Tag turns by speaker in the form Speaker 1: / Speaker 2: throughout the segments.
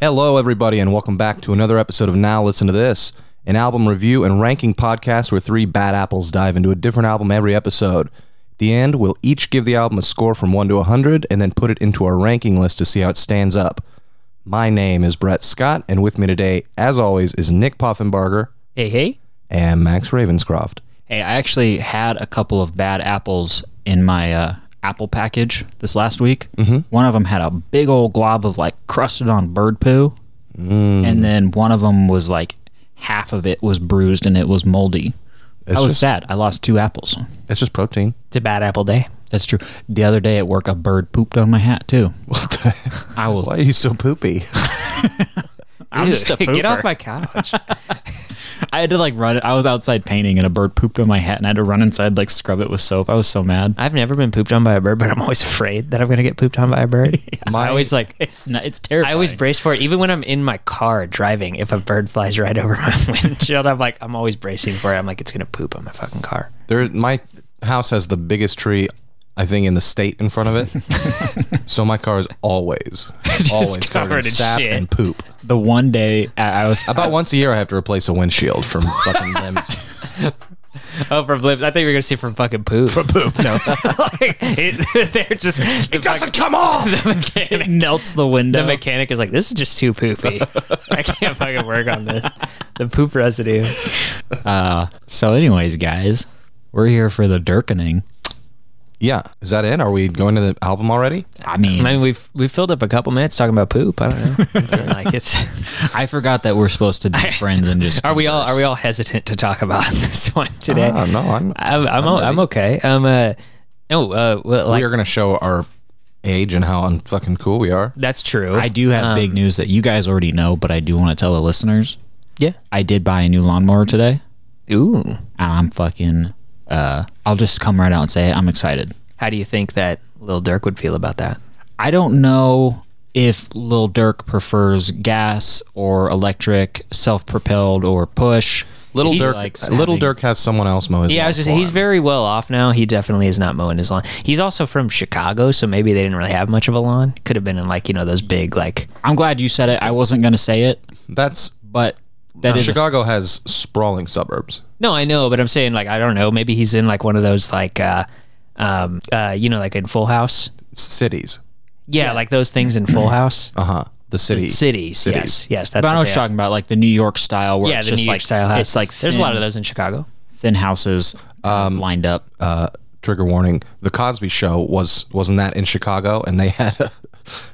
Speaker 1: Hello, everybody, and welcome back to another episode of Now Listen to This, an album review and ranking podcast where three bad apples dive into a different album every episode. At the end, we'll each give the album a score from 1 to 100 and then put it into our ranking list to see how it stands up. My name is Brett Scott, and with me today, as always, is Nick Poffenbarger
Speaker 2: Hey, hey.
Speaker 1: and Max Ravenscroft.
Speaker 2: Hey, I actually had a couple of bad apples in my uh, apple package this last week. Mm-hmm. One of them had a big old glob of like crusted on bird poo. And then one of them was like half of it was bruised and it was moldy. I was
Speaker 1: just-
Speaker 2: sad. I lost two apples.
Speaker 1: It's just protein.
Speaker 3: It's a bad apple day.
Speaker 2: That's true. The other day at work, a bird pooped on my hat too.
Speaker 1: What the?
Speaker 2: I was.
Speaker 1: Why are you so poopy?
Speaker 2: I'm just a pooper.
Speaker 3: Get off my couch.
Speaker 2: I had to like run. I was outside painting and a bird pooped on my hat and I had to run inside like scrub it with soap. I was so mad.
Speaker 3: I've never been pooped on by a bird, but I'm always afraid that I'm gonna get pooped on by a bird. I always like
Speaker 2: It's not, it's terrible.
Speaker 3: I always brace for it, even when I'm in my car driving. If a bird flies right over my windshield, I'm like, I'm always bracing for it. I'm like, it's gonna poop on my fucking car.
Speaker 1: There, my house has the biggest tree, I think, in the state in front of it. so my car is always, always covered in
Speaker 3: covered in
Speaker 1: sap
Speaker 3: shit.
Speaker 1: and poop.
Speaker 2: the one day I I was
Speaker 1: About once a year, I have to replace a windshield from fucking limbs.
Speaker 3: Oh, from lip. I think we are gonna see from fucking poop. From poop. No, like, it, they're just. the fucking-
Speaker 1: come off.
Speaker 3: the mechanic,
Speaker 2: melts the
Speaker 3: the
Speaker 2: window.
Speaker 3: mechanic is like, this is just too poopy. I can't fucking work on this. The poop residue.
Speaker 2: uh, so, anyways, guys, we're here for the Durkening.
Speaker 1: Yeah, is that it? Are we going to the album already?
Speaker 2: I mean,
Speaker 3: I mean, we've we filled up a couple minutes talking about poop. I don't know. I mean, like it's.
Speaker 2: I forgot that we're supposed to be friends and just.
Speaker 3: Are we all
Speaker 2: converse.
Speaker 3: are we all hesitant to talk about this one today?
Speaker 1: Oh, no, I'm.
Speaker 3: I'm I'm, o- I'm okay. Um. Uh, no. Uh. Well,
Speaker 1: we
Speaker 3: like
Speaker 1: are going to show our age and how unfucking cool we are.
Speaker 3: that's true.
Speaker 2: I do have big news that you guys already know, but I do want to tell the listeners.
Speaker 3: Yeah.
Speaker 2: I did buy a new lawnmower today,
Speaker 3: Ooh.
Speaker 2: and I'm fucking. Uh, I'll just come right out and say it. I'm excited.
Speaker 3: How do you think that Lil Durk would feel about that?
Speaker 2: I don't know if Lil Durk prefers gas or electric, self-propelled or push.
Speaker 1: Little
Speaker 2: He
Speaker 1: Dirk, uh,
Speaker 2: likes
Speaker 1: Little
Speaker 2: having-
Speaker 1: Dirk has someone else mow his
Speaker 3: Yeah, I
Speaker 1: lawn
Speaker 3: was just
Speaker 1: for
Speaker 3: he's
Speaker 1: him.
Speaker 3: very well off now. He definitely is not mowing his lawn. He's also from Chicago, so maybe they didn't really have much of a lawn. Could have been in like you know those big like
Speaker 2: I'm glad you said it. I wasn't gonna say it,
Speaker 1: That's
Speaker 2: but that is a
Speaker 1: Chicago has sprawling suburbs.
Speaker 3: No, I know, but I'm saying like I don't know. Maybe he's in like one of those like uh, um, uh, you know, like in Full House.
Speaker 1: cities.
Speaker 3: Yeah, like those things in Full House.
Speaker 1: Uh huh. The city.
Speaker 3: Cities,
Speaker 1: Cities.
Speaker 3: Yes, yes. That's
Speaker 2: But I know
Speaker 3: what
Speaker 2: what
Speaker 3: they
Speaker 2: you're
Speaker 3: are.
Speaker 2: talking about, like the New York style, where
Speaker 3: Yeah,
Speaker 2: it's
Speaker 3: the
Speaker 2: just
Speaker 3: New York
Speaker 2: like
Speaker 3: style house.
Speaker 2: it's like
Speaker 3: there's a lot of
Speaker 2: thin-
Speaker 3: those in Chicago.
Speaker 2: thin houses um, lined up.
Speaker 1: Uh, trigger warning: The Cosby Show was wasn't that in Chicago, and they had a,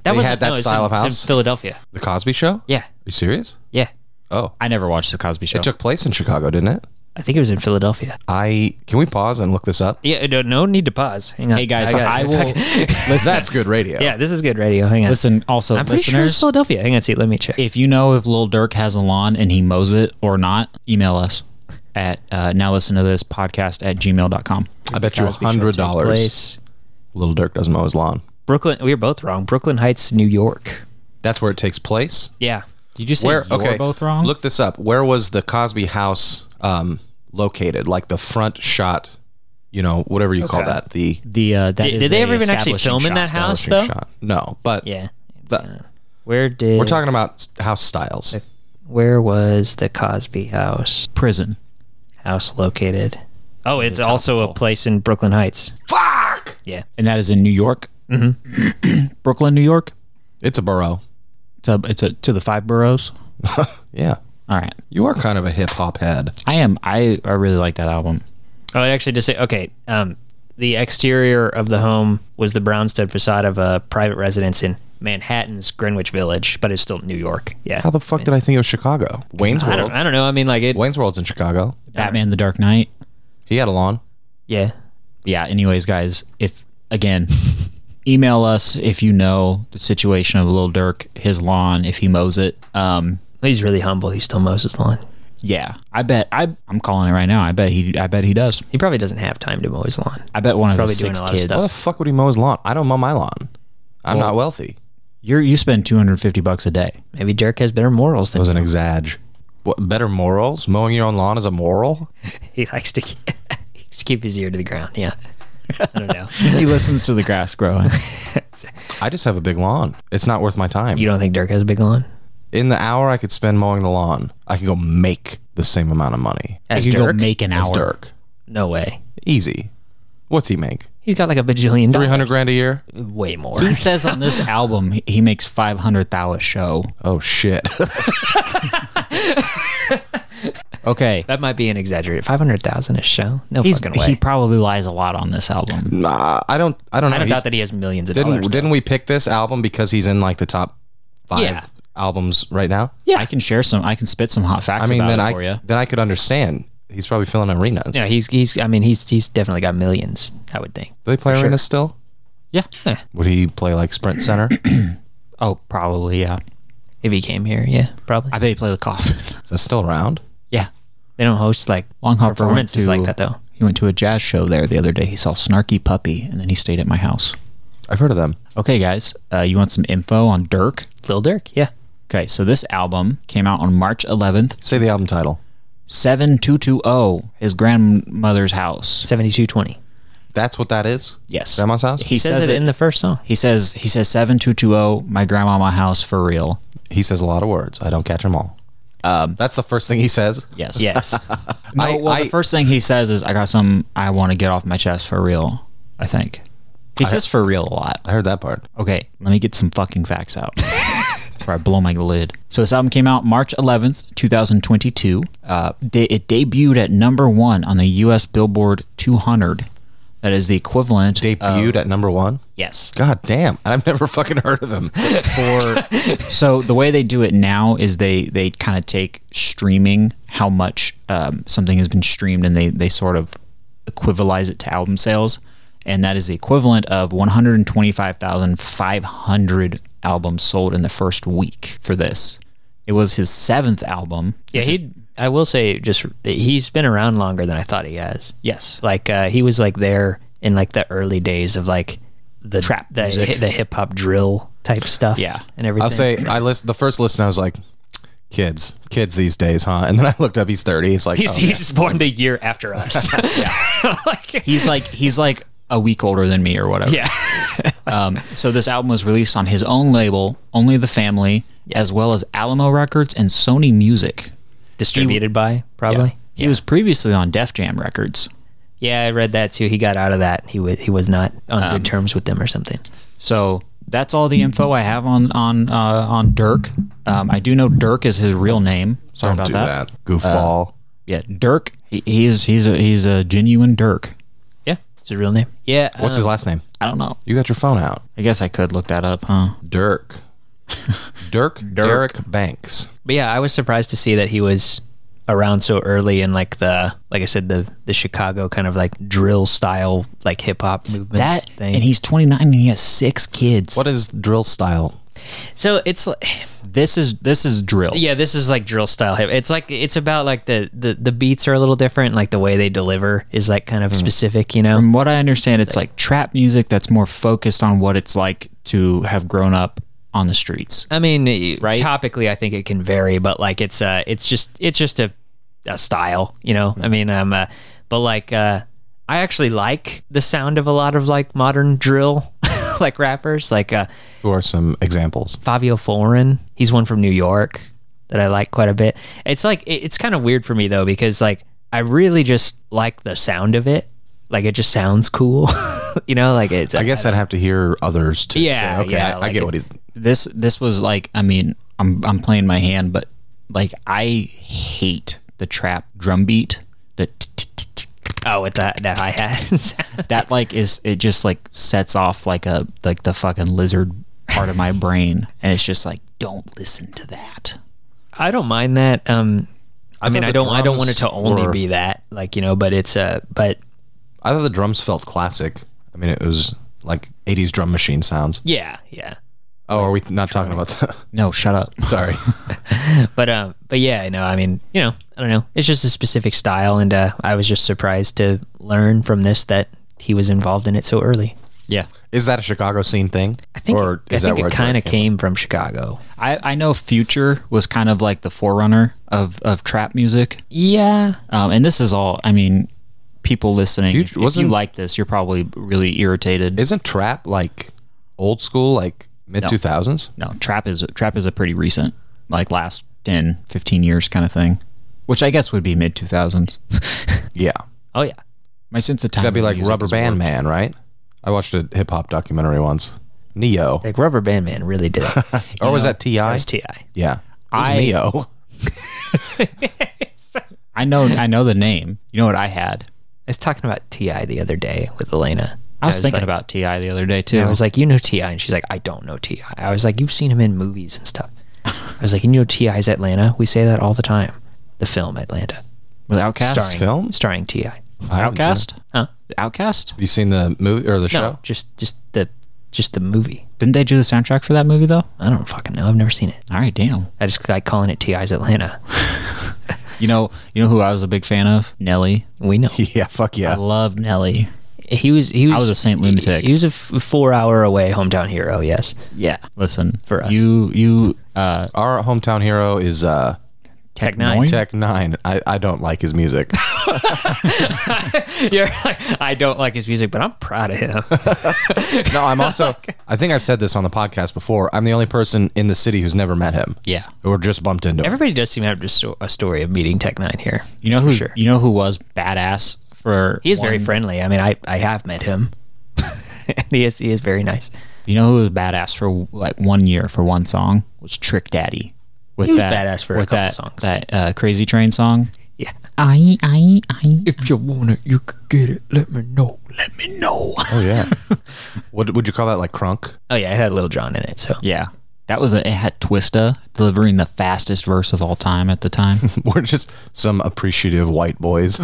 Speaker 1: they
Speaker 3: wasn't-
Speaker 1: had that
Speaker 3: no, it's
Speaker 1: style of
Speaker 3: in- it's
Speaker 1: house.
Speaker 3: in Philadelphia.
Speaker 1: the Cosby Show.
Speaker 3: Yeah,
Speaker 1: Are you serious?
Speaker 3: yeah.
Speaker 1: Oh,
Speaker 2: I never watched the Cosby Show.
Speaker 1: it took place in Chicago, didn't it?
Speaker 3: I think it was in Philadelphia.
Speaker 1: I can we pause and look this up?
Speaker 3: Yeah, no, no need to pause. Hang on.
Speaker 2: hey guys,
Speaker 3: got-
Speaker 2: I, will
Speaker 1: That's good radio.
Speaker 3: Yeah, this is good radio. Hang on.
Speaker 2: listen. Also,
Speaker 3: I'm pretty sure
Speaker 2: listeners,
Speaker 3: it's Philadelphia. Hang on, see. Let me check.
Speaker 2: if you know if Lil Durk has a lawn and he mows it or not, email us at uh, now listen to this podcast at gmail.com.
Speaker 1: I bet you a
Speaker 3: Cosby Show
Speaker 1: hundred
Speaker 3: takes
Speaker 1: dollars.
Speaker 3: place-
Speaker 1: Little Dirk doesn't mow his lawn.
Speaker 3: Brooklyn. We were both wrong. Brooklyn Heights, New York.
Speaker 1: That's where it takes place.
Speaker 3: Yeah.
Speaker 2: Did you say
Speaker 1: Where
Speaker 2: you're
Speaker 1: okay,
Speaker 2: both wrong?
Speaker 1: Look this up. Where was the Cosby House um, located? Like the front shot, you know, whatever you call
Speaker 3: Okay.
Speaker 1: that. The
Speaker 2: the uh, that
Speaker 3: Did-
Speaker 2: is
Speaker 3: did they
Speaker 2: a
Speaker 3: ever even actually
Speaker 2: establishing
Speaker 3: film in that
Speaker 2: shot.
Speaker 3: house?
Speaker 1: establishing
Speaker 3: though?
Speaker 1: shot. No, but
Speaker 3: Yeah.
Speaker 1: the-
Speaker 3: Where did
Speaker 1: We're talking about s- house styles.
Speaker 3: Where was the Cosby House
Speaker 2: Prison.
Speaker 3: house located? Oh, it's also a place in Brooklyn Heights.
Speaker 1: Fuck!
Speaker 3: Yeah,
Speaker 2: And that is in New York,
Speaker 3: Mm-hmm.
Speaker 2: Brooklyn, New York.
Speaker 1: It's a borough.
Speaker 2: It's a, it's a, to the five boroughs.
Speaker 1: Yeah.
Speaker 2: All right.
Speaker 1: You are kind of a hip hop head.
Speaker 2: I am. I, I really like that album.
Speaker 3: Oh, I would actually just say okay. Um, the exterior of the home was the brownstone facade of a private residence in Manhattan's Greenwich Village, but it's still New York. Yeah,
Speaker 1: How the fuck did I think of Chicago? Wayne's
Speaker 3: I
Speaker 1: World.
Speaker 3: don't, I don't know. I mean, like it.
Speaker 1: Wayne's World's in Chicago.
Speaker 2: Batman: The Dark Knight.
Speaker 1: He had a lawn.
Speaker 3: Yeah,
Speaker 2: Yeah. Anyways, guys, if again, email us if you know the situation of Lil Durk, his lawn, if he mows it. Um,
Speaker 3: he's really humble. He still mows his lawn.
Speaker 2: yeah, I bet. I I'm calling it right now. I bet he. I bet he does.
Speaker 3: He probably doesn't have time to mow his lawn.
Speaker 2: I bet one of
Speaker 3: Probably
Speaker 2: his
Speaker 3: doing
Speaker 2: six
Speaker 3: a lot of
Speaker 2: kids.
Speaker 3: stuff.
Speaker 1: How the fuck would he mow his lawn? I don't mow my lawn. I'm not wealthy.
Speaker 2: You're you spend 250 bucks a day.
Speaker 3: Maybe Dirk has better morals
Speaker 1: It
Speaker 3: than
Speaker 1: was an exag. What better morals? Mowing your own lawn is a moral?
Speaker 3: he likes to keep, he likes to keep his ear to the ground. Yeah, I don't know.
Speaker 2: he listens to the grass growing.
Speaker 1: I just have a big lawn. It's not worth my time.
Speaker 3: You don't think Dirk has a big lawn?
Speaker 1: in the hour I could spend mowing the lawn, I could go make the same amount of money
Speaker 3: As
Speaker 2: you go
Speaker 3: Dirk?
Speaker 2: make an
Speaker 1: as
Speaker 2: hour.
Speaker 1: Dirk.
Speaker 3: no way.
Speaker 1: Easy. What's he make?
Speaker 3: He's got like a bajillion
Speaker 1: Three
Speaker 3: dollars.
Speaker 1: hundred grand a year?
Speaker 3: Way more.
Speaker 2: He says on this album he- he makes five hundred thou a show.
Speaker 1: Oh shit.
Speaker 2: Okay,
Speaker 3: that might be an exaggerate. 500,000 a show? No
Speaker 2: he's
Speaker 3: fucking way.
Speaker 2: he probably lies a lot on this album.
Speaker 1: nah, I don't. I don't know.
Speaker 3: I don't
Speaker 1: He's-
Speaker 3: doubt that he has millions of
Speaker 1: didn't
Speaker 3: dollars.
Speaker 1: didn't we pick this album because he's in like the top five
Speaker 3: Yeah.
Speaker 1: albums right now?
Speaker 2: Yeah, I can share some. I can spit some hot facts
Speaker 1: I mean,
Speaker 2: about
Speaker 1: then
Speaker 2: it
Speaker 1: I
Speaker 2: for you.
Speaker 1: then I could understand. He's probably filling arenas.
Speaker 3: Yeah, he's he's. I mean, he's he's definitely got millions. I would think.
Speaker 1: Do they play arenas still?
Speaker 2: Yeah.
Speaker 1: Would he play like Sprint Center?
Speaker 2: Oh, probably. Yeah.
Speaker 3: If he came here, yeah, probably.
Speaker 2: I bet he played the coffin.
Speaker 1: Is that still around?
Speaker 2: yeah.
Speaker 3: they don't host like
Speaker 2: Longhopper
Speaker 3: performances like that though.
Speaker 2: He went to a jazz show there the other day. He saw Snarky Puppy, and then he stayed at my house.
Speaker 1: I've heard of them.
Speaker 2: Okay, guys, uh, you want some info on Dirk?
Speaker 3: Lil Durk, yeah.
Speaker 2: Okay, so this album came out on March 11th,
Speaker 1: Say the album title.
Speaker 2: 7220, oh, his grandmother's house.
Speaker 3: Seventy two twenty.
Speaker 1: That's what that is.
Speaker 2: Yes.
Speaker 1: Grandma's house.
Speaker 2: He
Speaker 3: He says, it, in the first song.
Speaker 2: He says he says 7220, oh, my grandma, my house for real.
Speaker 1: He says a lot of words. I don't catch them all. Um, That's the first thing he says.
Speaker 2: Yes.
Speaker 3: Yes.
Speaker 2: No,
Speaker 1: I-
Speaker 2: well,
Speaker 1: I-
Speaker 2: the first thing he says is, I got some I want to get off my chest for real, I think. He says for real a lot.
Speaker 1: I heard that part.
Speaker 2: Okay, let me get some fucking facts out before I blow my lid. So this album came out March 11th, 2022. Uh, de- it debuted at number one on the U.S. Billboard 200. That is the equivalent. of-
Speaker 3: Um,
Speaker 1: Debuted at number one.
Speaker 2: yes.
Speaker 1: God damn! I've never fucking heard of them.
Speaker 2: For so the way they do it now is they they kind of take streaming how much um, something has been streamed and they they sort of equivalize it to album sales, and that is the equivalent of 125,500 albums sold in the first week for this. It was his seventh album.
Speaker 3: yeah, he. I will say, just he's been around longer than I thought he has.
Speaker 2: Yes.
Speaker 3: Like uh, he was like there in like the early days of like the trap, the,
Speaker 2: music.
Speaker 3: the hip hop drill type stuff.
Speaker 2: Yeah.
Speaker 3: and everything.
Speaker 1: I'll say I list the first listen. I was like, kids, kids these days, huh? And then I looked up. He's thirty. He's like,
Speaker 3: he's
Speaker 1: oh,
Speaker 3: he's just born the year after us. like,
Speaker 2: He's like he's like a week older than me or whatever.
Speaker 3: yeah.
Speaker 2: Um, so this album was released on his own label, Only the Family, as well as Alamo Records and Sony Music.
Speaker 3: Distributed by probably.
Speaker 2: He was previously on Def Jam Records.
Speaker 3: Yeah, I read that too. He got out of that. He was he was not on good terms with them or something.
Speaker 2: So that's all the info I have on on uh, on Dirk. Um, I do know Dirk is his real name. Sorry
Speaker 1: don't do
Speaker 2: about that.
Speaker 1: that,
Speaker 3: Uh,
Speaker 1: goofball.
Speaker 2: Yeah, Dirk. He, he's he's a, he's a genuine Dirk.
Speaker 3: Yeah, it's a real name. Yeah.
Speaker 1: What's
Speaker 3: um,
Speaker 1: his last name?
Speaker 2: I don't know.
Speaker 1: You got your phone out.
Speaker 2: I guess I could look that up, huh?
Speaker 1: Dirk. Dirk. Derek Banks.
Speaker 3: But yeah, I was surprised to see that he was around so early in like the like I said the the Chicago kind of like drill style like hip hop movement
Speaker 2: That
Speaker 3: thing.
Speaker 2: and he's 29 and he has six kids.
Speaker 1: What is drill style?
Speaker 3: so it's like,
Speaker 2: This is this is drill.
Speaker 3: yeah, this is like drill style hip. It's like it's about like the the the beats are a little different. Like the way they deliver is like kind of
Speaker 1: Hmm.
Speaker 3: specific. You know.
Speaker 2: From what I understand, it's like trap music that's more focused on what it's like to have grown up on the streets.
Speaker 3: I mean, right? Topically, I think it can vary, but like it's uh it's just it's just a a style, you know. I mean, um, uh, but like uh, I actually like the sound of a lot of like modern drill, like rappers, like uh,
Speaker 1: Who are some examples?
Speaker 3: Fabio Foreign. He's one from New York that I like quite a bit. It's like it, it's kind of weird for me though because like I really just like the sound of it. Like it just sounds cool, you know. Like it's
Speaker 1: I guess I'd have to hear others to
Speaker 3: Yeah,
Speaker 1: say, okay,
Speaker 3: yeah,
Speaker 1: I, I
Speaker 3: like
Speaker 1: get
Speaker 3: it-
Speaker 1: what he's.
Speaker 2: This this was like I mean I'm I'm playing my hand, but like I hate the trap drum beat. The t- t- t- t-
Speaker 3: oh with that that hi hat.
Speaker 2: that like is it just like sets off like a like the fucking lizard part of my brain, and it's just like don't listen to that.
Speaker 3: I don't mind that. Um, I, mean,
Speaker 1: thought
Speaker 3: I
Speaker 1: the
Speaker 3: don't, I don't want it
Speaker 1: drums
Speaker 3: to only
Speaker 1: were-
Speaker 3: be that, like you know. But it's uh, but
Speaker 1: I thought the drums felt classic. I mean, it was like 80s drum machine sounds.
Speaker 3: yeah, yeah.
Speaker 1: Oh, are we not talking about that?
Speaker 2: No, shut up.
Speaker 1: Sorry.
Speaker 3: But um, but yeah, no, I mean, you know, I don't know. It's just a specific style, and uh, I was just surprised to learn from this that he was involved in it so early.
Speaker 2: Yeah.
Speaker 1: Is that a Chicago scene thing?
Speaker 3: I think
Speaker 1: or
Speaker 3: it, I
Speaker 1: is
Speaker 3: think
Speaker 1: that where
Speaker 3: it kind of came from Chicago.
Speaker 2: I, I know Future was kind of like the forerunner of, of trap music.
Speaker 3: Yeah,
Speaker 2: Um, and this is all, I mean, people listening,
Speaker 1: Future-
Speaker 2: if- if you
Speaker 1: wasn't-
Speaker 2: like this, you're probably really irritated.
Speaker 1: Isn't trap like old school, like mid 2000s?
Speaker 2: no, trap is trap is a pretty recent like last 10, 15 years kind of thing, which I guess would be mid 2000s.
Speaker 1: Yeah.
Speaker 3: Oh yeah.
Speaker 2: My sense of time.
Speaker 1: That'd be
Speaker 2: in
Speaker 1: like
Speaker 2: music
Speaker 1: Rubber
Speaker 2: is
Speaker 1: Band
Speaker 2: warped.
Speaker 1: Man, right? I watched a hip hop documentary once. Neo.
Speaker 3: Like Rubber Band Man really did it. That
Speaker 1: Or was that T.I.?
Speaker 3: was Ti.
Speaker 1: yeah. It was
Speaker 2: I-
Speaker 1: Neo.
Speaker 2: I know. I know the name. You know what I had?
Speaker 3: I was talking about Ti the other day with Elena.
Speaker 2: I was, thinking
Speaker 3: like,
Speaker 2: about Ti the other day too.
Speaker 3: I was like, you know Ti, and she's like, I don't know Ti. I was like, you've seen him in movies and stuff. I was like, you know Ti's Atlanta. We say that all the time. The film Atlanta,
Speaker 2: With Outcast.
Speaker 3: starring
Speaker 1: film?
Speaker 3: starring Ti.
Speaker 1: I haven't seen it.
Speaker 2: Outcast.
Speaker 3: Huh?
Speaker 2: Outcast.
Speaker 1: Have you seen the movie or the
Speaker 3: No,
Speaker 1: show?
Speaker 3: just just the just the movie.
Speaker 2: Didn't they do the soundtrack for that movie though?
Speaker 3: I don't fucking know. I've never seen it.
Speaker 2: All right, damn.
Speaker 3: I just like calling it Ti's Atlanta.
Speaker 2: You know, you know who I was a big fan of? Nelly.
Speaker 3: We know
Speaker 1: Yeah, fuck
Speaker 2: I
Speaker 1: yeah.
Speaker 2: love Nelly.
Speaker 3: he was he was
Speaker 2: I was a Saint lunatic.
Speaker 3: He, was a f- four hour away hometown hero. Yes,
Speaker 2: Yeah. Listen,
Speaker 3: For us.
Speaker 2: you you uh
Speaker 1: Our hometown hero is uh,
Speaker 2: Tech
Speaker 3: Nine.
Speaker 2: Nine.
Speaker 1: Tech Nine. I, I don't like his music.
Speaker 3: you're like I don't like his music, but I'm proud of him.
Speaker 1: no, I'm also. I think I've said this on the podcast before. I'm the only person in the city who's never met him.
Speaker 2: Yeah.
Speaker 1: or just bumped into him.
Speaker 3: Everybody does seem to have just a story of meeting Tech Nine here.
Speaker 2: You know who
Speaker 3: sure.
Speaker 2: you know who was badass for
Speaker 3: He is very
Speaker 2: one-
Speaker 3: friendly. I mean, I, I have met him. And he is he is very nice.
Speaker 2: You know who was badass for like one year for one song was Trick Daddy. With
Speaker 3: was badass for a couple
Speaker 2: that,
Speaker 3: songs.
Speaker 2: That uh, Crazy Train song.
Speaker 3: Yeah.
Speaker 2: I I I.
Speaker 3: If you want it, you could get it. Let me know. Let me know.
Speaker 1: Oh yeah. what would you call that? Like crunk?
Speaker 3: Oh yeah, it had Little John in it. So
Speaker 2: Yeah, that was a it had Twista delivering the fastest verse of all time at the time.
Speaker 1: We're just some appreciative white boys.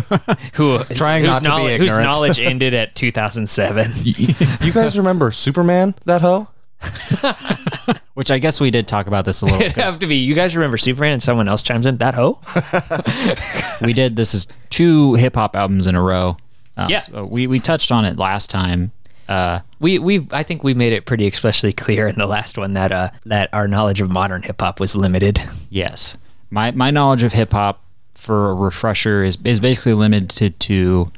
Speaker 3: who
Speaker 1: Trying
Speaker 3: whose
Speaker 1: not to be
Speaker 3: knowledge, Whose
Speaker 1: ignorant.
Speaker 3: knowledge ended at 2007.
Speaker 1: you guys remember Superman? That hoe?
Speaker 2: Which I guess we did talk about this a little.
Speaker 3: It'd have to be. You guys remember Superman and someone else chimes in that hoe?
Speaker 2: we did. This is two hip hop albums in a row. Um,
Speaker 3: Yeah.
Speaker 2: so we we touched on it last time. Uh,
Speaker 3: We we I think we made it pretty especially clear in the last one that uh that our knowledge of modern hip hop was limited.
Speaker 2: Yes. My my knowledge of hip hop for a refresher is is basically limited to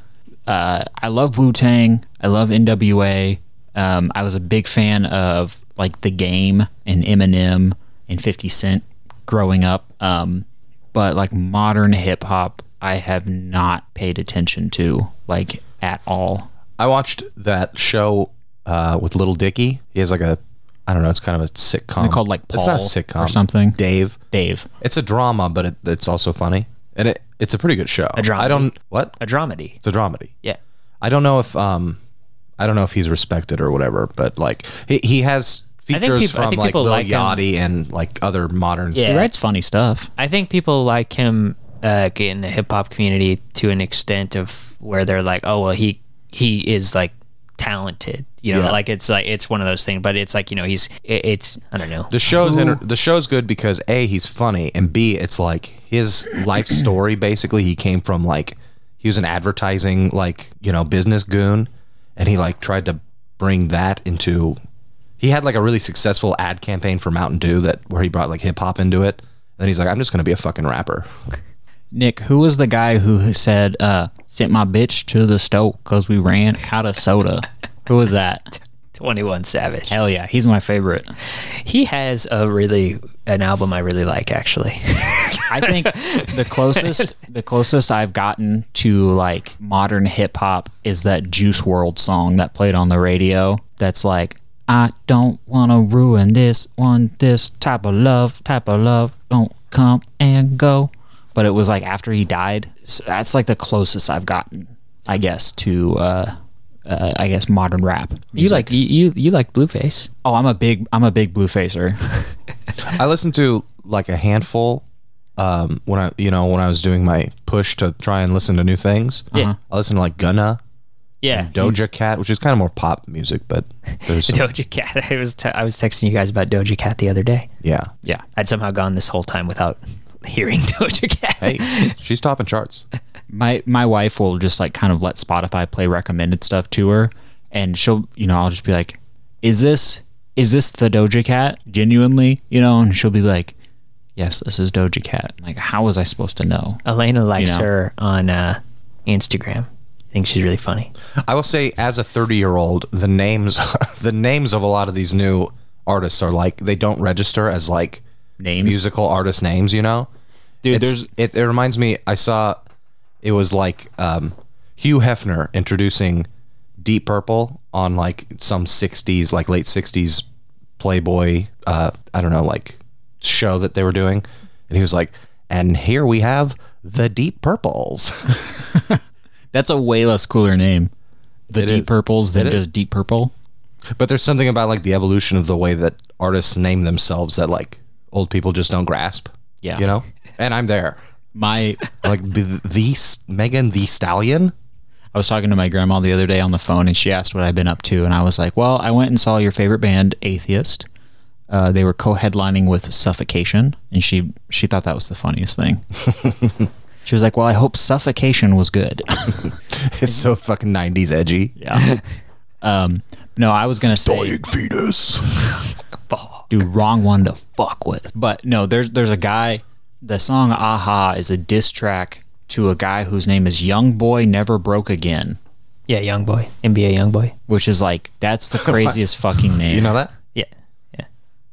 Speaker 2: uh, I love Wu Tang, I love NWA. Um, I was a big fan of like the game and Eminem and Fifty Cent growing up. Um, but like modern hip hop I have not paid attention to like at all.
Speaker 1: I watched that show uh, with Little Dicky. He has like a, I don't know, it's kind of a sitcom.
Speaker 2: They're called like Paul
Speaker 1: it's not a sitcom
Speaker 2: or something.
Speaker 1: Dave.
Speaker 2: Dave.
Speaker 1: It's a drama, but it, it's also funny, and it it's a pretty good show. A
Speaker 3: dramedy.
Speaker 1: I don't what?
Speaker 3: A dramedy.
Speaker 1: It's a dramedy.
Speaker 3: Yeah.
Speaker 1: I don't know if um, I don't know if he's respected or whatever, but like he he has
Speaker 3: think
Speaker 1: features
Speaker 3: peop- I
Speaker 1: from
Speaker 3: think
Speaker 1: like
Speaker 3: people
Speaker 1: Lil
Speaker 3: like him.
Speaker 1: Yachty and like other modern.
Speaker 3: Yeah.
Speaker 2: He writes funny stuff.
Speaker 3: I think people like him uh, in the hip hop community to an extent of where they're like, oh well, he he is like talented, you know, like it's like it's one of those things. But it's like you know he's it, it's I don't know.
Speaker 1: The show's inter- the show's good because a he's funny and b it's like his life story. Basically, he came from like he was an advertising like you know business goon, and he like tried to bring that into. He had like a really successful ad campaign for Mountain Dew that where he brought like hip hop into it. And then he's like, I'm just gonna be a fucking rapper.
Speaker 2: Nick, who was the guy who said, uh, sent my bitch to the stove because we ran out of soda? who was that?
Speaker 3: Twenty One Savage.
Speaker 2: Hell yeah, he's my favorite.
Speaker 3: He has a really an album I really like actually.
Speaker 2: I think the closest the closest I've gotten to like modern hip hop is that Juice World song that played on the radio that's like I don't wanna ruin this one, this type of love, type of love don't come and go. But it was like after he died. So that's like the closest I've gotten, I guess, to uh, uh I guess modern rap.
Speaker 3: you like you, you you like Blueface?
Speaker 2: Oh, I'm a big I'm a big blue facer.
Speaker 1: I listened to like a handful um, when I, you know, when I was doing my push to try and listen to new things.
Speaker 3: Yeah.
Speaker 1: I listened to like Gunna,
Speaker 3: Yeah.
Speaker 1: Doja Cat, which is kind of more pop music, but there's some,
Speaker 3: Doja Cat. I was te- I was texting you guys about Doja Cat the other day.
Speaker 1: yeah.
Speaker 2: yeah.
Speaker 3: I'd somehow gone this whole time without hearing Doja Cat.
Speaker 1: Hey, she's topping charts.
Speaker 2: my my wife will just like kind of let Spotify play recommended stuff to her, and she'll you know I'll just be like, "Is this is this the Doja Cat?" Genuinely, you know, and she'll be like, "Yes, this is Doja Cat." Like, how was I supposed to know?
Speaker 3: Elena likes
Speaker 2: You know?
Speaker 3: her on uh, Instagram. I think she's really funny.
Speaker 1: I will say, as a 30 year old, the names, the names of a lot of these new artists are like they don't register as like
Speaker 2: names.
Speaker 1: musical artist names, you know?
Speaker 2: Dude,
Speaker 1: It's-
Speaker 2: there's
Speaker 1: it, it reminds me, I saw it was like um, Hugh Hefner introducing Deep Purple on like some 60s, like late 60s Playboy, uh, I don't know, like show that they were doing. And he was like, and here we have the Deep Purples.
Speaker 2: that's a way less cooler name. The Deep
Speaker 1: is.
Speaker 2: Purples than just Deep Purple.
Speaker 1: But there's something about like the evolution of the way that artists name themselves that like old people just don't grasp.
Speaker 2: Yeah.
Speaker 1: You know? And I'm there.
Speaker 2: My
Speaker 1: Like the, the S- Megan the Stallion?
Speaker 2: I was talking to my grandma the other day on the phone, and she asked what I've been up to, and I was like, "Well, I went and saw your favorite band, Atheist. Uh, they were co-headlining with Suffocation, and she she thought that was the funniest thing. she was like, "Well, I hope Suffocation was good."
Speaker 1: It's so fucking 90s edgy.
Speaker 2: yeah. Um, no, I was gonna say,
Speaker 1: fetus.
Speaker 2: dude, wrong one to fuck with. But no, there's there's a guy. The song "Aha" is a diss track to a guy whose name is Young Boy Never Broke Again,
Speaker 3: Yeah, young boy, NBA young boy.
Speaker 2: which is like that's the craziest fucking name.
Speaker 1: You know that?
Speaker 3: Yeah, yeah.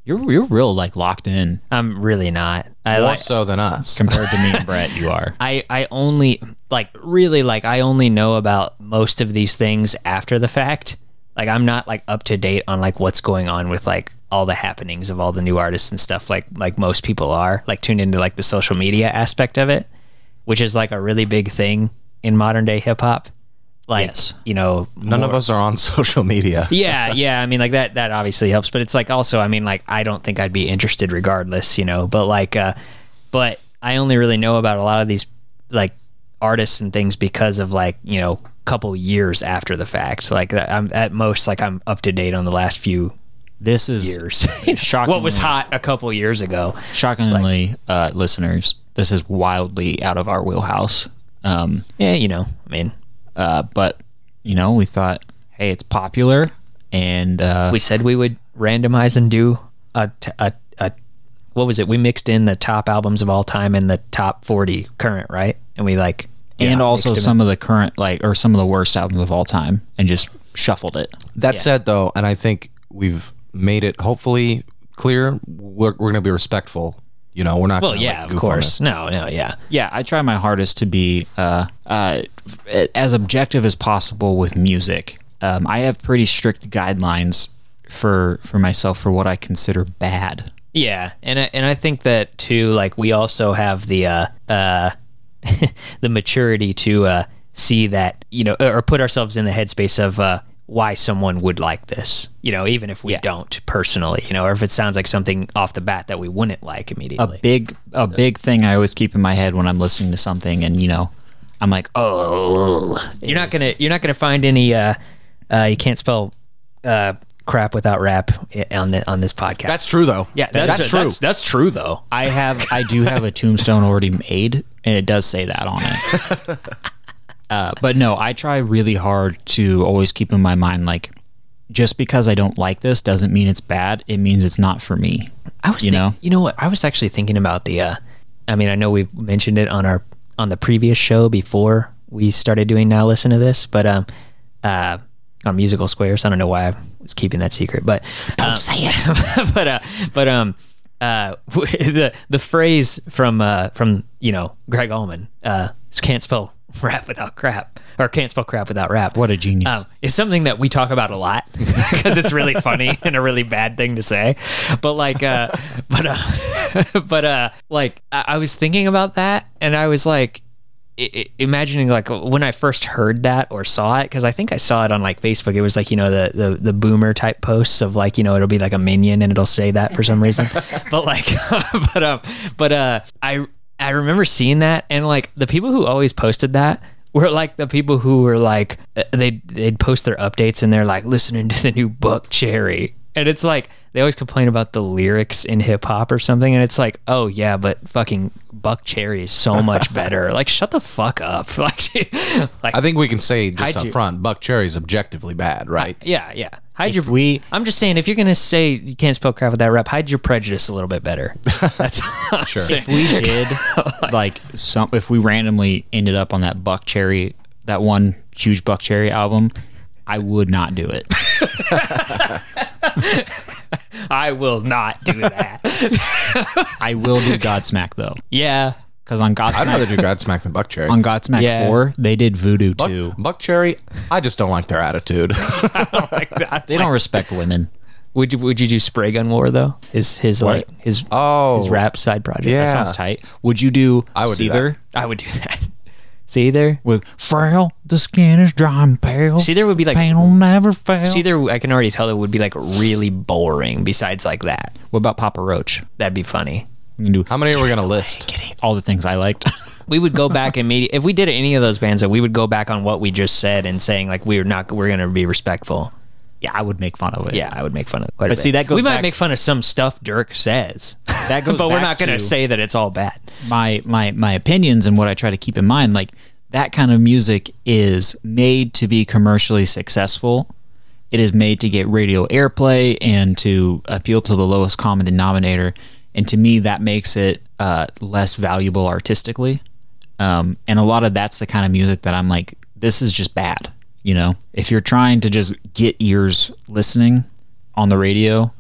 Speaker 2: You're you're real like locked in
Speaker 3: I'm really not. I
Speaker 1: More
Speaker 3: like.
Speaker 1: so than us.
Speaker 2: compared to me and Brett. You are.
Speaker 3: I, I only like really like I only know about most of these things after the fact. Like I'm not like up to date on like what's going on with like all the happenings of all the new artists and stuff like like most people are. Like tuned into like the social media aspect of it, which is like a really big thing in modern day hip hop. Like
Speaker 2: Yes.
Speaker 3: you know
Speaker 1: None of us are on social media.
Speaker 3: yeah, yeah. I mean, like that. That obviously helps, but it's like also. I mean, like I don't think I'd be interested regardless, you know. But like, uh, but I only really know about a lot of these like artists and things because of like you know couple years after the fact. Like I'm at most like I'm up to date on the last few
Speaker 2: This is
Speaker 3: years. what was
Speaker 2: Shockingly.
Speaker 3: hot a couple years ago?
Speaker 2: shockingly, uh, listeners. This is wildly out of our wheelhouse. Um,
Speaker 3: Yeah, you know. I mean,
Speaker 2: uh, but you know, we thought, hey, it's popular, and uh,
Speaker 3: we said we would randomize and do a, t- a, a what was it? We mixed in the top albums of all time and the top 40 current, right? And we like
Speaker 2: and
Speaker 3: yeah,
Speaker 2: also
Speaker 3: mixed 'em
Speaker 2: some of the current like or some of the worst albums of all time, and just shuffled it.
Speaker 1: That said, though, and I think we've made it hopefully clear, we're, we're going to be respectful. You know, we're not.
Speaker 3: Well,
Speaker 1: gonna,
Speaker 3: yeah,
Speaker 1: like,
Speaker 3: of
Speaker 1: goof on
Speaker 3: course. No, no, yeah.
Speaker 2: Yeah, I try my hardest to be uh, uh, as objective as possible with music. Um, I have pretty strict guidelines for for myself for what I consider bad.
Speaker 3: Yeah, and I, and I think that too. Like we also have the uh, uh, the maturity to uh, see that you know, or put ourselves in the headspace of uh, why someone would like this. You know, even if we don't personally, you know, or if it sounds like something off the bat that we wouldn't like immediately.
Speaker 2: Big a big thing I always keep in my head when I'm listening to something, and you know, I'm like, oh,
Speaker 3: you're not gonna you're not gonna find any. Uh, uh, you can't spell uh, crap without rap i- on the, on this podcast.
Speaker 1: That's true, though.
Speaker 3: yeah, that's,
Speaker 1: true.
Speaker 3: That's, that's true though.
Speaker 2: I have I do have a tombstone already made, and it does say that on it. uh, but no, I try really hard to always keep in my mind like just because I don't like this doesn't mean it's bad. It means it's not for me.
Speaker 3: I was,
Speaker 2: You
Speaker 3: you
Speaker 2: know?
Speaker 3: know, you know what? I was actually thinking about the. Uh, I mean, I know we mentioned it on our on the previous show before we started doing. Now listen to this, but um, uh, on musical squares. I don't know why I was keeping that secret, but don't say it. but uh, but um, uh, the the phrase from uh from you know Greg Allman uh can't spell rap without crap or can't spell crap without rap.
Speaker 2: What a genius!
Speaker 3: Um, it's something that we talk about a lot because it's really funny and a really bad thing to say. But like, uh, but uh, but uh, like I, I was thinking about that, and I was like. i- i- Imagining like when I first heard that or saw it, because I think I saw it on like Facebook. It was like you know the, the the boomer type posts of like you know it'll be like a minion and it'll say that for some reason. but like, but um, but uh, I I remember seeing that and like the people who always posted that were like the people who were like uh, they they'd post their updates and they're like listening to the new Buck Cherry. And it's like they always complain about the lyrics in hip hop or something and it's like, "Oh yeah, but fucking Buck Cherry is so much better." like shut the fuck up. Like dude, like
Speaker 1: I think we can say just
Speaker 3: Hide
Speaker 1: up
Speaker 3: you.
Speaker 1: front, Buck Cherry's objectively bad, right?
Speaker 3: yeah, yeah. Hide your
Speaker 2: we-
Speaker 3: I'm just saying if you're going to say you can't spell crap with that rap, hide your prejudice a little bit better. That's sure.
Speaker 2: if we did like some, if we randomly ended up on that Buck Cherry, that one huge Buck Cherry album, I would not do it.
Speaker 3: I will not do that.
Speaker 2: I will do Godsmack though,
Speaker 3: yeah.
Speaker 2: because on
Speaker 1: I'd
Speaker 2: Godsmack
Speaker 1: rather do Godsmack than Buckcherry.
Speaker 2: on Godsmack
Speaker 3: Yeah.
Speaker 2: four they did Voodoo
Speaker 1: Buck,
Speaker 2: too.
Speaker 1: Buckcherry, I just don't like their attitude.
Speaker 3: Like that.
Speaker 2: They don't respect women.
Speaker 3: Would you would you do spray gun war though? Is his like his
Speaker 1: Oh.
Speaker 3: his rap side project?
Speaker 1: Yeah.
Speaker 2: Sounds tight. Would you do I
Speaker 1: would do
Speaker 2: Seether
Speaker 3: I would do that. See there?
Speaker 2: with frail? The skin is dry and pale.
Speaker 3: See there would be like
Speaker 2: Pain will never fail.
Speaker 3: see there I can already tell it would be like really boring besides like that.
Speaker 2: what about Papa Roach?
Speaker 3: That'd be funny.
Speaker 2: You can do
Speaker 1: How many are we going to list?
Speaker 2: all the things I liked.
Speaker 3: We would go back immediately if we did any of those bands that we would go back on what we just said and saying like we're not we're gonna be respectful.
Speaker 2: yeah, I would make fun of it.
Speaker 3: Yeah, I would make fun of quite a
Speaker 2: But
Speaker 3: bit.
Speaker 2: see, that goes
Speaker 3: we might
Speaker 2: back-
Speaker 3: make fun of some stuff Dirk says.
Speaker 2: That goes
Speaker 3: but we're
Speaker 2: back
Speaker 3: not gonna
Speaker 2: to-
Speaker 3: say that it's all bad.
Speaker 2: my my my opinions and what I try to keep in mind, like that kind of music is made to be commercially successful. It is made to get radio airplay and to appeal to the lowest common denominator. And to me, that makes it uh, less valuable artistically. Um, and a lot of that's the kind of music that I'm like, this is just bad. You know, if you're trying to just get ears listening on the radio,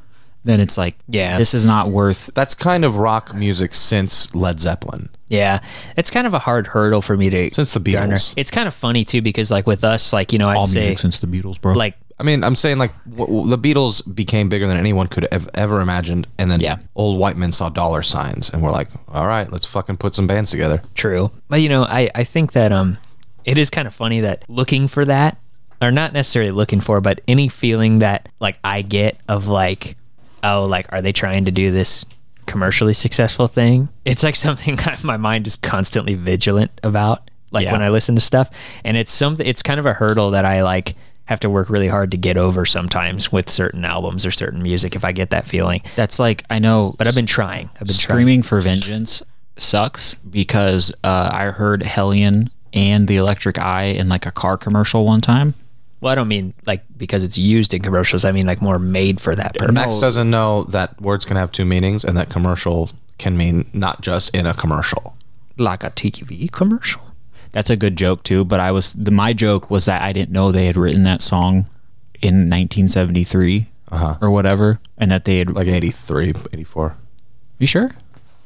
Speaker 2: then it's like,
Speaker 3: Yeah.
Speaker 2: this is not worth.
Speaker 1: That's kind of rock music since Led Zeppelin.
Speaker 3: Yeah, it's kind of a hard hurdle for me to
Speaker 1: Since the Beatles.
Speaker 3: garner. It's kind of funny too because like with us, like you know, I'd say
Speaker 2: since the Beatles, bro.
Speaker 3: like
Speaker 1: I mean, I'm saying like w- w- the Beatles became bigger than anyone could have ever imagined, and then
Speaker 2: Yeah.
Speaker 1: old white men saw dollar signs and were like, "All right, let's fucking put some bands together."
Speaker 3: true, but you know, I I think that um, it is kind of funny that looking for that or not necessarily looking for, but any feeling that like I get of like, oh, like are they trying to do this commercially successful thing? It's like something that my mind is constantly vigilant about. Like
Speaker 2: Yeah.
Speaker 3: when I listen to stuff, and it's something. It's kind of a hurdle that I like have to work really hard to get over sometimes with certain albums or certain music if I get that feeling.
Speaker 2: That's like I know,
Speaker 3: But I've been trying. I've been trying.
Speaker 2: screaming for vengeance sucks because uh, I heard Hellion and the Electric Eye in like a car commercial one time.
Speaker 3: Well, I don't mean like because it's used in commercials. I mean like more made for that purpose.
Speaker 1: Max doesn't know that words can have two meanings, and that commercial can mean not just in a commercial.
Speaker 3: Like a TQV commercial.
Speaker 2: That's a good joke too. But I was the, my joke was that I didn't know they had written that song in 1973 or whatever, and that they had.
Speaker 1: Like in 83, 84.
Speaker 2: you sure?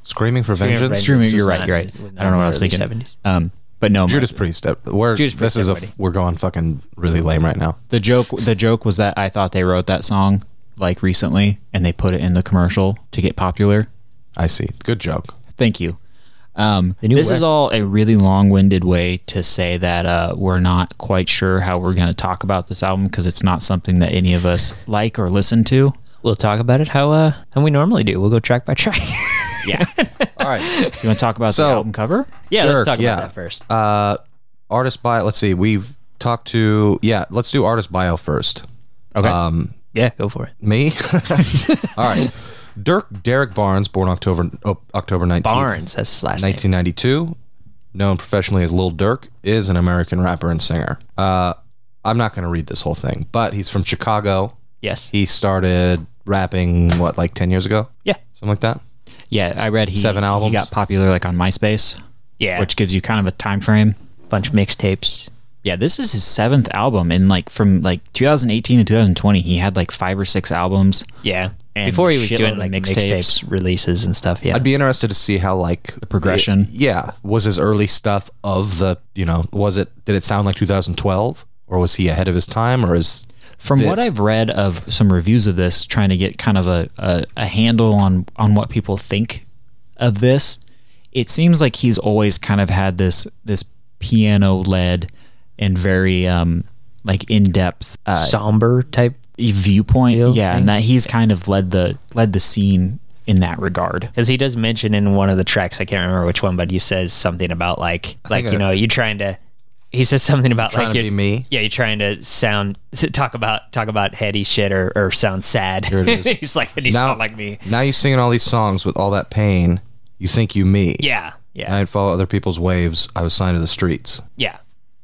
Speaker 1: Screaming for Vengeance.
Speaker 3: Vengeance.
Speaker 2: Screaming,
Speaker 3: was
Speaker 2: you're right.
Speaker 3: not-
Speaker 2: You're right.
Speaker 3: was not
Speaker 2: I don't know what I was
Speaker 3: early
Speaker 2: thinking.
Speaker 3: 70s.
Speaker 2: Um, but no, my-
Speaker 1: Judas Priest. uh, We're
Speaker 3: Judas
Speaker 1: this
Speaker 3: Priest,
Speaker 1: is a f-
Speaker 3: everybody.
Speaker 1: we're going fucking really lame right now.
Speaker 2: the joke the joke was that I thought they wrote that song like recently, and they put it in the commercial to get popular.
Speaker 1: I see. Good joke.
Speaker 2: Thank you. Um,
Speaker 3: new
Speaker 2: this
Speaker 3: web-
Speaker 2: is all a really long-winded way to say that uh, we're not quite sure how we're going to talk about this album because it's not something that any of us like or listen to.
Speaker 3: We'll talk about it how uh how we normally do. We'll go track by track.
Speaker 2: Yeah, you
Speaker 1: All right.
Speaker 2: want to talk about
Speaker 1: So-
Speaker 2: the album cover?
Speaker 3: yeah,
Speaker 1: Dirk,
Speaker 3: let's talk
Speaker 1: yeah.
Speaker 3: about that first.
Speaker 1: Uh, artist bio. Let's see. We've talked to yeah. Let's do artist bio first.
Speaker 2: Okay.
Speaker 1: Um,
Speaker 3: Yeah, go for it.
Speaker 1: me. All right. Dirk Derek Barnes, born October oh, October nineteenth,
Speaker 3: Barnes, that's his last name.
Speaker 1: nineteen ninety two, known professionally as Lil Dirk, is an American rapper and singer. Uh, I'm not going to read this whole thing, but he's from Chicago.
Speaker 3: Yes.
Speaker 1: He started rapping what like ten years ago,
Speaker 3: Yeah.
Speaker 1: something like that.
Speaker 2: Yeah, I read he
Speaker 1: Seven albums.
Speaker 2: He got popular like on MySpace,
Speaker 3: Yeah.
Speaker 2: which gives you kind of a time frame.
Speaker 3: bunch of mixtapes.
Speaker 2: Yeah, this is his seventh album, and like from like 2018 to 2020, he had like five or six albums.
Speaker 3: Yeah.
Speaker 2: And
Speaker 3: Before he was
Speaker 2: shitload
Speaker 3: doing
Speaker 2: of
Speaker 3: like
Speaker 2: mixtapes.
Speaker 3: mixtapes releases and stuff. Yeah.
Speaker 1: I'd be interested to see how like the
Speaker 2: progression.
Speaker 1: yeah, was his early stuff of the you know was it did it sound like 2012 or was he ahead of his time or is
Speaker 2: From what
Speaker 1: this.
Speaker 2: I've read of some reviews of this, trying to get kind of a, a, a handle on, on what people think of this, it seems like he's always kind of had this this piano led and very um like in depth uh,
Speaker 3: somber type
Speaker 2: viewpoint.
Speaker 3: Feel
Speaker 2: yeah, and that he's kind of led the led the scene in that regard.
Speaker 3: because he does mention in one of the tracks i can't remember which one but he says something about like like
Speaker 1: think
Speaker 3: you
Speaker 1: I-
Speaker 3: know you trying to he says something about
Speaker 1: trying
Speaker 3: like
Speaker 1: to
Speaker 3: you're,
Speaker 1: be me?
Speaker 3: yeah you're trying to sound talk about talk about heady shit or, or sound sad
Speaker 1: it is.
Speaker 3: he's like and he's
Speaker 1: Now-
Speaker 3: not like me
Speaker 1: Now you singing all these songs with all that pain. You think you me?
Speaker 3: yeah yeah
Speaker 1: I'd follow other people's waves. I was signed to the streets.
Speaker 3: yeah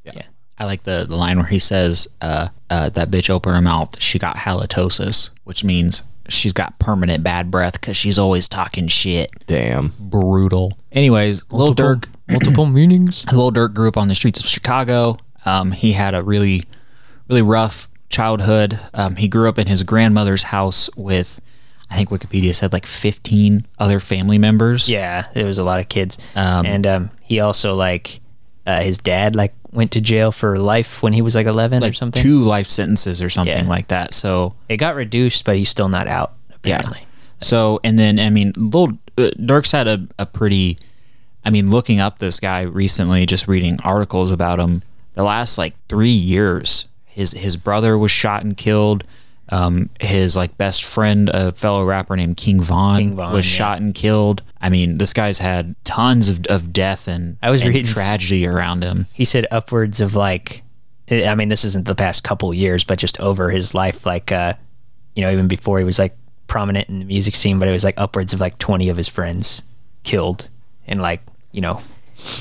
Speaker 3: yeah,
Speaker 2: I like the, the line where he says, uh, uh, that bitch opened her mouth. She got halitosis, which means she's got permanent bad breath because she's always talking shit.
Speaker 1: Damn.
Speaker 2: brutal. Anyways, Lil Durk,
Speaker 3: multiple meanings
Speaker 2: Lil Durk grew up on the streets of Chicago. Um, he had a really, really rough childhood. Um, he grew up in his grandmother's house with, I think Wikipedia said like 15 other family members.
Speaker 3: Yeah, there was a lot of kids, and um, he also like uh, his dad like went to jail for life when he was like eleven or something.
Speaker 2: Two life sentences or something
Speaker 3: Yeah.
Speaker 2: like that. So
Speaker 3: it got reduced, but he's still not out apparently.
Speaker 2: Yeah. So and then I mean, little uh, Dirk's had a, a pretty. I mean, looking up this guy recently, just reading articles about him. The last like three years, his his brother was shot and killed. Um, his like best friend, a fellow rapper named King Von,
Speaker 3: King Von,
Speaker 2: was
Speaker 3: yeah.
Speaker 2: shot and killed. I mean, this guy's had tons of, of death and
Speaker 3: I was
Speaker 2: and
Speaker 3: reading s-
Speaker 2: tragedy around him.
Speaker 3: He said upwards of like, I mean, this isn't the past couple years, but just over his life, like, uh, you know, even before he was like prominent in the music scene, but it was like upwards of like twenty of his friends killed in like you know,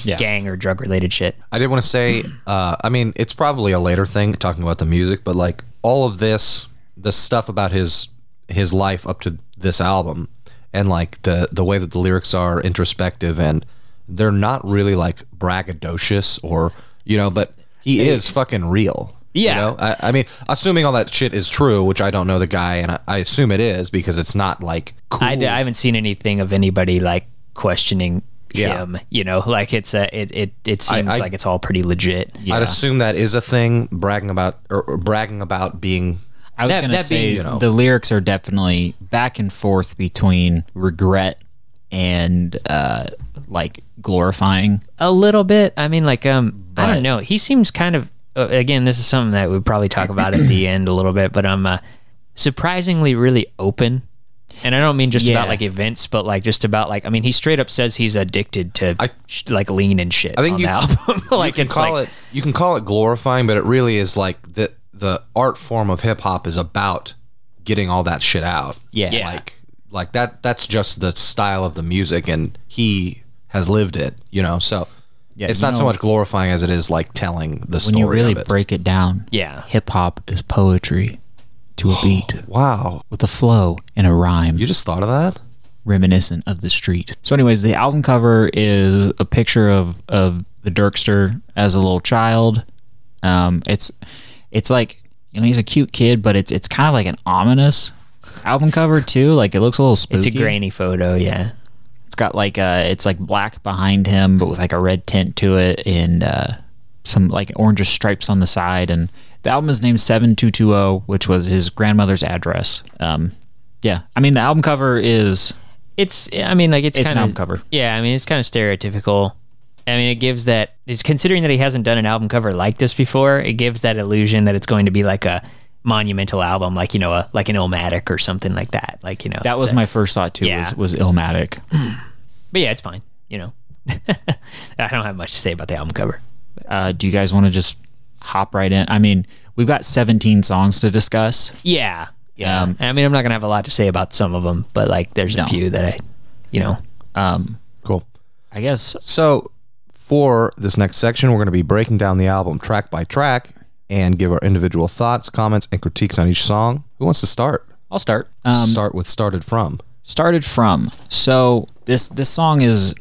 Speaker 3: gang or drug related shit.
Speaker 1: I did want to say, uh, I mean, it's probably a later thing talking about the music, but like all of this, the stuff about his his life up to this album, and like the the way that the lyrics are introspective and they're not really like braggadocious or you know, but he is fucking real.
Speaker 3: Yeah.
Speaker 1: you know? I, I mean, assuming all that shit is true, which I don't know the guy, and I, I assume it is because it's not like cool.
Speaker 3: I, d- I haven't seen anything of anybody like questioning
Speaker 1: Yeah.
Speaker 3: him. You know, like it's a it it, it seems
Speaker 1: I-
Speaker 3: like it's all pretty legit.
Speaker 1: I'd assume that is a thing, bragging about or, or bragging about being
Speaker 2: I was
Speaker 3: That-
Speaker 2: gonna
Speaker 3: that being,
Speaker 2: say
Speaker 1: you know-
Speaker 2: the lyrics are definitely back and forth between regret and uh, like glorifying.
Speaker 3: A little bit. I mean, like um, I don't know. He seems kind of uh, again. This is something that we probably talk about at the end a little bit, but I'm uh, surprisingly really open. And I don't mean just
Speaker 2: Yeah.
Speaker 3: about like events, but like just about like I mean, he straight up says he's addicted to sh- like lean and shit. I
Speaker 1: think
Speaker 3: on
Speaker 1: you-
Speaker 3: the album. like
Speaker 1: can
Speaker 3: it's
Speaker 1: call
Speaker 3: like
Speaker 1: it you can call it glorifying, but it really is like the the art form of hip hop is about getting all that shit out.
Speaker 2: Yeah. Yeah.
Speaker 1: Like like that that's just the style of the music and he has lived it, you know. So it's
Speaker 2: you
Speaker 1: not so
Speaker 2: know-
Speaker 1: much glorifying as it is like telling the
Speaker 2: When
Speaker 1: story
Speaker 2: you really
Speaker 1: of it.
Speaker 2: break it down,
Speaker 3: yeah.
Speaker 2: hip hop is poetry to a beat
Speaker 1: wow.
Speaker 2: with a flow and a rhyme
Speaker 1: You just thought of that?
Speaker 2: reminiscent of the street. So, anyways, the album cover is a picture of of the Dirkster as a little child. Um, it's it's like you know he's a cute kid, but it's it's kind of like an ominous album cover too. Like it looks a little spooky.
Speaker 3: It's a grainy photo. Yeah.
Speaker 2: It's got like uh it's like black behind him, but with like a red tint to it and uh, some like orangish stripes on the side. And the album is named Seven Two Two O, which was his grandmother's address. Um, yeah, I mean the album cover is
Speaker 3: it's I mean like it's,
Speaker 2: It's an
Speaker 3: kind
Speaker 2: album
Speaker 3: of
Speaker 2: cover.
Speaker 3: Yeah, I mean it's kind of stereotypical. I mean it gives that it's considering that he hasn't done an album cover like this before. It gives that illusion that it's going to be like a monumental album, like you know, a like an Illmatic or something like that. Like you know,
Speaker 2: that
Speaker 3: it's
Speaker 2: was
Speaker 3: a-
Speaker 2: my first thought too.
Speaker 3: Yeah.
Speaker 2: Was was Illmatic.
Speaker 3: But yeah, it's fine. You know, I don't have much to say about the album cover.
Speaker 2: Uh, do you guys want to just hop right in? I mean, we've got 17 songs to discuss.
Speaker 3: Yeah, yeah.
Speaker 2: Um,
Speaker 3: I mean I'm not gonna have a lot to say about some of them, but like there's
Speaker 2: No.
Speaker 3: a few that I, you know,
Speaker 2: Um,
Speaker 1: Cool.
Speaker 2: I guess
Speaker 1: So, for this next section, we're going to be breaking down the album track by track and give our individual thoughts, comments, and critiques on each song. Who wants to start?
Speaker 2: I'll start. Um,
Speaker 1: start with started from.
Speaker 2: started from. So this this song is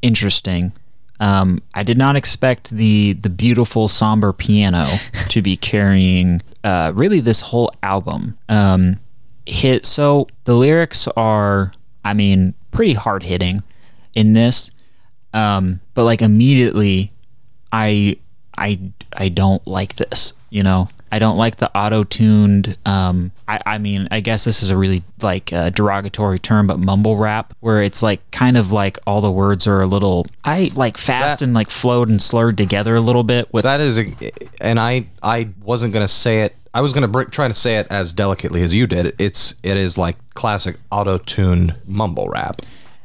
Speaker 2: interesting. Um, I did not expect the the beautiful somber piano to be carrying uh, really this whole album. Um, hit so the lyrics are I mean pretty hard hitting in this, um, but like immediately I I I don't like this. You know, I don't like the auto tuned. Um, I I mean, I guess this is a really like uh, derogatory term, but mumble rap, where it's like kind of like all the words are a little I like fast and like flowed and slurred together a little bit with.
Speaker 1: That is, a, and I I wasn't gonna say it. I was gonna br- try to say it as delicately as you did. It's it is like classic auto tuned mumble rap,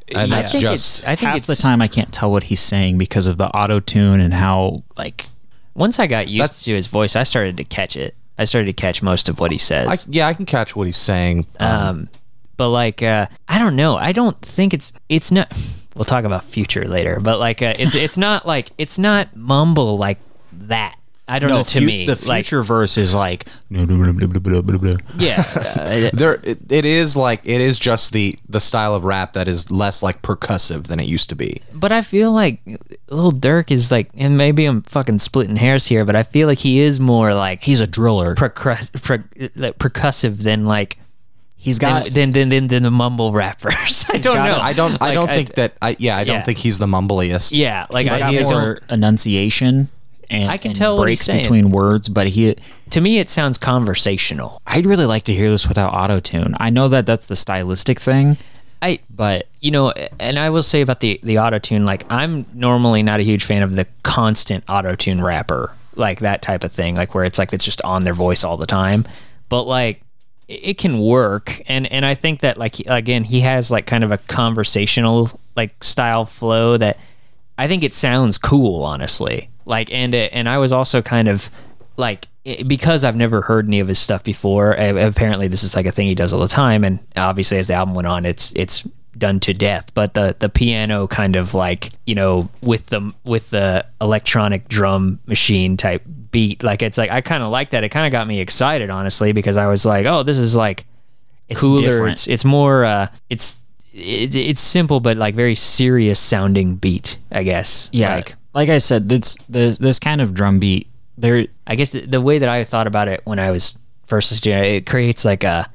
Speaker 1: and
Speaker 3: I
Speaker 1: that's
Speaker 3: think
Speaker 1: just
Speaker 3: it's, I think
Speaker 2: half
Speaker 3: it's
Speaker 2: the time I can't tell what he's saying because of the auto tune and how like
Speaker 3: Once I got used
Speaker 1: That's-
Speaker 3: to his voice, I started to catch it. I started to catch most of what he says.
Speaker 1: I, yeah. I can catch what he's saying.
Speaker 3: um but like uh i don't know i don't think it's it's not we'll talk about future later but like uh, it's it's not like it's not mumble like that i don't know to
Speaker 2: fu-
Speaker 3: me
Speaker 2: the
Speaker 3: like
Speaker 2: future verse is like
Speaker 3: yeah uh,
Speaker 1: there it, it is like it is just the the style of rap that is less like percussive than it used to be.
Speaker 3: but i feel like Little Dirk is like, and maybe I'm fucking splitting hairs here, but I feel like he is more like
Speaker 2: He's a driller.
Speaker 3: percuss- per- like percussive than like
Speaker 2: He's got.
Speaker 3: than than than, than, than the mumble rappers. I don't
Speaker 2: got
Speaker 3: know.
Speaker 2: it.
Speaker 1: I don't. I
Speaker 3: Like,
Speaker 1: don't think that. I yeah. I don't
Speaker 3: yeah.
Speaker 1: think he's the mumbliest.
Speaker 3: Yeah, like
Speaker 2: He's
Speaker 3: I,
Speaker 2: got
Speaker 3: I don't-
Speaker 2: more enunciation and,
Speaker 3: I can
Speaker 2: and
Speaker 3: tell what he's
Speaker 2: breaks
Speaker 3: saying.
Speaker 2: between words, but he
Speaker 3: to me it sounds conversational.
Speaker 2: I'd really like to hear this without auto tune. I know that that's the stylistic thing,
Speaker 3: I
Speaker 2: but
Speaker 3: you know, and I will say about the the auto tune, like I'm normally not a huge fan of the constant auto tune rapper, like that type of thing, like where it's like it's just on their voice all the time. But like it it can work, and and I think that like he- again he has like kind of a conversational like style flow that I think it sounds cool, honestly. Like and it, and I was also kind of like it, because I've never heard any of his stuff before. a- Apparently, this is like a thing he does all the time, and obviously, as the album went on, it's it's done to death. But the the piano kind of like you know with the with the electronic drum machine type beat, like it's like I kind of like that. It kind of got me excited, honestly, because I was like, oh, this is like cooler.
Speaker 2: different.
Speaker 3: It's it's more uh, it's it, it's simple but like very serious sounding beat, I guess.
Speaker 2: yeah,
Speaker 3: Like,
Speaker 2: like, I said, this this this kind of drum beat there.
Speaker 3: I guess the, the way that I thought about it when I was first listening, to it, it creates like a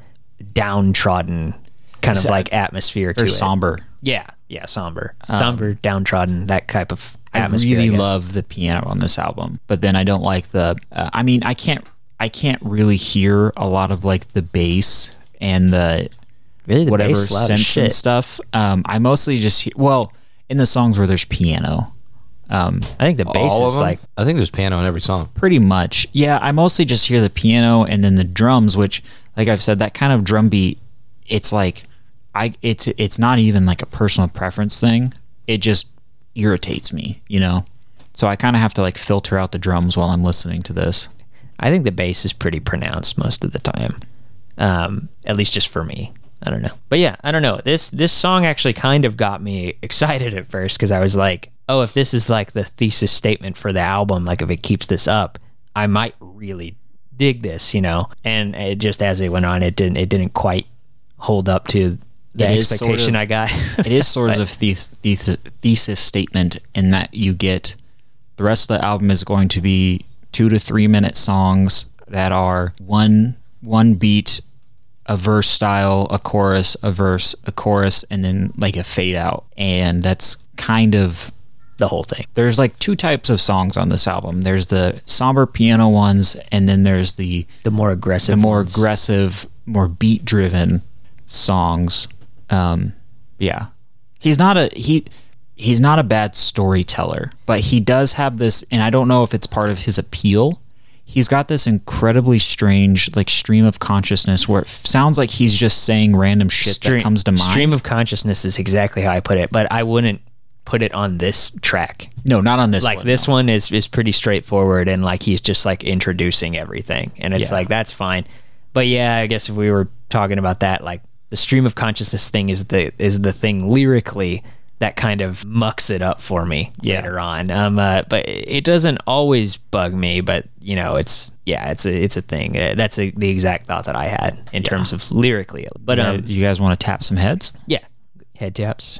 Speaker 3: downtrodden kind of like atmosphere to
Speaker 2: Very
Speaker 3: it.
Speaker 2: somber. Um,
Speaker 3: Yeah, yeah, somber, somber, downtrodden, that type of atmosphere.
Speaker 2: I really
Speaker 3: guess.
Speaker 2: love the piano on this album, but then I don't like the. Uh, I mean, I can't. I can't really hear a lot of like the bass and the
Speaker 3: really the
Speaker 2: whatever
Speaker 3: bass
Speaker 2: synths
Speaker 3: loud as
Speaker 2: and
Speaker 3: shit.
Speaker 2: stuff. Um, I mostly just hear, well in the songs where there's piano, um,
Speaker 3: I think the bass
Speaker 1: All of
Speaker 3: is
Speaker 1: them.
Speaker 3: like
Speaker 1: I think there's piano in every song.
Speaker 2: pretty much. Yeah, I mostly just hear the piano and then the drums, which, like I've said, that kind of drum beat. It's like, I it's it's not even like a personal preference thing. It just irritates me, you know. So I kind of have to like filter out the drums while I'm listening to this.
Speaker 3: I think the bass is pretty pronounced most of the time, um, at least just for me. I don't know, but yeah, I don't know. This this song actually kind of got me excited at first because I was like, oh, if this is like the thesis statement for the album, like if it keeps this up, I might really dig this, you know. And it just as it went on, it didn't it didn't quite hold up to the
Speaker 2: It is sort
Speaker 3: expectation
Speaker 2: of-
Speaker 3: I got.
Speaker 2: It is sort of thesis, thesis thesis statement in that you get the rest of the album is going to be two to three minute songs that are one one beat, a verse style, a chorus, a verse, a chorus, and then like a fade out, and that's kind of
Speaker 3: the whole thing.
Speaker 2: there's like two types of songs on this album. There's the somber piano ones, and then there's the
Speaker 3: The more aggressive,
Speaker 2: the more
Speaker 3: ones.
Speaker 2: aggressive, more beat driven songs. Um, yeah, he's not a he. He's not a bad storyteller, but he does have this, and I don't know if it's part of his appeal. He's got this incredibly strange, like, stream of consciousness where it f- sounds like he's just saying random shit that comes to mind.
Speaker 3: Stream of consciousness is exactly how I put it, but I wouldn't put it on this track.
Speaker 2: no, not on this.
Speaker 3: like
Speaker 2: one,
Speaker 3: this one is is pretty straightforward and like he's just like introducing everything and it's like that's fine but yeah i guess if we were talking about that like the stream of consciousness thing is the is the thing lyrically that kind of mucks it up for me later on um uh, but it doesn't always bug me but you know it's yeah it's a it's a thing Uh, that's a, the exact thought that i had in terms of lyrically but
Speaker 2: No. Uh,
Speaker 3: um
Speaker 2: you guys want to tap some heads?
Speaker 3: yeah. Head taps.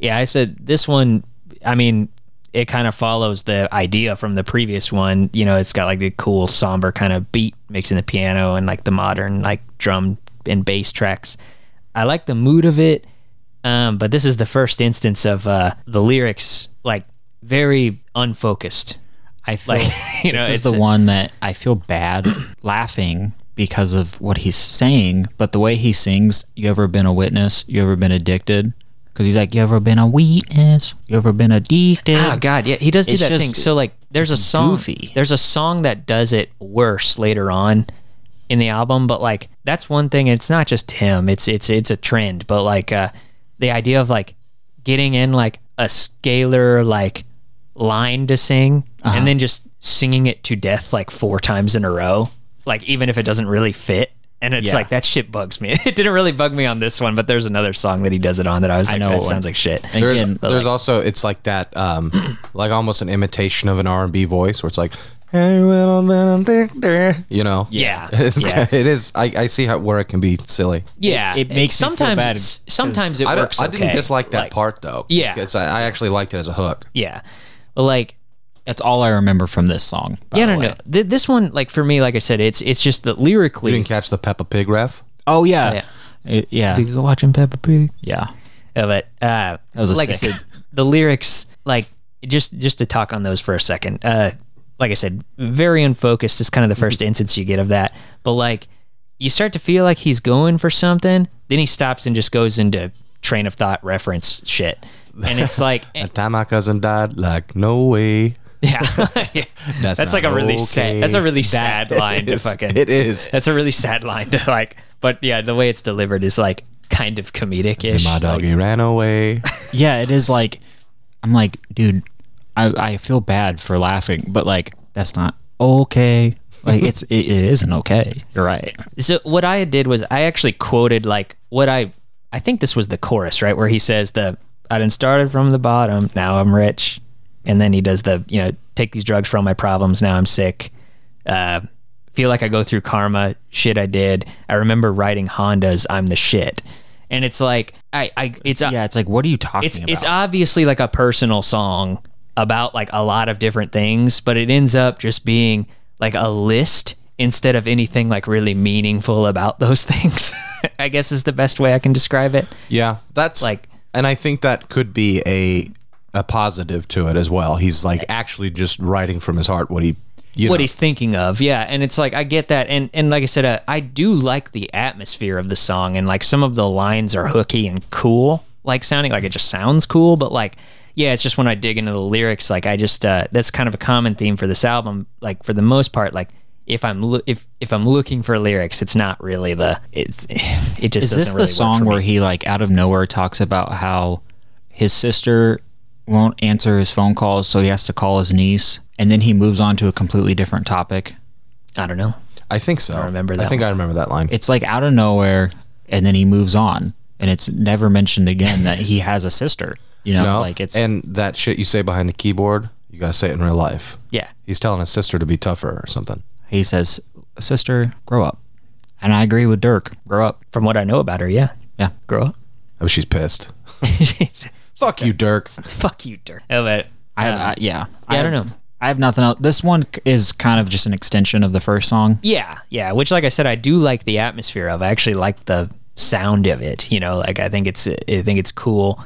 Speaker 3: Yeah, I said this one, I mean, it kind of follows the idea from the previous one. You know, it's got like the cool, somber kind of beat mixing the piano and like the modern, like drum and bass tracks. I like the mood of it. Um, but this is the first instance of uh, the lyrics, like very unfocused.
Speaker 2: I feel
Speaker 3: you know,
Speaker 2: this is
Speaker 3: it's
Speaker 2: the
Speaker 3: a-
Speaker 2: one that I feel bad laughing because of what he's saying, but the way he sings, you ever been a witness? You ever been addicted? Because he's like, you ever been a witness? You ever been addicted?
Speaker 3: Oh God, yeah, he does do
Speaker 2: It's
Speaker 3: that
Speaker 2: just-
Speaker 3: thing. So like, there's a song.
Speaker 2: goofy.
Speaker 3: There's a song that does it worse later on in the album, but like that's one thing. It's not just him. It's it's it's a trend. But like uh, the idea of like getting in like a scalar like line to sing
Speaker 2: Uh-huh.
Speaker 3: and then just singing it to death like four times in a row, like even if it doesn't really fit. And it's
Speaker 2: Yeah.
Speaker 3: like that shit bugs me. it didn't really bug me on this one, but there's another song that he does it on that I was like,
Speaker 2: know
Speaker 3: that
Speaker 2: what one.
Speaker 3: sounds like shit.
Speaker 1: There's,
Speaker 2: Again,
Speaker 1: there's also it's like that, um, like almost an imitation of an R and B voice where it's like, "Hey, little Benedicta," you know.
Speaker 3: Yeah.
Speaker 1: It's-
Speaker 3: Yeah.
Speaker 1: it is. I, I see how where it can be silly.
Speaker 3: Yeah,
Speaker 2: it makes me feel
Speaker 3: sometimes
Speaker 2: bad
Speaker 3: it's- sometimes it
Speaker 1: I, don't-
Speaker 3: works.
Speaker 1: I didn't
Speaker 3: okay.
Speaker 1: dislike that
Speaker 3: Like,
Speaker 1: part though.
Speaker 3: Yeah.
Speaker 1: because I, I actually liked it as a hook.
Speaker 3: Yeah, But like
Speaker 2: That's all I remember from this song. by
Speaker 3: yeah,
Speaker 2: the
Speaker 3: no,
Speaker 2: way.
Speaker 3: no. Th- this one, like for me, like I said, it's it's just that lyrically.
Speaker 1: You didn't catch the Peppa Pig ref?
Speaker 2: Oh yeah,
Speaker 3: yeah.
Speaker 2: It- yeah,
Speaker 3: We
Speaker 2: yeah.
Speaker 3: go watching Peppa Pig. Yeah, but uh,
Speaker 2: was a
Speaker 3: like
Speaker 2: sick-
Speaker 3: I said, the lyrics, like just just to talk on those for a second. Uh, like I said, very unfocused is kind of the first
Speaker 2: Mm-hmm.
Speaker 3: instance you get of that. But like, you start to feel like he's going for something, then he stops and just goes into train of thought reference shit, and it's like,
Speaker 1: The time my cousin died, like, no way.
Speaker 3: yeah, that's,
Speaker 1: not
Speaker 3: like a really
Speaker 1: okay.
Speaker 3: sad. That's a really sad line to
Speaker 1: It's-
Speaker 3: fucking.
Speaker 1: It is.
Speaker 3: That's a really sad line to like. But yeah, the way it's delivered is like kind of comedic ish.
Speaker 1: My doggy ran away.
Speaker 2: Yeah, it is like I'm like, dude, I, I feel bad for laughing, but like that's not okay. Like it's it, it isn't okay. You're right.
Speaker 3: So what I did was I actually quoted like what I I think this was the chorus, right? Where he says the I done started from the bottom, now I'm rich. And then he does the, you know, take these drugs for all my problems, now I'm sick. Uh feel like I go through karma, shit I did. I remember riding Hondas, I'm the shit. And it's like I I it's yeah,
Speaker 2: Yeah, it's like what are you talking
Speaker 3: Uh, it's
Speaker 2: about?
Speaker 3: it's obviously like a personal song about like a lot of different things, but it ends up just being like a list instead of anything like really meaningful about those things. I guess is the best way I can describe it.
Speaker 1: Yeah, that's
Speaker 3: Like-
Speaker 1: and I think that could be a a positive to it as well. He's like actually just writing from his heart what he, you
Speaker 3: what
Speaker 1: know,
Speaker 3: he's thinking of. Yeah, and it's like I get that, and and like I said, uh, I do like the atmosphere of the song, and like some of the lines are hooky and cool, like sounding like it just sounds cool. But like, yeah, it's just when I dig into the lyrics, like I just uh, that's kind of a common theme for this album. Like for the most part, like if I'm lo- if if I'm looking for lyrics, it's not really the it's it
Speaker 2: is
Speaker 3: just doesn't
Speaker 2: this the
Speaker 3: really work
Speaker 2: song
Speaker 3: for
Speaker 2: where
Speaker 3: me.
Speaker 2: he like out of nowhere talks about how his sister won't answer his phone calls, so he has to call his niece, and then he moves on to a completely different topic.
Speaker 3: I don't know.
Speaker 1: I think so. I
Speaker 3: remember
Speaker 1: I
Speaker 3: that
Speaker 1: think I remember that line.
Speaker 2: It's like out of nowhere, and then he moves on, and it's never mentioned again that he has a sister. You know,
Speaker 1: no,
Speaker 2: like it's
Speaker 1: and that shit you say behind the keyboard, you gotta say it in real life.
Speaker 3: Yeah,
Speaker 1: He's telling his sister to be tougher or something.
Speaker 2: he says, "Sister, grow up." And I agree with Dirk. Grow up.
Speaker 3: from what I know about her, yeah,
Speaker 2: Yeah.
Speaker 3: grow up.
Speaker 1: Oh, she's pissed. Fuck you, Dirk.
Speaker 3: Fuck you, Dirk. Oh, but
Speaker 2: I, I yeah.
Speaker 3: yeah, I don't know.
Speaker 2: I have nothing else. This one c- is kind of just an extension of the first song.
Speaker 3: Yeah, yeah. Which, like I said, I do like the atmosphere of. I actually like the sound of it. You know, like I think it's I think it's cool.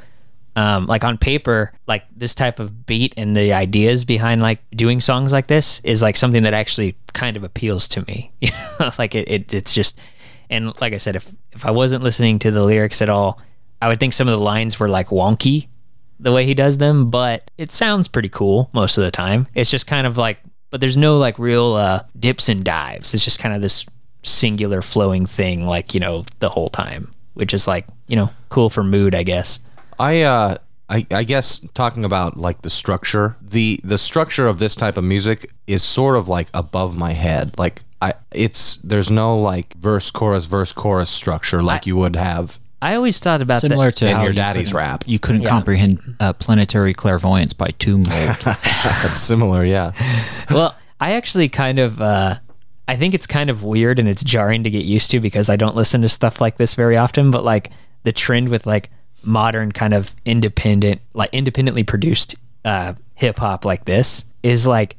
Speaker 3: Um, like on paper, like this type of beat and the ideas behind like doing songs like this is like something that actually kind of appeals to me. You know, like it, it, it's just, and like I said, if if I wasn't listening to the lyrics at all, I would think some of the lines were like wonky, the way he does them, but it sounds pretty cool most of the time. It's just kind of like, but there's no like real uh, dips and dives. It's just kind of this singular flowing thing, like, you know, the whole time, which is like, you know, cool for mood, I guess.
Speaker 1: I uh I, I guess talking about like the structure, the the structure of this type of music is sort of like above my head. Like I it's there's no like verse chorus verse chorus structure like you would have
Speaker 3: I always thought about that.
Speaker 2: Similar to
Speaker 1: in
Speaker 2: how
Speaker 1: your
Speaker 2: you
Speaker 1: daddy's
Speaker 2: couldn't-
Speaker 1: rap.
Speaker 2: You couldn't comprehend uh, planetary clairvoyance by Tomb Mold.
Speaker 1: That's similar, yeah.
Speaker 3: well, I actually kind of, uh, I think it's kind of weird and it's jarring to get used to because I don't listen to stuff like this very often. But like the trend with like modern kind of independent, like independently produced uh, hip hop like this is like,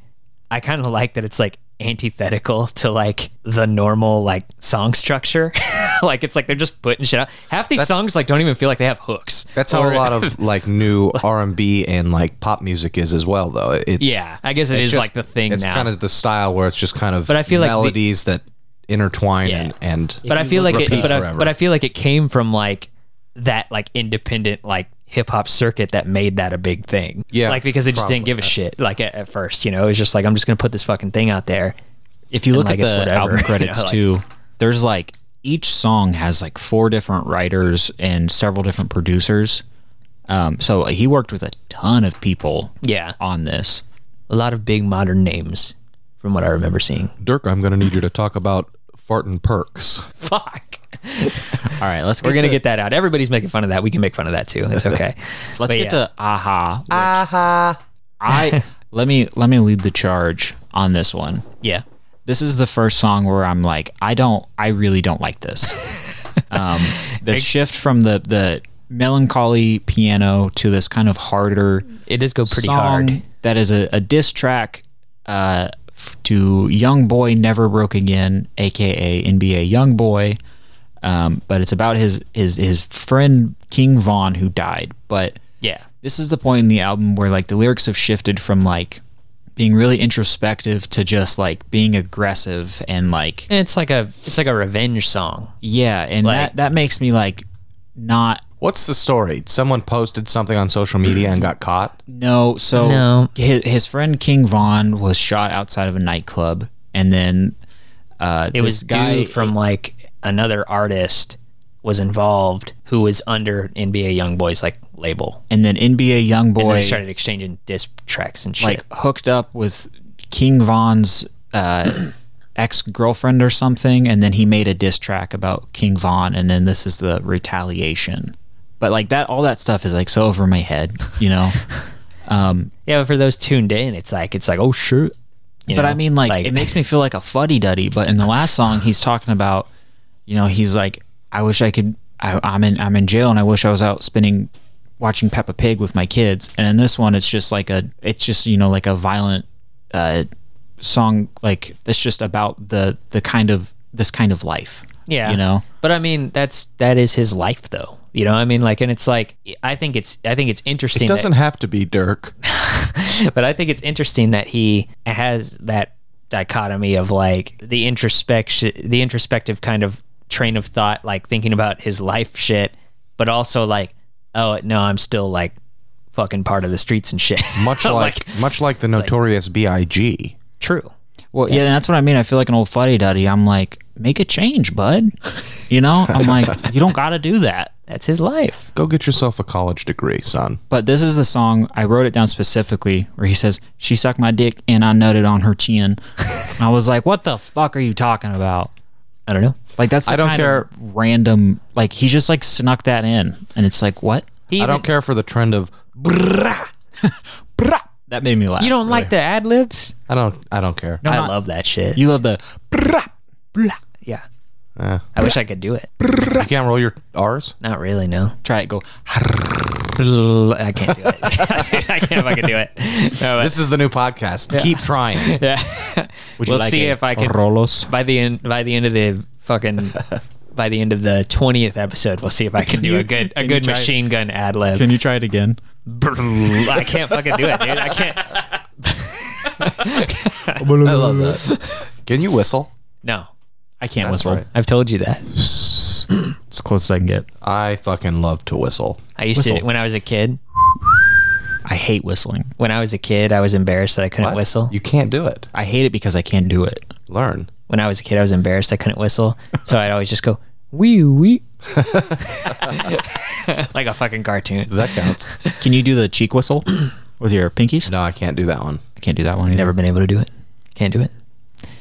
Speaker 3: I kind of like that it's like antithetical to like the normal like song structure. like it's like they're just putting shit out. Half these songs like don't even feel like they have hooks.
Speaker 1: That's how
Speaker 3: Or-
Speaker 1: a lot of like new R and B and like pop music is as well, though. It's,
Speaker 3: Yeah, I guess it
Speaker 1: it's
Speaker 3: is
Speaker 1: just-
Speaker 3: like the thing
Speaker 1: It's
Speaker 3: now.
Speaker 1: kind of the style where it's just kind of but
Speaker 3: I feel like the-
Speaker 1: melodies that intertwine
Speaker 3: Yeah.
Speaker 1: and, and
Speaker 3: but I feel like it,
Speaker 1: repeat
Speaker 3: but I,
Speaker 1: forever.
Speaker 3: but I feel like it came from like that like independent like hip hop circuit that made that a big thing.
Speaker 1: Yeah,
Speaker 3: like because they just didn't give a shit. Like at, at first, you know, it was just like I'm just gonna put this fucking thing out there.
Speaker 2: if you look at
Speaker 3: like, it's
Speaker 2: the
Speaker 3: whatever,
Speaker 2: album
Speaker 3: you know,
Speaker 2: credits
Speaker 3: like-
Speaker 2: too, there's like each song has like four different writers and several different producers. Um, so he worked with a ton of people
Speaker 3: Yeah,
Speaker 2: on this.
Speaker 3: a lot of big modern names from what I remember seeing.
Speaker 1: Dirk, I'm gonna need you to talk about farting perks.
Speaker 3: Fuck.
Speaker 2: All right, let's
Speaker 3: We're
Speaker 2: get
Speaker 3: gonna
Speaker 2: to,
Speaker 3: get that out. Everybody's making fun of that. We can make fun of that too. It's okay.
Speaker 2: let's
Speaker 3: but
Speaker 2: get
Speaker 3: yeah.
Speaker 2: to aha. Aha. I let me let me lead the charge on this one.
Speaker 3: yeah.
Speaker 2: This is the first song where I'm like, I don't, I really don't like this. um, the shift from the the melancholy piano to this kind of harder
Speaker 3: It does go pretty
Speaker 2: song
Speaker 3: hard.
Speaker 2: That is a, a diss track uh, f- to Young Boy Never Broke Again, aka NBA Young Boy. Um, but it's about his his his friend King Vaughn who died. But
Speaker 3: Yeah.
Speaker 2: this is the point in the album where like the lyrics have shifted from like being really introspective to just like being aggressive and like
Speaker 3: And it's like a it's like a revenge song.
Speaker 2: yeah, and
Speaker 3: Like-
Speaker 2: that that makes me like not
Speaker 1: What's the story? Someone posted something on social media and got caught.
Speaker 2: No, so
Speaker 3: No.
Speaker 2: His, his friend King Vaughn was shot outside of a nightclub, and then uh,
Speaker 3: It was
Speaker 2: guy
Speaker 3: dude from like another artist was involved who was under NBA YoungBoy's like label.
Speaker 2: and then NBA YoungBoy
Speaker 3: And
Speaker 2: Boy
Speaker 3: they started exchanging disc tracks and shit.
Speaker 2: like hooked up with King Vaughn's uh, ex girlfriend or something, and then he made a diss track about King Vaughn, and then this is the retaliation. But like that, all that stuff is like so over my head, you know.
Speaker 3: yeah, but for those tuned in, it's like it's like oh shit. You
Speaker 2: but
Speaker 3: know?
Speaker 2: I mean, like, it makes me feel like a fuddy duddy. But in the last song, he's talking about, you know, he's like, I wish I could. I, I'm in. I'm in jail, and I wish I was out spending, watching Peppa Pig with my kids. And in this one, it's just like a. It's just you know like a violent, uh, song like that's just about the the kind of this kind of life.
Speaker 3: Yeah.
Speaker 2: You know.
Speaker 3: But I mean, that's that is his life though. You know, what I mean, like, and it's like I think it's I think it's interesting.
Speaker 1: It
Speaker 3: that-
Speaker 1: doesn't have to be Dirk.
Speaker 3: but I think it's interesting that he has that dichotomy of like the introspection, the introspective kind of train of thought, like thinking about his life shit, but also like, oh no, I'm still like fucking part of the streets and shit.
Speaker 1: Much like, much like the notorious B.I.G.
Speaker 3: true.
Speaker 2: Well, yeah. that's what I mean. I feel like an old fuddy duddy. I'm like, make a change, bud. You know. I'm like, you don't got to do that.
Speaker 3: That's his life.
Speaker 1: Go get yourself a college degree, son.
Speaker 2: But this is the song I wrote it down specifically where he says, "She sucked my dick and I nutted on her chin." And I was like, "What the fuck are you talking about?"
Speaker 3: I don't know.
Speaker 2: Like that's the
Speaker 1: I don't
Speaker 2: kind
Speaker 1: care.
Speaker 2: of random. Like he just like snuck that in, and it's like what?
Speaker 3: He
Speaker 1: I don't
Speaker 3: even-
Speaker 1: care for the trend of. brrrah.
Speaker 2: Brah! That made me laugh.
Speaker 3: You don't like the ad libs?
Speaker 1: I don't. I don't care.
Speaker 3: I
Speaker 2: not-
Speaker 3: love that shit.
Speaker 2: You love the. brah!
Speaker 3: yeah.
Speaker 1: Eh.
Speaker 3: I wish I could do it.
Speaker 1: You can't roll your R's.
Speaker 3: Not really, no.
Speaker 2: Try it. Go.
Speaker 3: I can't do it. I can't fucking do it. No, but-
Speaker 1: This is the new podcast. Keep trying.
Speaker 3: yeah.
Speaker 2: Would you
Speaker 3: Let's
Speaker 2: like
Speaker 3: see
Speaker 2: a
Speaker 3: if I can
Speaker 2: Rolos.
Speaker 3: by the end by the end of the fucking by the end of the twentieth episode, we'll see if I can, do a good a
Speaker 2: you
Speaker 3: good
Speaker 2: try-
Speaker 3: machine gun ad lib.
Speaker 2: you try it again?
Speaker 3: I can't fucking do it, dude. I can't.
Speaker 2: I love that.
Speaker 1: Can you whistle?
Speaker 3: No,
Speaker 2: I can't whistle.
Speaker 1: right.
Speaker 3: I've told you that.
Speaker 2: It's as close as I can get.
Speaker 1: I fucking love to whistle.
Speaker 3: I used to
Speaker 2: Whistle.
Speaker 3: when I was a kid.
Speaker 2: I hate whistling.
Speaker 3: When I was a kid, I was embarrassed that I couldn't
Speaker 1: What?
Speaker 3: whistle.
Speaker 1: You can't do it.
Speaker 2: I hate it because I can't do it.
Speaker 1: Learn.
Speaker 3: When I was a kid, I was embarrassed I couldn't whistle, so I'd always just go wee wee, like a fucking cartoon.
Speaker 1: That counts.
Speaker 2: Can you do the cheek whistle with your pinkies?
Speaker 1: no, I can't do that one.
Speaker 2: I can't do that one either.
Speaker 3: Never been able to do it. Can't do it.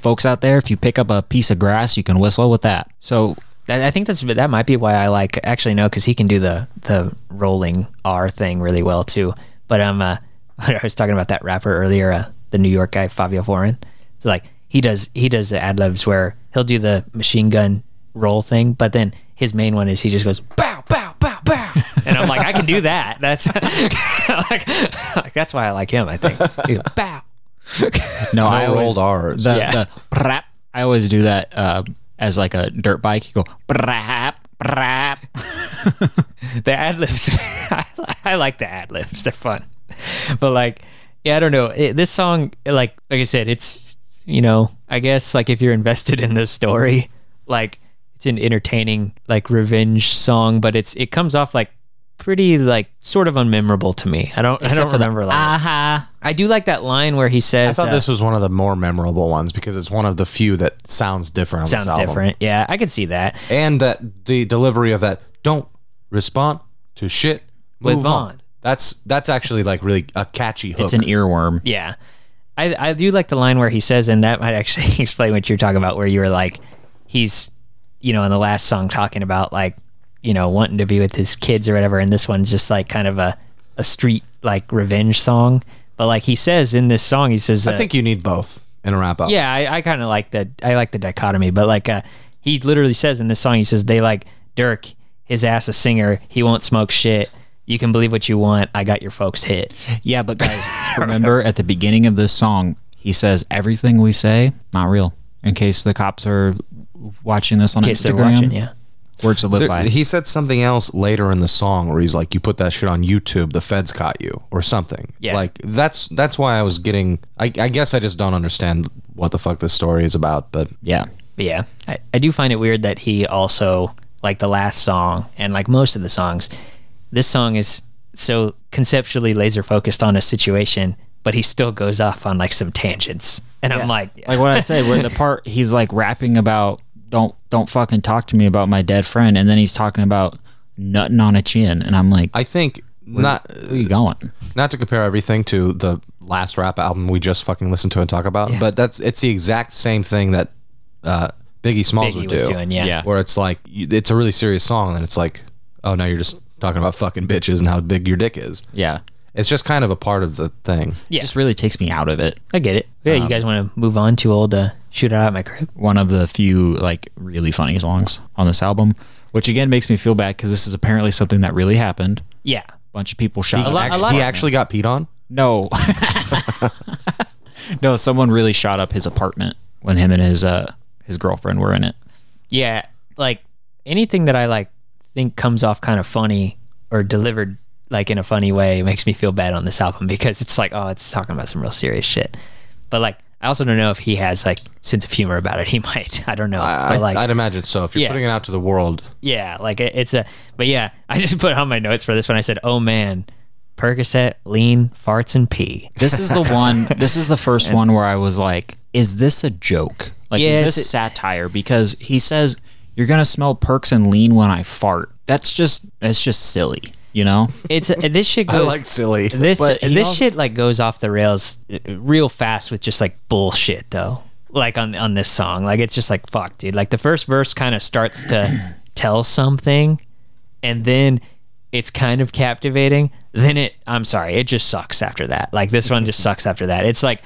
Speaker 2: folks out there, if you pick up a piece of grass, you can whistle with that. So
Speaker 3: That, I think that's that might be why I like actually no because he can do the the rolling R thing really well too. But um, uh, I was talking about that rapper earlier, uh, the New York guy Fabio Foreign. So like he does he does the ad libs where he'll do the machine gun roll thing, but then his main one is he just goes bow bow bow bow, and I'm like I can do that. That's like, like, that's why I like him. I think He goes, bow.
Speaker 2: no,
Speaker 1: No
Speaker 2: I always
Speaker 1: rolled R's.
Speaker 2: the,
Speaker 3: Yeah.
Speaker 2: the brap. I always do that uh, as like a dirt bike. You go brap brap.
Speaker 3: the ad libs I, I like the ad libs they're fun but like yeah i don't know it, this song like like i said it's you know i guess like if you're invested in this story like it's an entertaining like revenge song but it's it comes off like pretty like sort of unmemorable to me i don't i don't remember like
Speaker 2: Aha.
Speaker 3: i do like that line where he
Speaker 1: I
Speaker 3: says
Speaker 1: thought
Speaker 3: uh,
Speaker 1: this was one of the more memorable ones because it's one of the few that sounds different. On
Speaker 3: sounds
Speaker 1: this album.
Speaker 3: different yeah i can see that
Speaker 1: and that the delivery of that "Don't respond to shit."
Speaker 3: With
Speaker 1: move on."
Speaker 3: Vaughn.
Speaker 1: That's that's actually like really a catchy hook.
Speaker 2: It's an earworm.
Speaker 3: Yeah. I, I do like the line where he says, and that might actually explain what you're talking about, where you were like, he's, you know, in the last song talking about like, you know, wanting to be with his kids or whatever, and this one's just like kind of a, a street like revenge song. But like he says in this song, he says, uh,
Speaker 1: I think you need both in a wrap up.
Speaker 3: yeah, I, I kind of like the I like the dichotomy, but like uh, he literally says in this song, he says they like Dirk, his ass a singer, he won't smoke shit. You can believe what you want. I got your folks hit.
Speaker 2: Yeah, but guys, remember at the beginning of this song, he says everything we say not real. In case the cops are watching this on
Speaker 3: In case
Speaker 2: Instagram,
Speaker 3: they're watching, yeah.
Speaker 2: words to live
Speaker 1: There-
Speaker 2: by.
Speaker 1: he said something else later in the song where he's like, "You put that shit on YouTube, the feds caught you," or something.
Speaker 3: Yeah.
Speaker 1: Like that's that's why I was getting. I, I guess I just don't understand what the fuck this story is about. But
Speaker 2: yeah,
Speaker 3: But yeah, I, I do find it weird that he also like the last song and like most of the songs, this song is so conceptually laser focused on a situation, but he still goes off on like some tangents, and I'm like,
Speaker 2: like what I said, where the part he's like rapping about don't don't fucking talk to me about my dead friend, and then he's talking about nutting on a chin, and I'm like,
Speaker 1: I think not
Speaker 2: where are you going?
Speaker 1: not to compare everything to the last rap album we just fucking listened to and talk about, but that's it's the exact same thing that uh, Biggie Smalls
Speaker 3: Biggie
Speaker 1: would
Speaker 3: was
Speaker 1: do.
Speaker 3: doing, yeah. Yeah.
Speaker 1: Where it's like you- it's a really serious song, and then it's like, oh, now you're just talking about fucking bitches and how big your dick is.
Speaker 2: Yeah,
Speaker 1: It's just kind of a part of the thing.
Speaker 2: it just really takes me out of it.
Speaker 3: I get it. Um, Yeah, you guys want to move on to old uh, shoot it out at my crib?
Speaker 2: one of the few like really funny songs on this album, which again makes me feel bad because this is apparently something that really happened.
Speaker 3: Yeah,
Speaker 2: A bunch of people shot.
Speaker 3: A lot-
Speaker 1: Actu-
Speaker 3: of-
Speaker 1: he actually got peed on.
Speaker 2: no, no, someone really shot up his apartment when him and his uh his girlfriend were in it.
Speaker 3: yeah. Like anything that I like think comes off kind of funny or delivered like in a funny way makes me feel bad on this album because it's like, oh, it's talking about some real serious shit. But like, I also don't know if he has like sense of humor about it. He might. I don't know.
Speaker 1: I,
Speaker 3: but like,
Speaker 1: I'd imagine so. If you're
Speaker 3: Yeah.
Speaker 1: putting it out to the world,
Speaker 3: yeah, like it, it's a. But yeah, I just put on my notes for this one. I said, oh man, Percocet, lean, farts, and pee.
Speaker 2: This is the one. This is the first one where I was like, "Is this a joke? Like,
Speaker 3: Yes,
Speaker 2: is this
Speaker 3: it-
Speaker 2: satire?" Because he says, "You're gonna smell perks and lean when I fart." That's just that's just silly, you know.
Speaker 3: It's a, this shit.
Speaker 1: I
Speaker 3: goes-
Speaker 1: like silly.
Speaker 3: This
Speaker 2: But he
Speaker 3: this
Speaker 2: also-
Speaker 3: shit like goes off the rails uh, real fast with just like bullshit though. Like on on this song, like it's just like fuck, dude. Like the first verse kind of starts to tell something, and then it's kind of captivating. Then it, I'm sorry, it just sucks after that. Like this one just sucks after that. It's like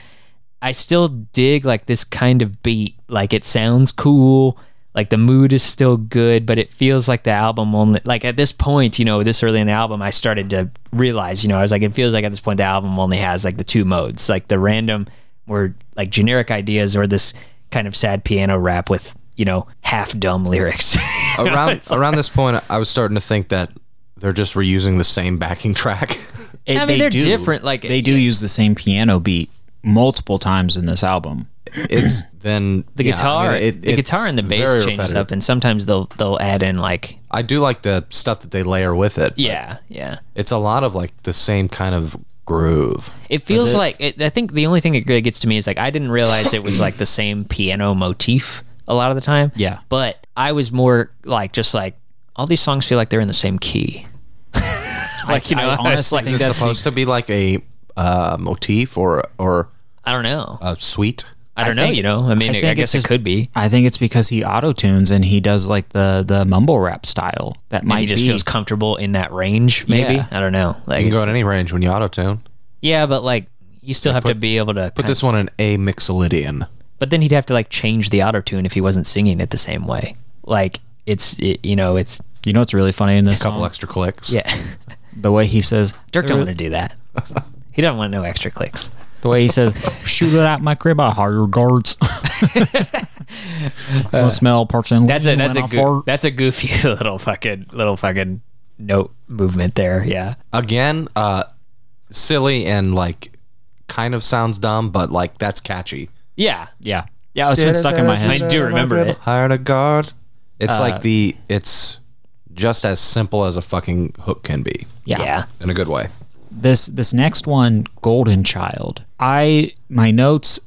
Speaker 3: I still dig like this kind of beat. Like it sounds cool. Like the mood is still good, but it feels like the album only like at this point, you know, this early in the album, I started to realize, you know, I was like, it feels like at this point the album only has like the two modes, like the random or like generic ideas or this kind of sad piano rap with, you know, half dumb lyrics. You know,
Speaker 1: around
Speaker 3: it's like-
Speaker 1: around this point, I was starting to think that they're just reusing the same backing track.
Speaker 2: It-
Speaker 3: I mean, they're different, like-
Speaker 2: they do use the same piano beat multiple times in this album.
Speaker 1: it's then
Speaker 3: the guitar, the guitar and the bass changes up, and sometimes they'll they'll add in like
Speaker 1: I do like the stuff that they layer with it.
Speaker 3: yeah, yeah.
Speaker 1: It's a lot of like the same kind of groove.
Speaker 3: It feels like it, I think the only thing that really gets to me is like I didn't realize it was like the same piano motif a lot of the time.
Speaker 2: Yeah.
Speaker 3: but I was more like just like all these songs feel like they're in the same key. like you know,
Speaker 2: I
Speaker 3: it's
Speaker 2: honestly
Speaker 3: like,
Speaker 2: think
Speaker 1: Is it
Speaker 2: that's
Speaker 1: supposed to be like a uh, motif or or
Speaker 3: I don't know.
Speaker 1: a suite?
Speaker 3: I don't know.
Speaker 2: think-
Speaker 3: you know, I mean,
Speaker 2: Uh, I
Speaker 3: I,
Speaker 2: think it's
Speaker 3: guess
Speaker 2: just-
Speaker 3: it could be.
Speaker 2: I think it's because he auto tunes and he does like the the mumble rap style. That
Speaker 3: And
Speaker 2: might
Speaker 3: he just
Speaker 2: be.
Speaker 3: feels comfortable in that range. Maybe
Speaker 2: Yeah.
Speaker 3: I don't know. Like
Speaker 1: You can go
Speaker 3: it's-
Speaker 1: in any range when you auto tune.
Speaker 3: yeah, but like you still have to be able to.
Speaker 1: Put
Speaker 3: kind-
Speaker 1: this one in a mixolydian.
Speaker 3: but then he'd have to like change the auto tune if he wasn't singing it the same way. Like it's it, you know it's
Speaker 2: you know what's really funny in this
Speaker 1: Couple
Speaker 2: song?
Speaker 1: extra clicks.
Speaker 3: yeah.
Speaker 2: the way he says
Speaker 3: Dirk don't want to do that. He doesn't want no extra clicks.
Speaker 2: the way he says shoot it out my crib. I hire guards. Don't smell parts and
Speaker 3: That's a
Speaker 2: lean
Speaker 3: that's a
Speaker 2: when I
Speaker 3: goo-
Speaker 2: fart."
Speaker 3: that's a goofy little fucking little fucking note movement there. Yeah,
Speaker 1: Again, uh, silly and like kind of sounds dumb, but like that's catchy.
Speaker 3: yeah,
Speaker 2: yeah yeah. It's been stuck in my head.
Speaker 3: I do remember it.
Speaker 1: Hired a guard. It's
Speaker 3: Uh,
Speaker 1: like the it's just as simple as a fucking hook can be
Speaker 3: yeah.
Speaker 1: in a good way.
Speaker 2: this this next one golden child i my notes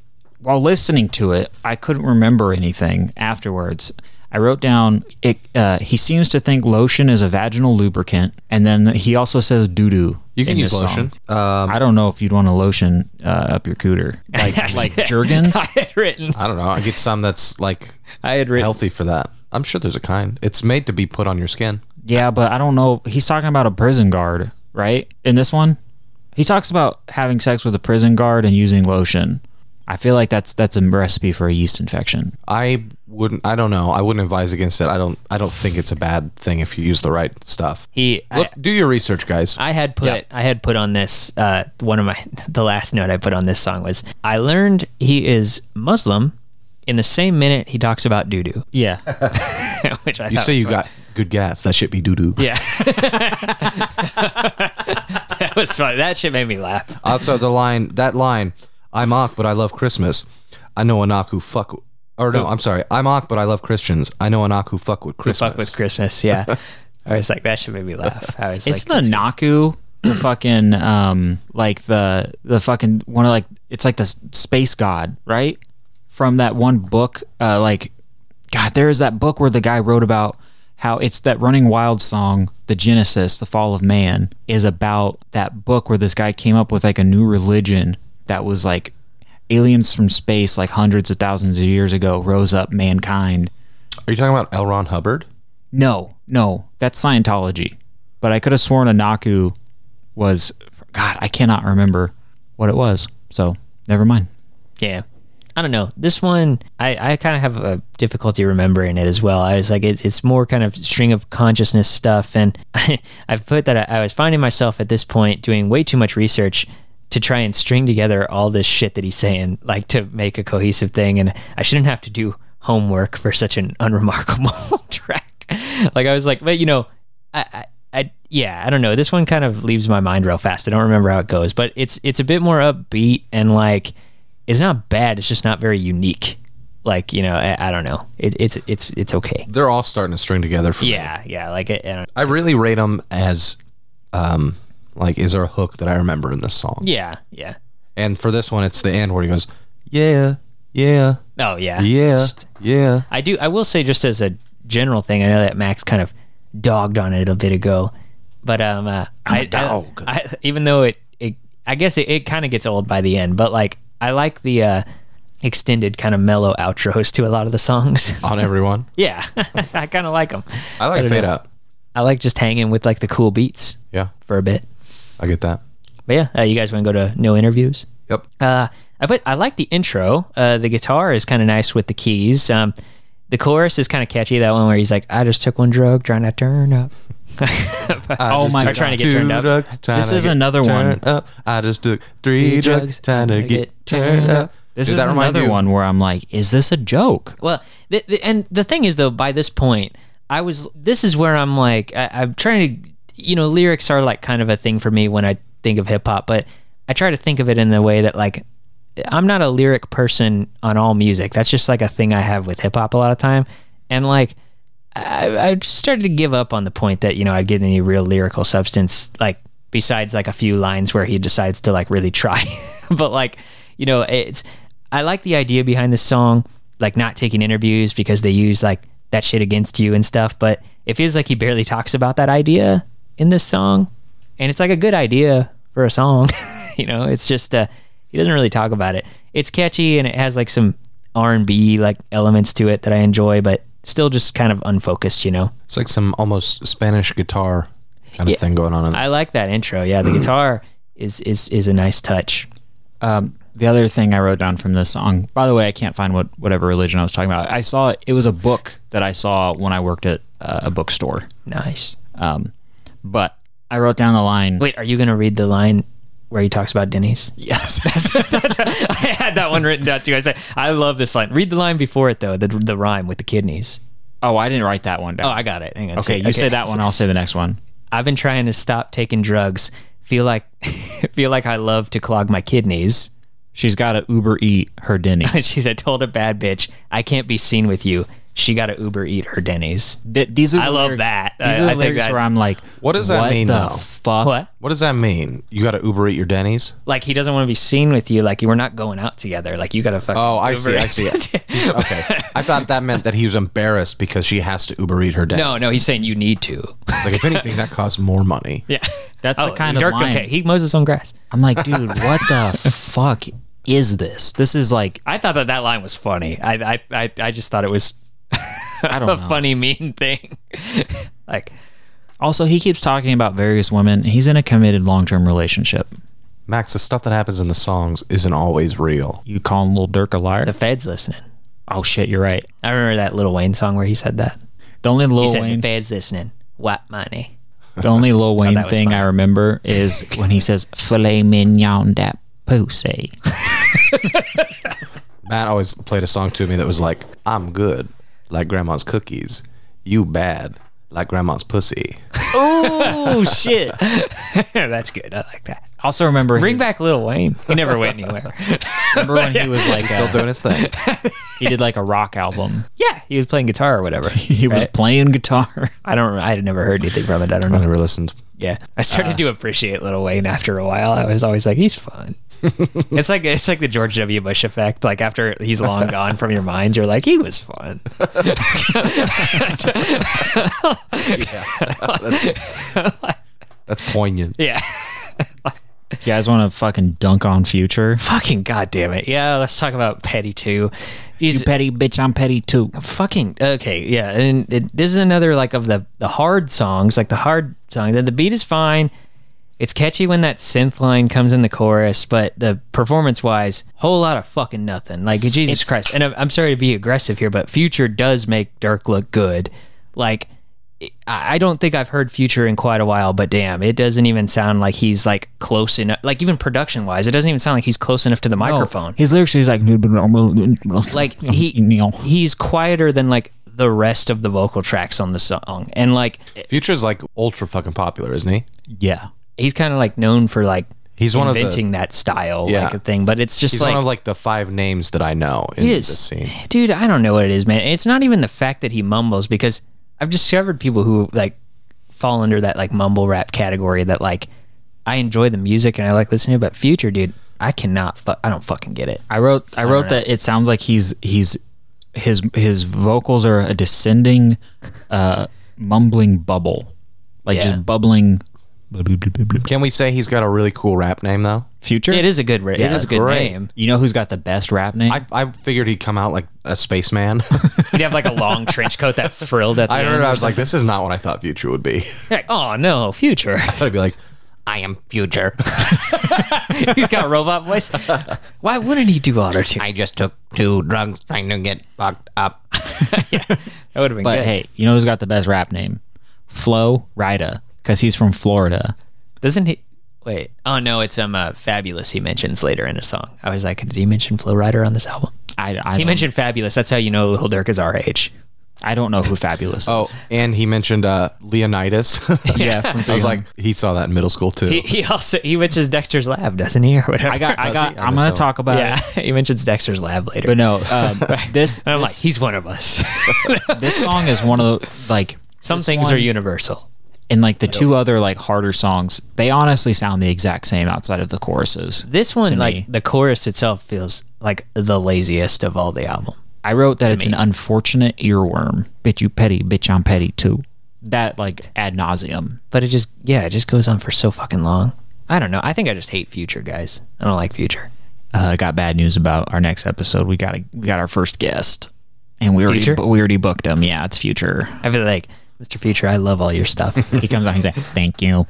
Speaker 2: while listening to it i couldn't remember anything afterwards i wrote down it uh, he seems to think lotion is a vaginal lubricant and then he also says doo-doo
Speaker 1: You can
Speaker 2: in
Speaker 1: use
Speaker 2: this
Speaker 1: lotion.
Speaker 2: song.
Speaker 1: Um,
Speaker 2: i don't know if you'd want to lotion uh, up your cooter like like jergens
Speaker 3: I had written.
Speaker 1: I don't know. I get some that's like
Speaker 3: I had written.
Speaker 1: healthy for that. I'm sure there's a kind. It's made to be put on your skin.
Speaker 2: yeah but i don't know he's talking about a prison guard right in this one he talks about having sex with a prison guard and using lotion I feel like that's that's a recipe for a yeast infection.
Speaker 1: I wouldn't. I don't know. I wouldn't advise against it. I don't. I don't think it's a bad thing if you use the right stuff.
Speaker 3: He,
Speaker 1: Look,
Speaker 3: I,
Speaker 1: do your research, guys.
Speaker 3: I had put I had put on this uh, one of my the last note I put on this song was I learned he is Muslim in the same minute he talks about doo doo,
Speaker 2: Yeah.
Speaker 3: which I
Speaker 1: you
Speaker 3: thought
Speaker 1: say
Speaker 3: was
Speaker 1: you
Speaker 3: funny.
Speaker 1: got good gas. That should be doo doo.
Speaker 3: yeah. that was funny. That shit made me laugh.
Speaker 1: Also, the line that line, I'm Ak, but I love Christmas. I know an Ak who fuck. Or no, I'm sorry. I'm Ak, but I love Christians. I know an Ak who fuck with Christmas.
Speaker 3: Fuck with Christmas, yeah. I was like, that shit made me laugh. I was
Speaker 2: It's
Speaker 3: like,
Speaker 2: the Naku the fucking um like the the fucking one of like it's like the s- space god, right? From that one book, uh like God, there is that book where the guy wrote about how it's that running wild song, The Genesis, The Fall of Man, is about that book where this guy came up with like a new religion that was like aliens from space like hundreds of thousands of years ago rose up mankind
Speaker 1: Are you talking about L. Ron Hubbard?
Speaker 2: no, no, that's Scientology. But I could have sworn Anaku was God. I cannot remember what it was. So never mind.
Speaker 3: yeah. I don't know. This one, I, I kind of have a difficulty remembering it as well. I was like, it, it's more kind of string of consciousness stuff. And I, I've put that I, I was finding myself at this point doing way too much research to try and string together all this shit that he's saying, like to make a cohesive thing. And I shouldn't have to do homework for such an unremarkable track. Like, I was like, but you know, I, I, I, yeah, I don't know. This one kind of leaves my mind real fast. I don't remember how it goes, but it's it's a bit more upbeat and like it's not bad. It's just not very unique. Like you know, I, I don't know. It, it's it's it's okay.
Speaker 1: They're all starting to string together for me.
Speaker 3: Yeah, yeah. Like I, I don't,
Speaker 1: I really rate them as, um, like, is there a hook that I remember in this song?
Speaker 3: yeah, yeah.
Speaker 1: And for this one, it's the end where he goes, yeah, yeah,
Speaker 3: Oh yeah,
Speaker 1: yeah,
Speaker 3: Just-
Speaker 1: yeah.
Speaker 3: I do. I will say just as a general thing. I know that Max kind of dogged on it a bit ago, but um, uh, I-
Speaker 1: dog.
Speaker 3: I, I even though it, it I guess it, it kind of gets old by the end, but like I like the uh, extended kind of mellow outros to a lot of the songs.
Speaker 1: On everyone.
Speaker 3: yeah, I kind of like them.
Speaker 1: I like
Speaker 3: don't
Speaker 1: fade
Speaker 3: know.
Speaker 1: out.
Speaker 3: I like just hanging with like the cool beats
Speaker 1: Yeah,
Speaker 3: for a bit.
Speaker 1: I get that.
Speaker 3: But yeah, uh, you guys want to go to no interviews?
Speaker 1: Yep.
Speaker 3: Uh, I put I like the intro. Uh, the guitar is kind of nice with the keys. Um, the chorus is kind of catchy. That one where he's like, "I just took one drug, trying to turn up."
Speaker 2: Oh
Speaker 1: just
Speaker 2: my
Speaker 1: took
Speaker 2: God. Trying
Speaker 3: to get turned
Speaker 1: two
Speaker 3: up.
Speaker 1: drugs, trying
Speaker 2: This
Speaker 1: to
Speaker 2: is
Speaker 1: get
Speaker 2: another
Speaker 1: turned up. I just took three
Speaker 3: Three
Speaker 1: drugs,
Speaker 3: drugs,
Speaker 1: trying to get turned up.
Speaker 2: This
Speaker 1: Did
Speaker 2: is
Speaker 1: that remind
Speaker 2: another
Speaker 1: you-
Speaker 2: one where I'm like, is this a joke?
Speaker 3: Well, th- th- and the thing is though, by this point, I was. This is where I'm like, I- I'm trying to, you know, lyrics are like kind of a thing for me when I think of hip hop, but I try to think of it in the way that like, I'm not a lyric person on all music. That's just like a thing I have with hip hop a lot of time, and like. I, I just started to give up on the point that you know I'd get any real lyrical substance like besides like a few lines where he decides to like really try but like you know it's I like the idea behind this song like not taking interviews because they use like that shit against you and stuff but it feels like he barely talks about that idea in this song and it's like a good idea for a song you know it's just uh he doesn't really talk about it it's catchy and it has like some r&b like elements to it that i enjoy but still just kind of unfocused you know
Speaker 1: It's like some almost Spanish guitar kind of thing going on. In there.
Speaker 3: i like that intro yeah the guitar is is is a nice touch
Speaker 2: Um, the other thing I wrote down from this song, by the way, I can't find what whatever religion I was talking about. I saw it, it was a book that I saw when I worked at uh, a bookstore.
Speaker 3: nice
Speaker 2: Um, but I wrote down the line.
Speaker 3: wait are you gonna read the line where he talks about denny's
Speaker 2: Yes.
Speaker 3: That's- i had that one written down too i said i love this line read the line before it though the, the rhyme with the kidneys
Speaker 2: oh, I didn't write that one
Speaker 3: oh
Speaker 2: down.
Speaker 3: i got it hang on
Speaker 2: okay, you say that one. I'll say the next one.
Speaker 3: I've been trying to stop taking drugs. Feel like feel like I love to clog my kidneys.
Speaker 2: She's got to Uber eat her Denny.
Speaker 3: she said, told a bad bitch, I can't be seen with you. She got to Uber eat her Denny's.
Speaker 2: Th- these are the
Speaker 3: I love
Speaker 2: lyrics-
Speaker 3: that. Uh,
Speaker 2: These
Speaker 3: I-
Speaker 2: are the
Speaker 3: I think
Speaker 2: lyrics
Speaker 3: that's-
Speaker 2: where I'm like,
Speaker 1: What does that mean,
Speaker 2: the
Speaker 1: though?
Speaker 2: Fuck.
Speaker 3: What?
Speaker 1: What does that mean? You got to Uber eat your Denny's?
Speaker 3: Like he doesn't want to be seen with you. Like you were not going out together. Like you got to fucking.
Speaker 1: Oh, I
Speaker 3: Uber
Speaker 1: see. I
Speaker 3: eat-
Speaker 1: see. it. Okay. I thought that meant that he was embarrassed because she has to Uber eat her Denny's.
Speaker 3: no, no, he's saying you need to.
Speaker 1: Like, if anything, that costs more money.
Speaker 3: yeah,
Speaker 2: That's the kind of
Speaker 3: Dirk,
Speaker 2: line.
Speaker 3: Okay, he mows his own grass.
Speaker 2: I'm like, dude, what the fuck is this? This is like,
Speaker 3: I thought that that line was funny. I I I, I just thought it was. I
Speaker 2: don't
Speaker 3: a
Speaker 2: know.
Speaker 3: funny mean thing. like
Speaker 2: also, he keeps talking about various women. He's in a committed long term relationship.
Speaker 1: Max, the stuff that happens in the songs isn't always real.
Speaker 2: You calling Lil Durk a liar?
Speaker 3: The Fed's listening.
Speaker 2: oh shit, you're right.
Speaker 3: I remember that Little Wayne song where he said that.
Speaker 2: The only
Speaker 3: He
Speaker 2: Lil
Speaker 3: said
Speaker 2: Wayne,
Speaker 3: the Fed's listening. What money?
Speaker 2: the only Lil Wayne
Speaker 3: that was
Speaker 2: thing I
Speaker 3: fun.
Speaker 2: remember is when he says filet mignon that pussy.
Speaker 1: Matt always played a song to me that was like, I'm good, like grandma's cookies. You bad, like grandma's pussy.
Speaker 2: oh shit!
Speaker 3: That's good. I like that.
Speaker 2: Also remember,
Speaker 3: Bring
Speaker 2: his,
Speaker 3: back Little Wayne. He never went anywhere.
Speaker 2: remember when he was like
Speaker 1: Still
Speaker 2: uh,
Speaker 1: doing his thing.
Speaker 2: he did like a rock album.
Speaker 3: yeah, he was playing guitar or whatever.
Speaker 2: He was
Speaker 3: Right.
Speaker 2: playing guitar.
Speaker 3: I don't. I had never heard anything from it. I don't
Speaker 1: I
Speaker 3: know.
Speaker 1: never listened.
Speaker 3: Yeah, I started
Speaker 2: Uh.
Speaker 3: to appreciate Little Wayne after a while. I was always like, he's fun. it's like it's like the George W. Bush effect. Like after he's long gone from your mind, you're like, he was fun.
Speaker 1: That's poignant.
Speaker 3: Yeah.
Speaker 2: You guys want to fucking dunk on Future?
Speaker 3: fucking goddamn it. Yeah, let's talk about Petty too. He's
Speaker 2: petty bitch, I'm petty too.
Speaker 3: fucking okay. Yeah, and it, this is another like of the the hard songs, like the hard song. Then the beat is fine. It's catchy when that synth line comes in the chorus, but the performance wise, whole lot of fucking nothing. Like Jesus Christ. And I'm, I'm sorry to be aggressive here, but Future does make Dirk look good. Like I I don't think I've heard Future in quite a while, but damn, it doesn't even sound like he's like close enough. Like even production wise, it doesn't even sound like he's close enough to the microphone
Speaker 2: His lyrics is like
Speaker 3: like he he's quieter than like the rest of the vocal tracks on the song and like
Speaker 1: Future's like ultra fucking popular, isn't he?
Speaker 2: yeah.
Speaker 3: he's kind of like known for like
Speaker 1: He's one of the-
Speaker 3: inventing that style
Speaker 1: Yeah.
Speaker 3: like a thing but it's just
Speaker 1: He's
Speaker 3: like
Speaker 1: one of like the five names that I know in
Speaker 3: he
Speaker 1: this
Speaker 3: is-
Speaker 1: scene.
Speaker 3: dude i don't know what it is man it's not even the fact that he mumbles because i've discovered people who like fall under that like mumble rap category that like i enjoy the music and i like listening to it, but future dude i cannot fu- i don't fucking get it
Speaker 2: I wrote I wrote that it sounds like he's he's his his vocals are a descending uh mumbling bubble. Like
Speaker 3: Yeah.
Speaker 2: just bubbling
Speaker 1: Can we say he's got a really cool rap name though?
Speaker 2: future.
Speaker 3: it is a good ri- it is a good
Speaker 1: great.
Speaker 3: name
Speaker 2: You know who's got the best rap name?
Speaker 1: I, I figured he'd come out like a spaceman.
Speaker 3: you'd have like a long trench coat that frilled at the
Speaker 1: I
Speaker 3: end
Speaker 1: remember
Speaker 3: or
Speaker 1: I was like, this is not what I thought Future would be.
Speaker 3: Like, oh no, future.
Speaker 1: I thought I'd be like, I am Future.
Speaker 3: He's got a robot voice. Why wouldn't he do autotune?
Speaker 4: I just took two drugs trying to get fucked up.
Speaker 3: That would have been
Speaker 2: but
Speaker 3: good.
Speaker 2: hey, you know who's got the best rap name? Flo Rida, because he's from Florida.
Speaker 3: doesn't he? Wait. Oh no, it's um uh, fabulous. He mentions later in a song. I was like, did he mention Flow Rider on this album?
Speaker 2: I, I,
Speaker 3: He
Speaker 2: don't,
Speaker 3: mentioned fabulous. That's how you know Little Dirk is our age.
Speaker 2: I don't know who Fabulous
Speaker 1: oh,
Speaker 2: is.
Speaker 1: and he mentioned uh, Leonidas.
Speaker 2: Yeah, from
Speaker 1: I was
Speaker 2: 300.
Speaker 1: like, he saw that in middle school too.
Speaker 3: He, he also he mentions Dexter's Lab, doesn't he? Or whatever.
Speaker 2: I got I
Speaker 1: Does
Speaker 2: got
Speaker 1: he? I
Speaker 2: I'm
Speaker 1: missed
Speaker 2: gonna
Speaker 1: that
Speaker 2: talk about
Speaker 3: yeah.
Speaker 2: it.
Speaker 3: He mentions Dexter's Lab later.
Speaker 2: But no, um, this
Speaker 3: and I'm like,
Speaker 2: this,
Speaker 3: he's one of us.
Speaker 2: this song is one of the like
Speaker 3: Some
Speaker 2: this
Speaker 3: things
Speaker 2: one-
Speaker 3: are universal.
Speaker 2: and like the two other like harder songs they honestly sound the exact same outside of the choruses
Speaker 3: This one, like
Speaker 2: me.
Speaker 3: the chorus itself, feels like the laziest of all the album.
Speaker 2: i wrote that it's an unfortunate earworm bitch you petty bitch i'm petty too that like ad nauseum
Speaker 3: but it just yeah it just goes on for so fucking long i don't know i think i just hate future guys i don't like future
Speaker 2: uh got bad news about our next episode we got a, we got our first guest and we already
Speaker 3: Future?
Speaker 2: bu- we already booked him yeah it's future
Speaker 3: i feel like mr future i love all your stuff it'd
Speaker 2: he comes out he's like thank you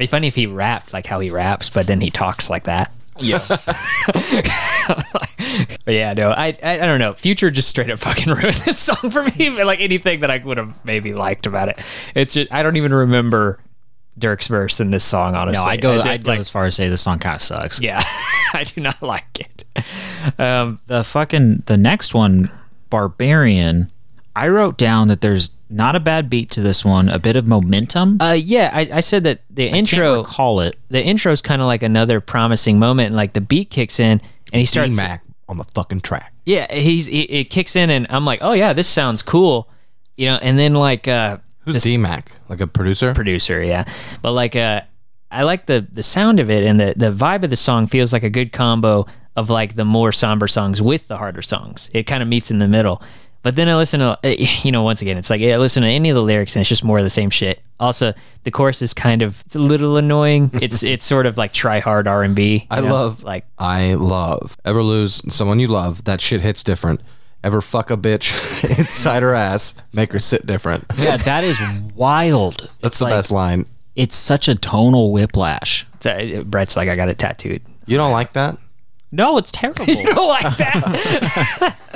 Speaker 3: be funny if he rapped like how he raps but then he talks like that yeah but yeah no I, I i don't know future just straight up fucking ruined this song for me but like anything that i would have maybe liked about it it's just i don't even remember dirk's verse in this song honestly
Speaker 2: no i go
Speaker 3: did,
Speaker 2: i go as far as say this song kind of sucks
Speaker 3: yeah i do not like it um
Speaker 2: the fucking the next one barbarian i wrote down that there's not a bad beat to this one a bit of momentum
Speaker 3: uh yeah i, I said that the
Speaker 2: Can't
Speaker 3: intro
Speaker 2: recall it
Speaker 3: the intro's kind of like another promising moment and like the beat kicks in and he starts
Speaker 1: Mac on the fucking track.
Speaker 3: yeah he's he, it kicks in and i'm like oh yeah this sounds cool you know and then like uh
Speaker 1: Who's D Mac? Like a producer?
Speaker 3: producer yeah but like uh i like the the sound of it and the the vibe of the song feels like a good combo of like the more somber songs with the harder songs it kind of meets in the middle but then i listen to eh, you know once again it's like yeah, i listen to any of the lyrics and it's just more of the same shit also the chorus is kind of it's a little annoying it's it's sort of like try hard r&b
Speaker 1: I
Speaker 3: you know?
Speaker 1: love
Speaker 3: like
Speaker 1: I love. Ever lose someone you love, that shit hits different. Ever fuck a bitch inside her ass, make her sit different.
Speaker 2: yeah that is wild
Speaker 1: That's the best line.
Speaker 2: It's such a tonal whiplash.
Speaker 3: It's, uh, Brett's like, I got it tattooed.
Speaker 1: You don't like that?
Speaker 2: No, it's terrible.
Speaker 3: don't like that.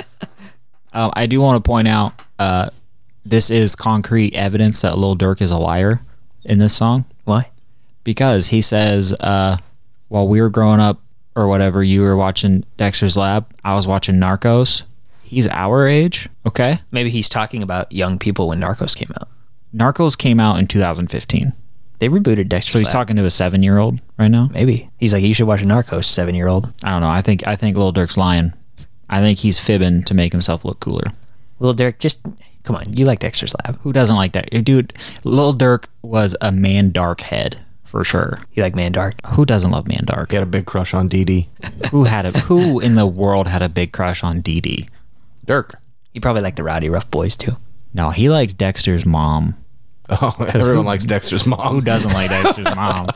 Speaker 2: Um, I do want to point out uh, this is concrete evidence that Lil Durk is a liar in this song
Speaker 3: Why?
Speaker 2: because he says, uh, while we were growing up or whatever, you were watching Dexter's Lab, I was watching Narcos. He's our age, okay?
Speaker 3: Maybe he's talking about young people when Narcos came out.
Speaker 2: Narcos came out in 2015.
Speaker 3: They rebooted Dexter's
Speaker 2: So he's
Speaker 3: Lab.
Speaker 2: talking to a seven year old right now.
Speaker 3: Maybe he's like, you should watch Narcos, seven year old.
Speaker 2: I don't know. I think I think Lil Durk's lying. I think he's fibbing to make himself look cooler.
Speaker 3: Little Derek, just come on. You like Dexter's Lab.
Speaker 2: Who doesn't like that? Dude, Lil Durk was a man dark head for sure.
Speaker 3: You like Man Dark.
Speaker 2: Who doesn't love Man Dark?
Speaker 1: You had a big crush on DD.
Speaker 2: Who had a who in the world had a big crush on Dee Dee?
Speaker 1: Dirk.
Speaker 3: You probably like the Rowdy Rough Boys too.
Speaker 2: No, he liked Dexter's mom.
Speaker 1: Oh, everyone likes Dexter's mom.
Speaker 2: Who doesn't like Dexter's mom?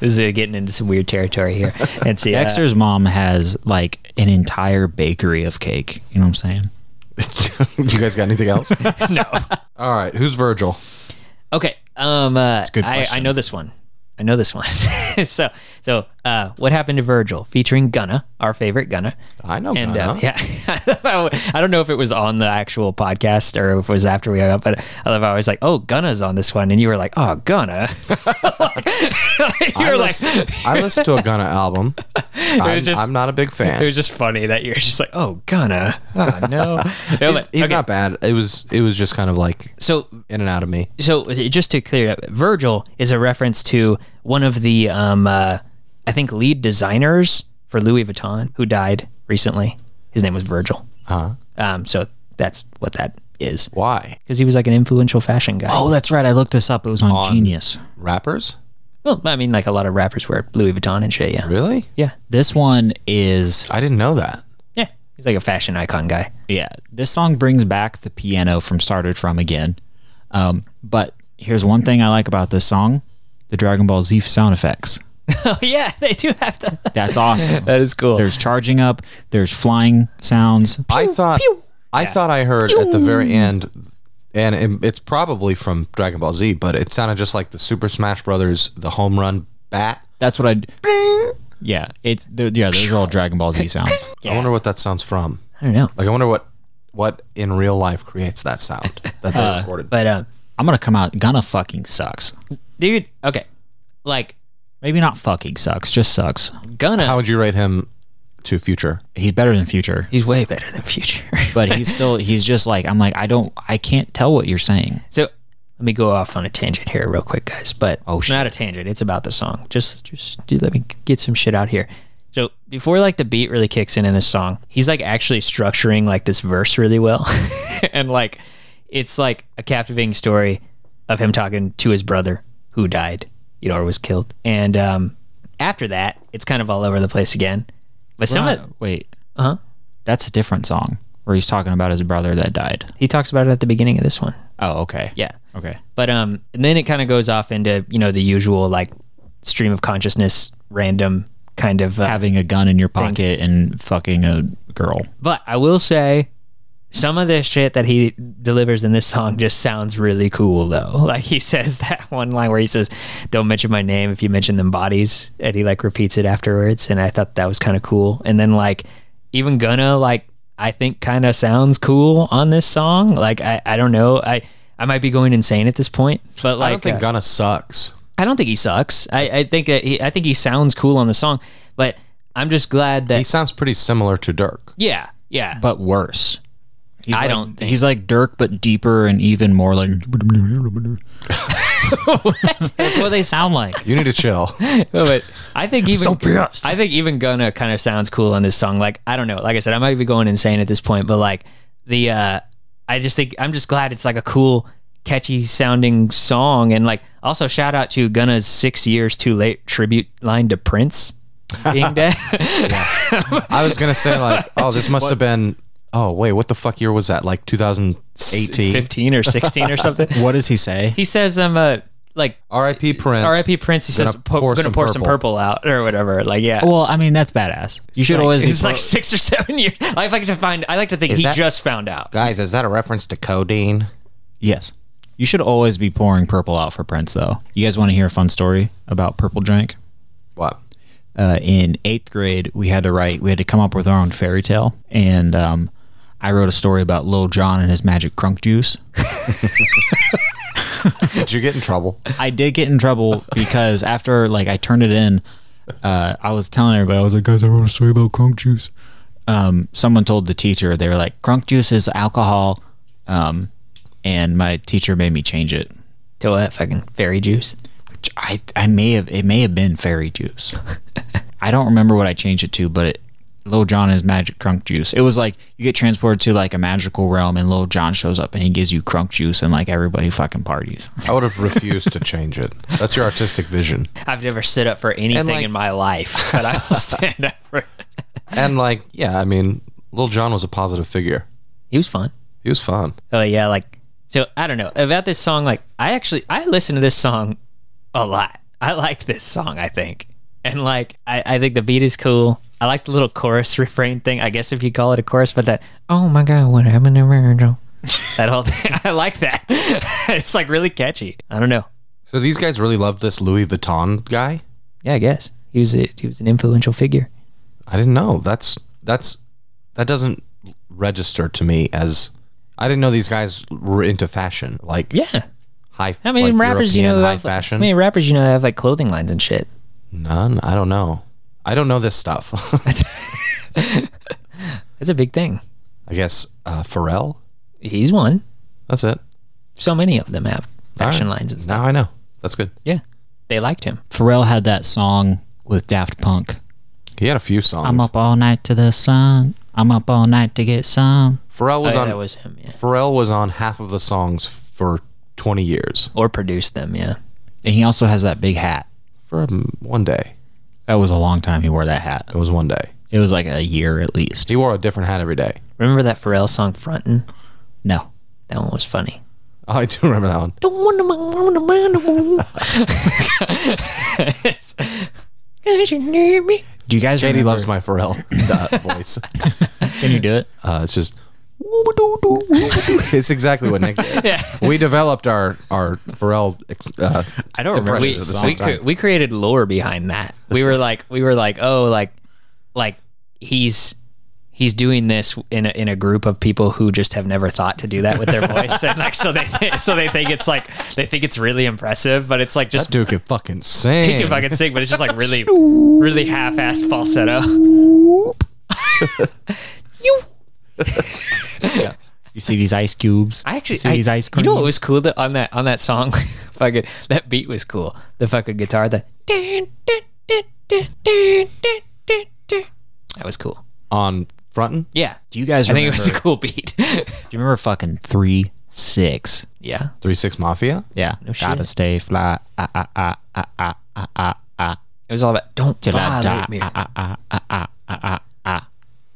Speaker 3: This is uh, getting into some weird territory here. And see, uh,
Speaker 2: Dexter's mom has like an entire bakery of cake. You know what I'm saying?
Speaker 1: you guys got anything else? no. All right. Who's Virgil?
Speaker 3: Okay. Um, uh,
Speaker 2: good
Speaker 3: I, I
Speaker 2: question.
Speaker 3: know this one. I know this one. so, so uh, what happened to Virgil featuring Gunna, our favorite Gunna?
Speaker 1: I know.
Speaker 3: And
Speaker 1: Gunna.
Speaker 3: uh, yeah, I don't know if it was on the actual podcast or if it was after we hung up, but I love how I was like, "Oh, Gunna's on this one," and you were like, "Oh, Gunna." you
Speaker 1: I
Speaker 3: were like,
Speaker 1: listen- I listened to a Gunna album. I'm,
Speaker 3: just-
Speaker 1: I'm not a big fan.
Speaker 3: it was just funny that you're just like, "Oh, Gunna." Oh no, They're
Speaker 1: he's
Speaker 3: like-
Speaker 1: he's
Speaker 3: okay,
Speaker 1: not bad. It was it was just kind of like
Speaker 3: So
Speaker 1: in and out of me.
Speaker 3: so uh, just to clear it up, Virgil is a reference to one of the um, uh, I think lead designers for Louis Vuitton who died recently. His name was Virgil.
Speaker 1: Huh?
Speaker 3: Um, so that's what that is
Speaker 1: Why?
Speaker 3: because he was like an influential fashion guy.
Speaker 2: Oh, that's right. I looked this up. It was on, Genius.
Speaker 1: Rappers?
Speaker 3: Well, I mean, like a lot of rappers wear Louis Vuitton and shit. Yeah,
Speaker 1: Really?
Speaker 3: yeah,
Speaker 2: This one is
Speaker 1: I didn't know that.
Speaker 3: yeah. He's like a fashion icon guy.
Speaker 2: yeah. This song brings back the piano from Started From again. Um, but here's one thing I like about this song: the Dragon Ball Z sound effects.
Speaker 3: oh yeah, they do have to.
Speaker 2: That's awesome.
Speaker 3: That is cool.
Speaker 2: There's charging up. There's flying sounds.
Speaker 1: I thought I thought I heard at the very end, and it- it's probably from Dragon Ball Z, but it sounded just like the Super Smash Brothers, the home run bat.
Speaker 2: That's what I. Yeah, it's the, yeah. Those are all Dragon Ball Z sounds.
Speaker 1: I wonder what that sounds from.
Speaker 3: I don't know,
Speaker 1: Like I wonder what what in real life creates that sound that they recorded.
Speaker 3: but um,
Speaker 2: I'm gonna come out. Gonna fucking sucks.
Speaker 3: dude, okay, like
Speaker 2: Maybe not fucking sucks. Just sucks.
Speaker 3: Gunna,
Speaker 1: How would you rate him to Future?
Speaker 2: He's better than Future,
Speaker 3: he's way better than Future.
Speaker 2: but he's still. He's just like I'm. Like I don't. I can't tell what you're saying.
Speaker 3: so let me go off on a tangent here, real quick, guys. But
Speaker 2: Oh, shit.
Speaker 3: not a tangent. It's about the song. Just, just dude, let me get some shit out here. So before like the beat really kicks in in this song, he's like actually structuring like this verse really well, and like it's like a captivating story of him talking to his brother who died, you know, or was killed. And um, after that, it's kind of all over the place again. But some of
Speaker 2: Wait,
Speaker 3: uh-huh.
Speaker 2: that's a different song where he's talking about his brother that died.
Speaker 3: he talks about it at the beginning of this one.
Speaker 2: Oh, okay.
Speaker 3: Yeah.
Speaker 2: Okay.
Speaker 3: But um, and then it kind of goes off into you know the usual like stream of consciousness, random kind of. Uh,
Speaker 2: Having a gun in your pocket and fucking a girl.
Speaker 3: but I will say, some of the shit that he delivers in this song just sounds really cool though. Like he says that one line where he says, "Don't mention my name if you mention them bodies," and he like repeats it afterwards, and I thought that was kind of cool. And then like even Gunna like I think kind of sounds cool on this song. Like I I don't know I. I might be going insane at this point, but like
Speaker 1: I don't think
Speaker 3: uh,
Speaker 1: Gunna sucks.
Speaker 3: I don't think he sucks. I, I think that he, I think he sounds cool on the song, but I'm just glad that
Speaker 1: He sounds pretty similar to Dirk.
Speaker 3: yeah, yeah.
Speaker 2: but worse. He's
Speaker 3: I
Speaker 2: like-
Speaker 3: don't think-
Speaker 2: He's like Dirk, but deeper and even more like. That's what they sound like.
Speaker 1: You need to chill.
Speaker 3: but I think even I think even Gunna kind of sounds cool on this song. Like I don't know. Like I said, I might be going insane at this point, but like the uh, I just think I'm just glad it's like a cool, catchy sounding song. And like also shout out to Gunna's six years too late tribute line to Prince being dead.
Speaker 1: I was gonna say like, oh, this must have been. Oh wait, what the fuck year was that? Like 2018.
Speaker 3: 15 or 16 or something.
Speaker 2: What does he say?
Speaker 3: He says I'm a like
Speaker 1: R.I.P. Prince.
Speaker 3: R.I.P. Prince. He
Speaker 1: Gonna
Speaker 3: says, po-
Speaker 1: pour
Speaker 3: "Gonna
Speaker 1: some
Speaker 3: pour some
Speaker 1: purple."
Speaker 3: purple out or whatever." Like, yeah.
Speaker 2: well, I mean, that's badass. You should
Speaker 3: Like,
Speaker 2: always be.
Speaker 3: It's
Speaker 2: pro-
Speaker 3: like six or seven years. I like to find. I like to think he
Speaker 4: that-
Speaker 3: just found out.
Speaker 4: Guys, is that a reference to codeine?
Speaker 2: yes. You should always be pouring purple out for Prince, though. You guys want to hear a fun story about purple drink?
Speaker 1: What?
Speaker 2: uh, in eighth grade, we had to write, we had to come up with our own fairy tale. And um, I wrote a story about Lil John and his magic crunk juice.
Speaker 1: Did you get in trouble?
Speaker 2: I did get in trouble because after like I turned it in, uh, I was telling everybody, I was like, guys, I wrote a story about crunk juice. Um, someone told the teacher, they were like, crunk juice is alcohol. Um, and my teacher made me change it.
Speaker 3: to what fucking fairy juice.
Speaker 2: I, I may have it may have been fairy juice. I don't remember what I changed it to, but it, Lil John is magic crunk juice. It was like you get transported to like a magical realm, and Lil John shows up and he gives you crunk juice, and like everybody fucking parties.
Speaker 1: I would have refused to change it. That's your artistic vision.
Speaker 3: I've never stood up for anything
Speaker 1: like-
Speaker 3: in my life, but I will stand up for.
Speaker 1: And like, yeah, I mean, Lil John was a positive figure.
Speaker 3: He was fun.
Speaker 1: He was fun.
Speaker 3: Oh yeah, like so I don't know about this song. Like I actually I listen to this song a lot. I like this song. I think and like I, I think the beat is cool. I like the little chorus refrain thing. I guess if you call it a chorus, but that oh my god, what happened to Virgil? That whole thing. I like that. it's like really catchy. I don't know.
Speaker 1: So these guys really loved this Louis Vuitton guy.
Speaker 3: Yeah, I guess he was a, he was an influential figure.
Speaker 1: I didn't know. That's that's that doesn't register to me as I didn't know these guys were into fashion. Like
Speaker 3: Yeah.
Speaker 1: high.
Speaker 3: How many
Speaker 1: like
Speaker 3: rappers do you know
Speaker 1: European
Speaker 3: who
Speaker 1: high
Speaker 3: have,
Speaker 1: fashion?
Speaker 3: How many rappers you know that have like clothing lines and shit?
Speaker 1: None. I don't know. I don't know this stuff.
Speaker 3: That's a big thing.
Speaker 1: I guess uh, Pharrell.
Speaker 3: He's one.
Speaker 1: That's it.
Speaker 3: So many of them have
Speaker 1: All
Speaker 3: fashion
Speaker 1: right.
Speaker 3: lines and stuff.
Speaker 1: Now I know. That's good.
Speaker 3: Yeah. They liked him.
Speaker 2: Pharrell had that song with Daft Punk.
Speaker 1: He had a few songs.
Speaker 2: I'm up all night to the sun. I'm up all night to get some.
Speaker 1: Pharrell was
Speaker 3: Oh, yeah,
Speaker 1: on.
Speaker 3: that was him, yeah.
Speaker 1: Pharrell was on half of the songs for 20 years
Speaker 3: Or produced them, yeah.
Speaker 2: And he also has that big hat.
Speaker 1: for um, one day.
Speaker 2: That was a long time he wore that hat.
Speaker 1: It was one day.
Speaker 2: It was like a year at least.
Speaker 1: He wore a different hat every day.
Speaker 3: Remember that Pharrell song Frontin'?
Speaker 2: No.
Speaker 3: That one was funny.
Speaker 1: Oh, I do remember that one.
Speaker 3: Don't want to want you need me.
Speaker 2: Do you guys
Speaker 1: Katie
Speaker 2: remember?
Speaker 1: loves my Pharrell uh, voice.
Speaker 2: Can you do it?
Speaker 1: Uh, it's just. it's exactly what Nick did. We developed our our Pharrell. Ex- uh,
Speaker 2: I don't remember.
Speaker 1: Impressions
Speaker 3: We,
Speaker 1: at the
Speaker 3: we,
Speaker 1: same
Speaker 3: cre-
Speaker 1: time.
Speaker 3: we created lore behind that. We were like we were like, oh like like he's he's doing this in a, in a group of people who just have never thought to do that with their voice and like so they so they think it's like they think it's really impressive but it's like just
Speaker 1: dude could fucking sing.
Speaker 3: he can fucking sing, but it's just like really, really half-assed falsetto. you,
Speaker 2: You see these ice cubes.
Speaker 3: I actually,
Speaker 2: You see
Speaker 3: I-
Speaker 2: these ice
Speaker 3: you
Speaker 2: cream.
Speaker 3: know what was cool that on that on that song, fucking that beat was cool. The fucking guitar, the that was cool.
Speaker 1: on Frontin.
Speaker 3: Yeah,
Speaker 2: do you guys
Speaker 3: I think
Speaker 2: remember?
Speaker 3: it was a cool beat.
Speaker 2: do you remember fucking three six?
Speaker 3: yeah,
Speaker 1: Three Six Mafia.
Speaker 2: Yeah, no gotta
Speaker 3: shit.
Speaker 2: stay fly. Ah, ah, ah, ah, ah, ah, ah, ah.
Speaker 3: it was all about don't
Speaker 2: da, da,
Speaker 3: violate me.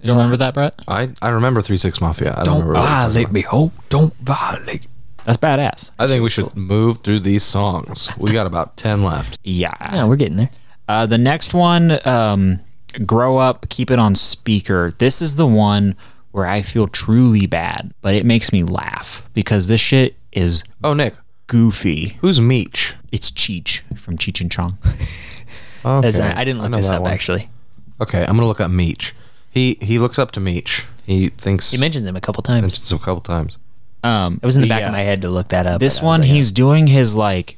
Speaker 2: You don't remember that, Brett?
Speaker 1: I, I remember Three Six Mafia. I don't, remember. what it was.
Speaker 3: Violate me, ho! Don't violate.
Speaker 2: That's badass.
Speaker 1: I think we should move through these songs. We got about ten left.
Speaker 2: Yeah.
Speaker 3: Yeah, we're getting there.
Speaker 2: Uh, the next one, um, grow up, keep it on speaker. This is the one where I feel truly bad, but it makes me laugh because this shit is
Speaker 1: Oh, Nick,
Speaker 2: goofy.
Speaker 1: who's Meech?
Speaker 2: It's Cheech from Cheech and Chong.
Speaker 1: Okay.
Speaker 3: That's- I didn't look
Speaker 1: know
Speaker 3: this
Speaker 1: that
Speaker 3: up
Speaker 1: one.
Speaker 3: actually.
Speaker 1: Okay, I'm gonna look up Meech. He he looks up to Meech. He thinks
Speaker 3: He mentions him a couple times.
Speaker 1: mentions him a couple times.
Speaker 2: Um,
Speaker 3: It was in the back of my head to look that up.
Speaker 2: This
Speaker 3: but I was
Speaker 2: one,
Speaker 3: like,
Speaker 2: he's doing his like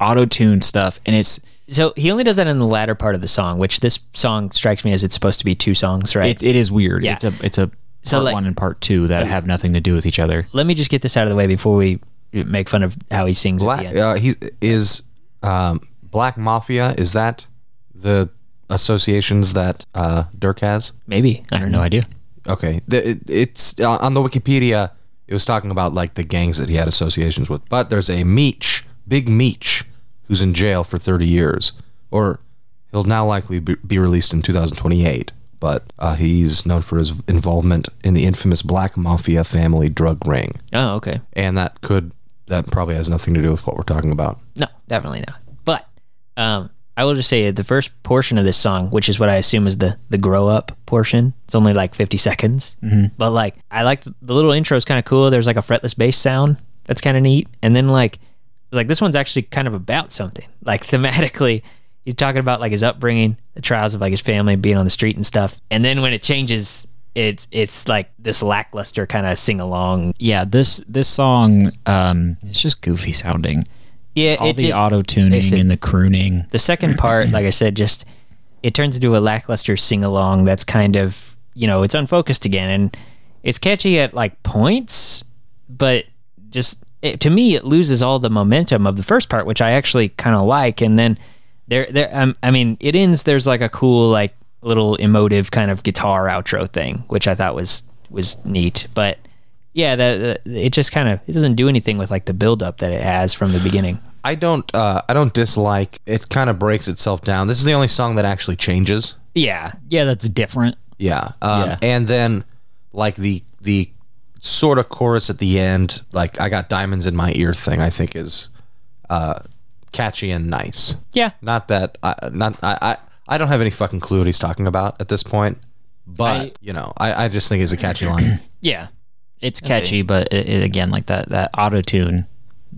Speaker 2: auto tune stuff, and it's
Speaker 3: So he only does that in the latter part of the song, which this song strikes me as it's supposed to be two songs, right?
Speaker 2: it, it is weird. It's a it's a
Speaker 3: So,
Speaker 2: part
Speaker 3: like-
Speaker 2: one and part two that have nothing to do with each other.
Speaker 3: Let me just get this out of the way before we make fun of how he sings at
Speaker 1: Black
Speaker 3: the end.
Speaker 1: uh, he is um, Black Mafia. Is that the associations that uh, Dirk has?
Speaker 3: Maybe I
Speaker 2: I have
Speaker 3: don't
Speaker 2: no
Speaker 3: know.
Speaker 2: idea.
Speaker 1: Okay, the, it, it's uh, on the Wikipedia. It was talking about like the gangs that he had associations with. But there's a Meech, Big Meech, who's in jail for 30 years, or he'll now likely be, be released in 2028. But uh, he's known for his involvement in the infamous Black Mafia family drug ring,
Speaker 3: Oh, okay.
Speaker 1: and that could that probably has nothing to do with what we're talking about.
Speaker 3: No, definitely not. But um, I I will just say the first portion of this song, which is what I assume is the the grow up portion. It's only like 50 seconds, but like I liked the little intro is kind of cool. There's like a fretless bass sound that's kind of neat, and then like I was like this one's actually kind of about something. Like thematically, he's talking about like his upbringing, the trials of like his family being on the street and stuff, and then when it changes. It's it's like this lackluster kind of sing along.
Speaker 2: Yeah, this this song um, it's just goofy sounding.
Speaker 3: Yeah,
Speaker 2: All
Speaker 3: it
Speaker 2: the
Speaker 3: just-
Speaker 2: auto tuning
Speaker 3: Listen.
Speaker 2: and the crooning.
Speaker 3: The second part, like I said, just it turns into a lackluster sing along that's kind of you know it's unfocused again, and it's catchy at like points, but just it, to me it loses all the momentum of the first part, which I actually kind of like, and then there there um, I mean it ends. There's like a cool like little emotive kind of guitar outro thing, which I thought was was neat, but. Yeah, the, the, it just kind of it doesn't do anything with like the build up that it has from the beginning.
Speaker 1: I don't. Uh, I don't dislike. It kind of breaks itself down. This is the only song that actually changes.
Speaker 3: Yeah,
Speaker 2: Yeah, that's different.
Speaker 1: Yeah. Um,
Speaker 2: Yeah.
Speaker 1: And then like the the sort of chorus at the end, like I got diamonds in my ear thing. I think is uh, catchy and nice.
Speaker 3: yeah,
Speaker 1: Not that. I, not I, I. I don't have any fucking clue what he's talking about at this point. But you know, I, I just think it's a catchy line.
Speaker 3: yeah.
Speaker 2: It's catchy, but it, it, again, like that that auto tune,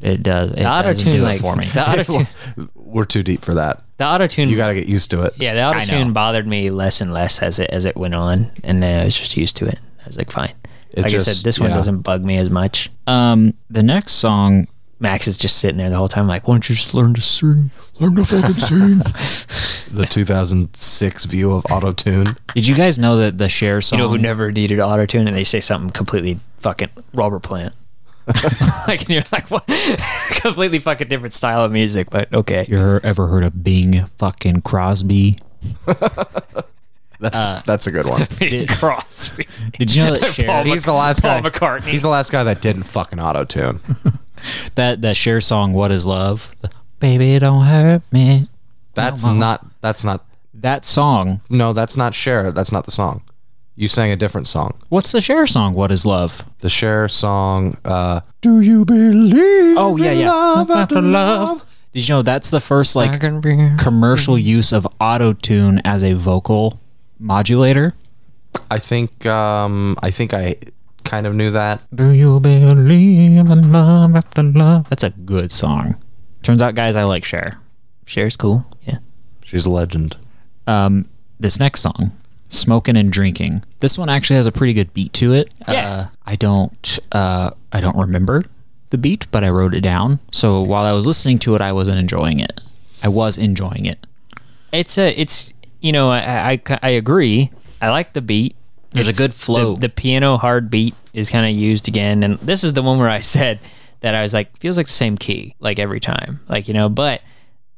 Speaker 2: it does it
Speaker 3: auto
Speaker 2: doesn't
Speaker 3: tune
Speaker 2: do
Speaker 3: like
Speaker 2: it for me.
Speaker 3: The auto tune,
Speaker 1: We're too deep for that.
Speaker 3: the auto tune.
Speaker 1: You got to get used to it.
Speaker 3: yeah, the auto tune bothered me less and less as it as it went on, and then I was just used to it. I was like, fine.
Speaker 1: It
Speaker 3: like I
Speaker 1: just-
Speaker 3: said, this one
Speaker 1: yeah.
Speaker 3: doesn't bug me as much.
Speaker 2: Um, the next song,
Speaker 3: Max is just sitting there the whole time, like, why don't you just learn to sing?
Speaker 1: The 2006 view of auto tune.
Speaker 2: did you guys know that the Cher song?
Speaker 3: You know who never needed auto tune, and they say something completely fucking rubber plant. like and you're like what? completely fucking different style of music, but okay.
Speaker 2: you ever heard of Bing fucking Crosby?
Speaker 1: That's
Speaker 3: Uh.
Speaker 1: that's a good one.
Speaker 3: Crosby.
Speaker 2: Did you know that Cher
Speaker 3: Paul
Speaker 1: He's the last
Speaker 3: Paul
Speaker 1: guy.
Speaker 3: McCartney.
Speaker 1: He's the last guy that didn't fucking auto tune.
Speaker 2: that that Cher song "What Is Love"? Baby, don't hurt me.
Speaker 1: That's
Speaker 2: Mama.
Speaker 1: not. That's not.
Speaker 2: That song.
Speaker 1: No, that's not Cher. That's not the song. You sang a different song.
Speaker 2: What's the Cher song? "What Is Love"?
Speaker 1: The Cher song. Uh, Do you believe?
Speaker 2: Oh yeah,
Speaker 1: in
Speaker 2: yeah.
Speaker 1: Love after love.
Speaker 2: Did you know that's the first like commercial use of auto tune as a vocal modulator?
Speaker 1: I think. Um, I think I kind of knew that.
Speaker 2: Do you believe in love after love? That's a good song. Turns out, guys, I like Cher.
Speaker 3: Cher's cool. Yeah.
Speaker 1: She's a legend.
Speaker 2: Um, this next song, "Smoking and Drinking." This one actually has a pretty good beat to it.
Speaker 3: Yeah.
Speaker 2: Uh, I don't, uh, I don't remember the beat, but I wrote it down. So while I was listening to it, I wasn't enjoying it. I was enjoying it.
Speaker 3: it's a it's you know I I, I agree. I like the beat.
Speaker 2: There's a
Speaker 3: It's-
Speaker 2: good flow.
Speaker 3: The, the piano hard beat is kind of used again, and this is the one where I said that I was like feels like the same key like every time, like you know. But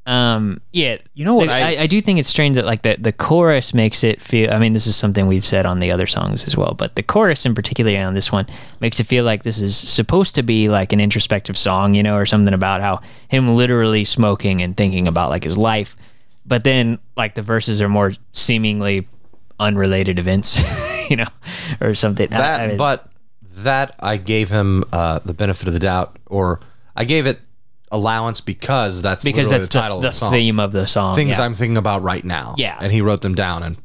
Speaker 3: um, yeah,
Speaker 2: You know what
Speaker 3: I,
Speaker 2: I-
Speaker 3: I, I do think it's strange that like the the chorus makes it feel. I mean, this is something we've said on the other songs as well, but the chorus in particular on this one makes it feel like this is supposed to be like an introspective song, you know, or something about how him literally smoking and thinking about like his life. But then like the verses are more seemingly unrelated events, you know, or something. I-
Speaker 1: That,
Speaker 3: I mean,
Speaker 1: but that I gave him uh, the benefit of the doubt, or I gave it allowance because that's
Speaker 3: because
Speaker 1: literally
Speaker 3: that's
Speaker 1: the title
Speaker 3: the,
Speaker 1: of the song.
Speaker 3: theme of the song.
Speaker 1: things
Speaker 3: yeah.
Speaker 1: I'm thinking about right now.
Speaker 3: Yeah.
Speaker 1: And he wrote them down and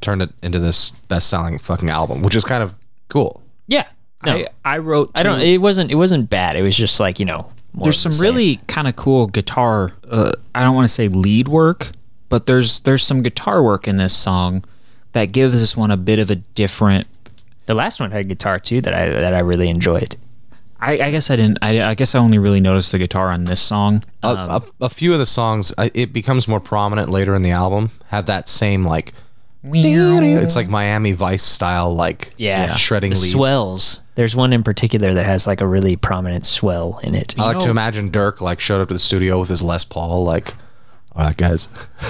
Speaker 1: turned it into this best selling fucking album, which is kind of cool.
Speaker 3: yeah. No, I,
Speaker 2: I wrote. I
Speaker 3: don't. It wasn't. It wasn't bad. It was just like you know. more
Speaker 2: there's some
Speaker 3: of the same.
Speaker 2: really kind of cool guitar. Uh, I don't want to say lead work, but there's there's some guitar work in this song that gives this one a bit of a different
Speaker 3: The last one had guitar too that I that I really enjoyed.
Speaker 2: I, I guess I didn't. I, I guess I only really noticed the guitar on this song.
Speaker 1: A, a, a few of the songs, I- it becomes more prominent later in the album, have that same like, it's like Miami Vice style, like
Speaker 3: Yeah,
Speaker 1: shredding
Speaker 3: the
Speaker 1: leads.
Speaker 3: swells. There's one in particular that has like a really prominent swell in it.
Speaker 1: I like to imagine Dirk like showed up to the studio with his Les Paul, like, all right, guys,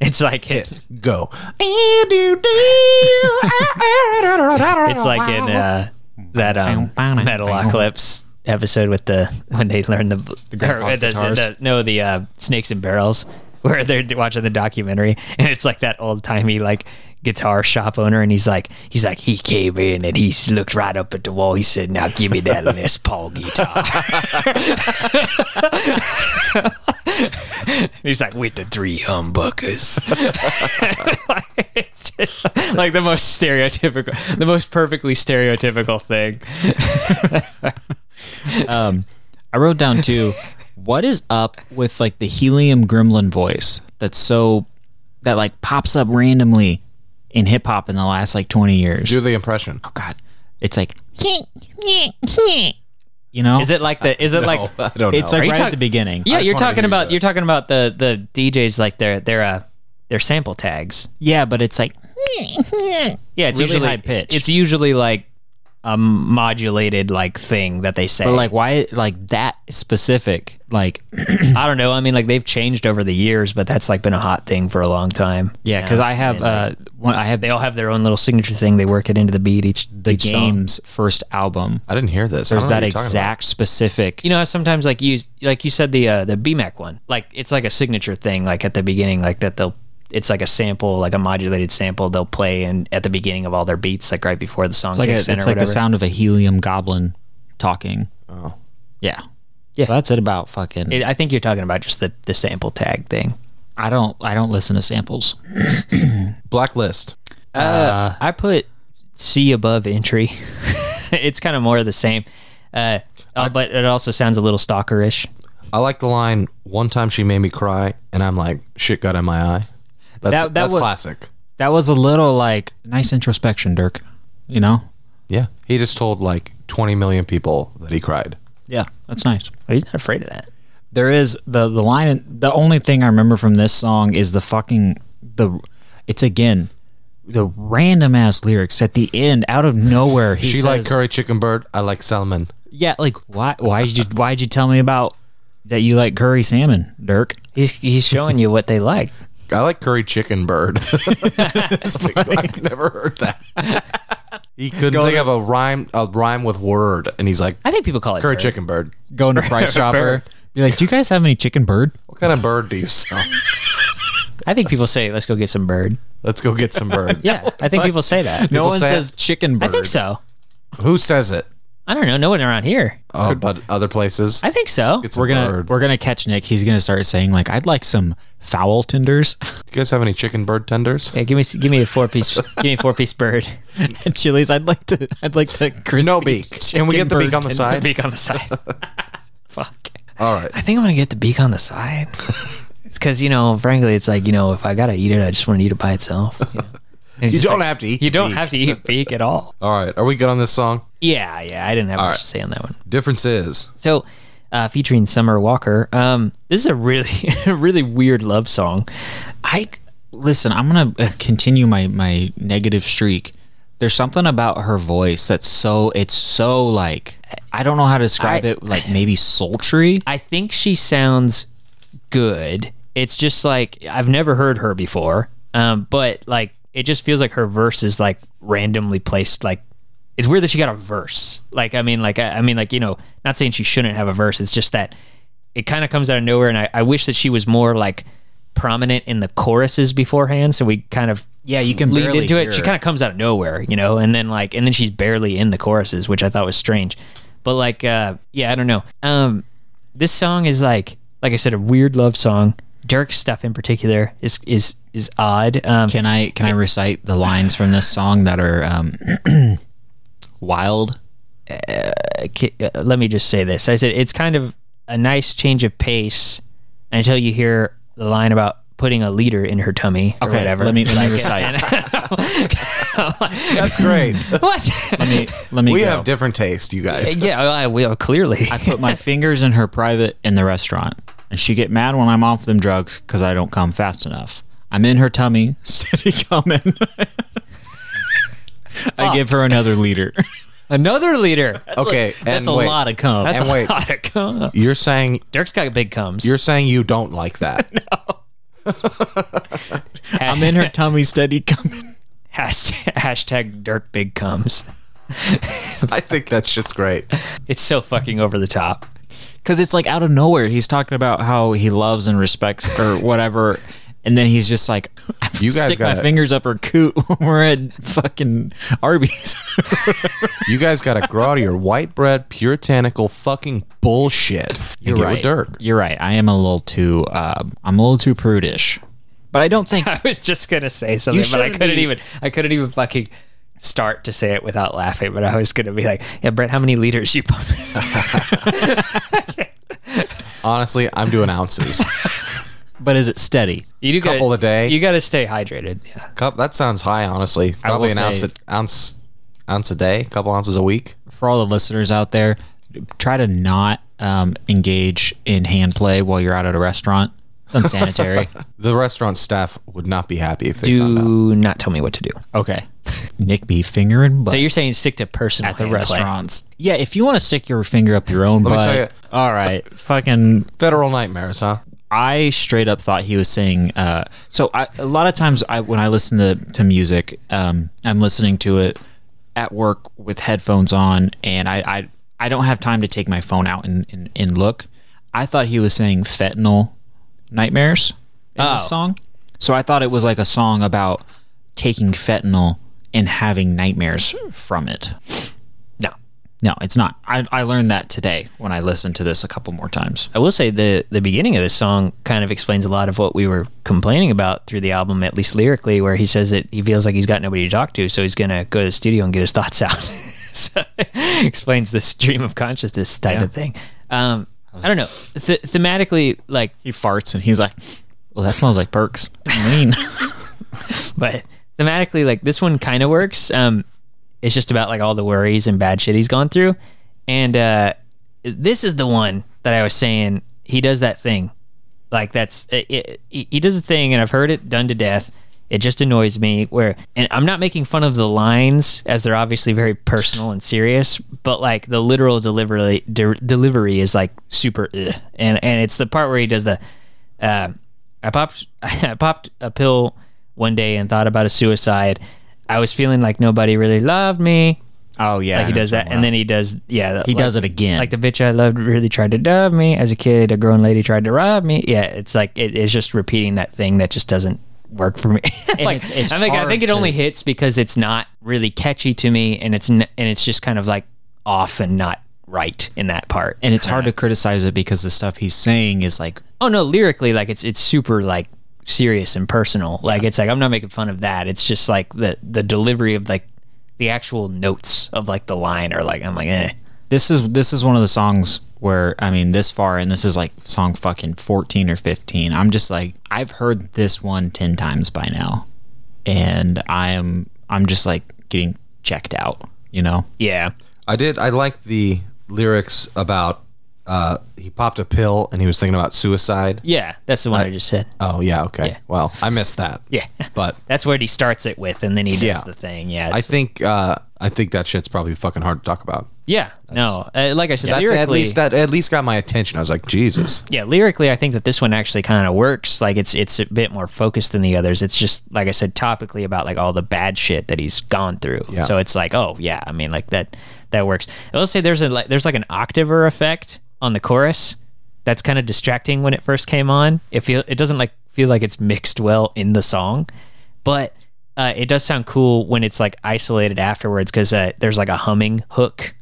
Speaker 3: It's like it,
Speaker 1: go.
Speaker 3: it's like in uh, that um, Metalocalypse episode with the when they learn the, or the,
Speaker 2: guitars.
Speaker 3: the- no the uh, snakes and barrels where they're d- watching the documentary and it's like that old timey like guitar shop owner and he's like he's like he came in and he s- looked right up at the wall he said now give me that Les Paul guitar He's like, with the three humbuckers. it's just like the most stereotypical, the most perfectly stereotypical thing.
Speaker 2: Um, I wrote down too. what is up with like the helium gremlin voice that's so that like pops up randomly in hip hop in the last like twenty years?
Speaker 1: Do the impression.
Speaker 2: Oh God, it's like you know,
Speaker 3: Is it like the? Is it like?
Speaker 1: Oh, I don't know.
Speaker 2: It's like
Speaker 3: you
Speaker 2: right at
Speaker 3: talk-
Speaker 2: the beginning.
Speaker 3: Yeah,
Speaker 1: just
Speaker 3: you're
Speaker 1: wanted to
Speaker 3: talking
Speaker 1: hear
Speaker 3: about
Speaker 1: that.
Speaker 3: you're talking about the the DJs like their their uh their sample tags.
Speaker 2: yeah, but it's like
Speaker 3: Yeah, it's
Speaker 2: Really
Speaker 3: usually
Speaker 2: high-pitched.
Speaker 3: It's usually like a modulated like thing that they say.
Speaker 2: but like why like that specific like
Speaker 3: I don't know. I mean, like they've changed over the years, but that's like been a hot thing for a long time.
Speaker 2: yeah because I have uh one I have
Speaker 3: They all have their own little signature thing. They work it into the beat each
Speaker 2: the
Speaker 3: each song.
Speaker 2: game's first album.
Speaker 1: I didn't hear this. I
Speaker 2: There's
Speaker 1: don't know
Speaker 2: that
Speaker 1: what you're talking
Speaker 2: exact specific.
Speaker 3: You know, how sometimes like you like you said the uh, the BMAC one. Like it's like a signature thing. Like at the beginning, like that they'll it's like a sample, like a modulated sample they'll play and at the beginning of all their beats, like right before the song
Speaker 2: It's like a,
Speaker 3: kicks in
Speaker 2: it's
Speaker 3: or
Speaker 2: like the
Speaker 3: whatever.
Speaker 2: sound of a helium goblin talking. Oh, yeah,
Speaker 3: Yeah.
Speaker 2: So that's it about fucking.
Speaker 3: It- I think you're talking about just the the sample tag thing.
Speaker 2: I don't I don't listen to samples.
Speaker 1: about. Blacklist.
Speaker 3: Uh, I put C above entry. it's kind of more of the same, uh, uh, but it also sounds a little stalkerish.
Speaker 1: I like the line. One time she made me cry, and I'm like, shit got in my eye. That's
Speaker 2: That- that
Speaker 1: that's
Speaker 2: wa-
Speaker 1: classic.
Speaker 2: That was a little like nice introspection, Dirk. You know.
Speaker 1: Yeah, he just told like 20 million people that he cried.
Speaker 2: Yeah, that's nice.
Speaker 3: Oh, He's not afraid of that.
Speaker 2: There is the the line. The only thing I remember from this song is the fucking the. It's again the random ass lyrics at the end out of nowhere. He
Speaker 1: she
Speaker 2: says,
Speaker 1: like curry chicken bird. I like salmon.
Speaker 2: Yeah, like why? Why did you? Why did you tell me about that? You like curry salmon, Dirk?
Speaker 3: He's he's showing you what they like.
Speaker 1: I like curry chicken bird. Like, I've never heard that. he couldn't think of a rhyme a rhyme with word, and he's like
Speaker 3: I think people call it
Speaker 1: curry
Speaker 3: bird.
Speaker 1: chicken bird.
Speaker 2: Going to Price Chopper. Be like, do you guys have any chicken bird?
Speaker 1: What kind of bird do you sell?
Speaker 3: I think people say, "Let's go get some bird."
Speaker 1: Let's go get some bird.
Speaker 3: Yeah, I think people say that.
Speaker 1: People say it.
Speaker 2: chicken bird.
Speaker 3: I think so.
Speaker 1: Who says it?
Speaker 3: I don't know. No one around here.
Speaker 1: Oh, but other places.
Speaker 3: I think so.
Speaker 1: It's
Speaker 2: We're gonna
Speaker 1: bird.
Speaker 2: we're gonna catch Nick. He's gonna start saying like, I'd like some fowl tenders,
Speaker 1: you guys have any chicken bird tenders?
Speaker 3: Yeah, give me give me a four piece give me a four piece bird.
Speaker 2: and chilies. I'd like to. I'd like the crispy.
Speaker 1: No beak. Can we get
Speaker 2: chicken
Speaker 1: the beak
Speaker 2: bird
Speaker 1: on the
Speaker 2: tender.
Speaker 1: side?
Speaker 3: beak on the side. Fuck.
Speaker 1: All right.
Speaker 3: I think I'm gonna get the beak on the side. Because you know, frankly, it's like you know, if I gotta eat it, I just want to eat it by itself. You, know? And it's
Speaker 1: You
Speaker 3: just
Speaker 1: don't
Speaker 3: like,
Speaker 1: have to eat.
Speaker 3: You don't have to eat beak at all.
Speaker 1: All right. Are we good on this song?
Speaker 3: Yeah, yeah. I didn't have much
Speaker 1: right.
Speaker 3: to say on that one.
Speaker 1: Difference is
Speaker 3: So, uh, featuring Summer Walker. Um, this is a really, a really weird love song.
Speaker 2: I listen. I'm gonna uh, continue my my negative streak. There's something about her voice that's so it's so like I don't know how to describe
Speaker 3: I-
Speaker 2: it. Like maybe sultry.
Speaker 3: I think she sounds good. It's just like I've never heard her before, um, but like it just feels like her verse is like randomly placed. Like it's weird that she got a verse. Like I mean, like I, I mean, like you know, not saying she shouldn't have a verse. It's just that it kind of comes out of nowhere, and I, I wish that she was more like prominent in the choruses beforehand, so we kind of
Speaker 2: Yeah, you can
Speaker 3: leaned
Speaker 2: barely
Speaker 3: into
Speaker 2: hear
Speaker 3: it. She
Speaker 2: her.
Speaker 3: kind of comes out of nowhere, you know, and then like, and then she's barely in the choruses, which I thought was strange. But like, uh, yeah, I don't know. Um, this song is like, like I said, a weird love song. Dirk's stuff in particular is is is odd. Um,
Speaker 2: Can I can I recite the lines from this song that are um, wild?
Speaker 3: ki- uh, let me just say this. I said it's kind of a nice change of pace until you hear the line about putting a leader in her tummy or whatever.
Speaker 2: Let me let me recite.
Speaker 1: that's great.
Speaker 3: what?
Speaker 2: let me let me.
Speaker 1: we
Speaker 2: go.
Speaker 1: have different taste, you guys.
Speaker 3: yeah, well, I will clearly.
Speaker 2: I put my fingers in her private in the restaurant, and she get mad when I'm off them drugs because I don't come fast enough. I'm in her tummy, steady coming. I give her another liter.
Speaker 3: Another leader.
Speaker 1: okay, and
Speaker 2: That's a
Speaker 1: wait.
Speaker 2: lot of cum.
Speaker 3: That's
Speaker 1: And
Speaker 3: a
Speaker 1: wait.
Speaker 3: lot of cum.
Speaker 1: You're saying
Speaker 3: Dirk's got big comes.
Speaker 1: you're saying you don't like that.
Speaker 2: I'm in her tummy, steady coming.
Speaker 3: hashtag, hashtag Dirk big comes.
Speaker 1: I think that shit's great.
Speaker 3: It's so fucking over the top.
Speaker 2: Because it's like out of nowhere. He's talking about how he loves and respects or whatever. And then he's just like, I
Speaker 1: You guys
Speaker 2: stick my
Speaker 1: gotta-
Speaker 2: fingers up her coot when we're at fucking Arby's.
Speaker 1: You guys got to grow out of your white bread, puritanical fucking bullshit. and
Speaker 2: You're
Speaker 1: get
Speaker 2: right.
Speaker 1: With Dirk.
Speaker 2: You're right. I am a little too. Um, I'm a little too prudish, but I don't think.
Speaker 3: I was just gonna say something, but I
Speaker 2: shouldn't
Speaker 3: couldn't
Speaker 2: be-
Speaker 3: even. I couldn't even fucking start to say it without laughing. But I was gonna be like, "Yeah, Brett, how many liters you pump?"
Speaker 1: Honestly, I'm doing ounces.
Speaker 2: but is it steady?
Speaker 3: you do
Speaker 1: Couple
Speaker 3: gotta,
Speaker 1: a day.
Speaker 3: You got to stay hydrated. Yeah.
Speaker 1: Cup. That sounds high. Honestly, probably
Speaker 2: will
Speaker 1: an ounce,
Speaker 2: say-
Speaker 1: a, ounce, ounce a day, couple ounces a week.
Speaker 2: For all the listeners out there, try to not um, engage in hand play while you're out at a restaurant. It's unsanitary.
Speaker 1: The restaurant staff would not be happy if they found out.
Speaker 3: Do not tell me what to do.
Speaker 2: okay. Nick B finger and butt.
Speaker 3: So you're saying stick to personal
Speaker 2: at the
Speaker 3: hand play.
Speaker 2: restaurants? Yeah, if you want to stick your finger up your own
Speaker 1: me
Speaker 2: butt.
Speaker 1: tell you-
Speaker 2: All right, fucking
Speaker 1: Federal nightmares, huh?
Speaker 2: I straight up thought he was saying. Uh, so I, a lot of times, I when I listen to to music, um, I'm listening to it at work with headphones on, and I I, I don't have time to take my phone out and, and, and look. I thought he was saying fentanyl nightmares in this song, so I thought it was like a song about taking fentanyl and having nightmares from it.
Speaker 3: No,
Speaker 2: No, it's not. I, I learned that today when I listened to this a couple more times.
Speaker 3: I will say the the beginning of this song kind of explains a lot of what we were complaining about through the album, at least lyrically, where he says that he feels like he's got nobody to talk to, so he's gonna go to the studio and get his thoughts out. so explains this stream of consciousness type of thing. Um, I don't know. Th- thematically, like,
Speaker 2: he farts and he's like, "Well, that smells like perks." Lean.
Speaker 3: but thematically, like this one kind of works. Um, it's just about like all the worries and bad shit he's gone through, and uh, this is the one that I was saying he does that thing, like that's it, it, he he does a thing, and I've heard it done to death. It just annoys me where, and I'm not making fun of the lines as they're obviously very personal and serious, but like the literal delivery de- delivery is like super, ugh. and and it's the part where he does the uh, I popped I popped a pill one day and thought about a suicide. I was feeling like nobody really loved me.
Speaker 2: oh yeah,
Speaker 3: Like he does that, and then he does yeah.
Speaker 2: he does it again.
Speaker 3: Like the bitch I loved really tried to dove me as a kid. A grown lady tried to rob me. Yeah, it's like it, it's just repeating that thing that just doesn't work for me. like
Speaker 2: it's- it's
Speaker 3: I'm like, I
Speaker 2: hard
Speaker 3: think it
Speaker 2: to-
Speaker 3: only hits because it's not really catchy to me, and it's n- and it's just kind of like off and not right in that part.
Speaker 2: and it's hard to criticize it because the stuff he's saying is like,
Speaker 3: oh no lyrically like it's it's super like serious and personal like it's like i'm not making fun of that it's just like the the delivery of like the actual notes of like the line are like i'm like eh
Speaker 2: this is this is one of the songs where I mean, this far, and this is like song fucking fourteen or fifteen. I'm just like, I've heard this one ten times by now, and I am I'm just like getting checked out. You know,
Speaker 3: yeah
Speaker 1: I did. I liked the lyrics about uh, he popped a pill and he was thinking about suicide.
Speaker 3: yeah that's the one i, just said
Speaker 1: Oh yeah, okay. Well, I missed that.
Speaker 3: yeah
Speaker 1: but
Speaker 3: that's where he starts it with and then he does
Speaker 1: Yeah.
Speaker 3: the thing yeah
Speaker 1: I
Speaker 3: it's-
Speaker 1: think uh, I think that shit's probably fucking hard to talk about.
Speaker 3: yeah no uh, like i said
Speaker 1: That's
Speaker 3: lyrically
Speaker 1: at least that at least got my attention. I was like, Jesus.
Speaker 3: yeah, lyrically, I think that this one actually kind of works. Like it's it's a bit more focused than the others. It's just like I said, topically about like all the bad shit that he's gone through.
Speaker 1: Yeah.
Speaker 3: So it's like, oh yeah, I mean like that that works. I will say there's a like there's like an octaver effect on the chorus that's kind of distracting when it first came on. It feel it doesn't like feel like it's mixed well in the song, but uh, it does sound cool when it's like isolated afterwards because uh, there's like a humming hook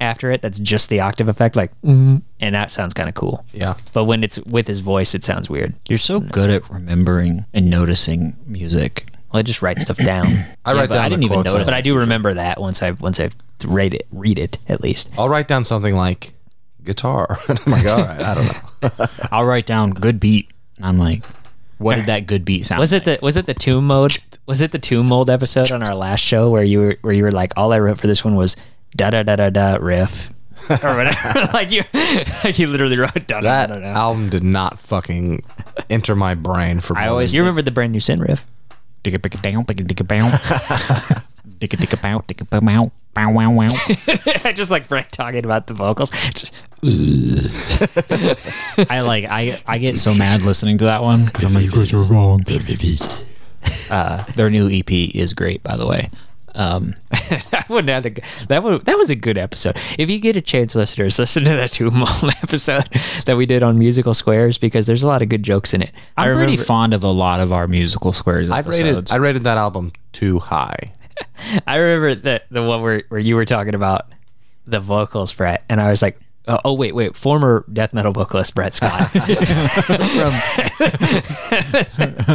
Speaker 3: after it that's just the octave effect like and that sounds kind of cool
Speaker 1: Yeah.
Speaker 3: but when it's with his voice, it sounds weird.
Speaker 2: you're so good at remembering and noticing music.
Speaker 3: Well, I just write stuff down,
Speaker 1: I write
Speaker 2: but
Speaker 1: down
Speaker 2: I didn't
Speaker 1: the
Speaker 2: even
Speaker 1: quotes.
Speaker 2: notice.
Speaker 3: but I do remember that once I once I read it, read it at least.
Speaker 1: I'll write down something like guitar. and I'm like, all right, I don't know.
Speaker 2: I'll write down good beat, and I'm like, what did that good beat sound?
Speaker 3: Was it the was it the tomb mode? Was it the tomb mold episode on our last show where you were where you were like, all I wrote for this one was da da da da da riff or whatever. like you like you literally wrote da da
Speaker 1: That
Speaker 3: da da.
Speaker 1: album did not fucking enter my brain for. I
Speaker 2: always-
Speaker 3: You remember the brand new sin riff?
Speaker 2: Digga digga down, digga digga bow. Digga digga bow, digga bow bow, bow wow wow.
Speaker 3: I just like Brent talking about the vocals. Just-
Speaker 2: I like I I get so mad listening to that one because I'm like, you guys are wrong. uh, their new EP is E great, by the way. Um,
Speaker 3: I wouldn't have to. go- That would, that was a good episode. If you get a chance, listeners, listen to that two mom episode that we did on musical squares because there's a lot of good jokes in it. I
Speaker 2: I'm pretty
Speaker 3: remember,
Speaker 2: fond of a lot of our musical squares
Speaker 1: I rated
Speaker 2: episodes.
Speaker 1: I rated that album too high.
Speaker 3: I remember the the one where, where you were talking about the vocals, Brett, and I was like, oh, oh wait, wait, former death metal vocalist Brett Scott.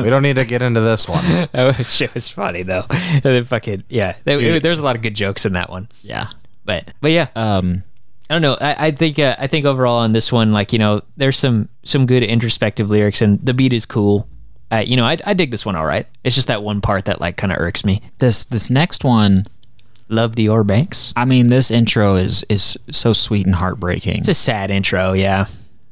Speaker 1: we don't need to get into this one.
Speaker 3: that was, shit was funny though. And then fucking yeah, there, there's a lot of good jokes in that one.
Speaker 2: yeah.
Speaker 3: But but yeah,
Speaker 2: Um,
Speaker 3: I don't know. I, I think uh, I think overall on this one, like you know, there's some some good introspective lyrics, and the beat is cool. Uh, you know, I, I dig this one all right. It's just that one part that like kind of irks me.
Speaker 2: this this next one,
Speaker 3: Love Dior Banks.
Speaker 2: I mean, this intro is is so sweet and heartbreaking.
Speaker 3: It's a sad intro, yeah.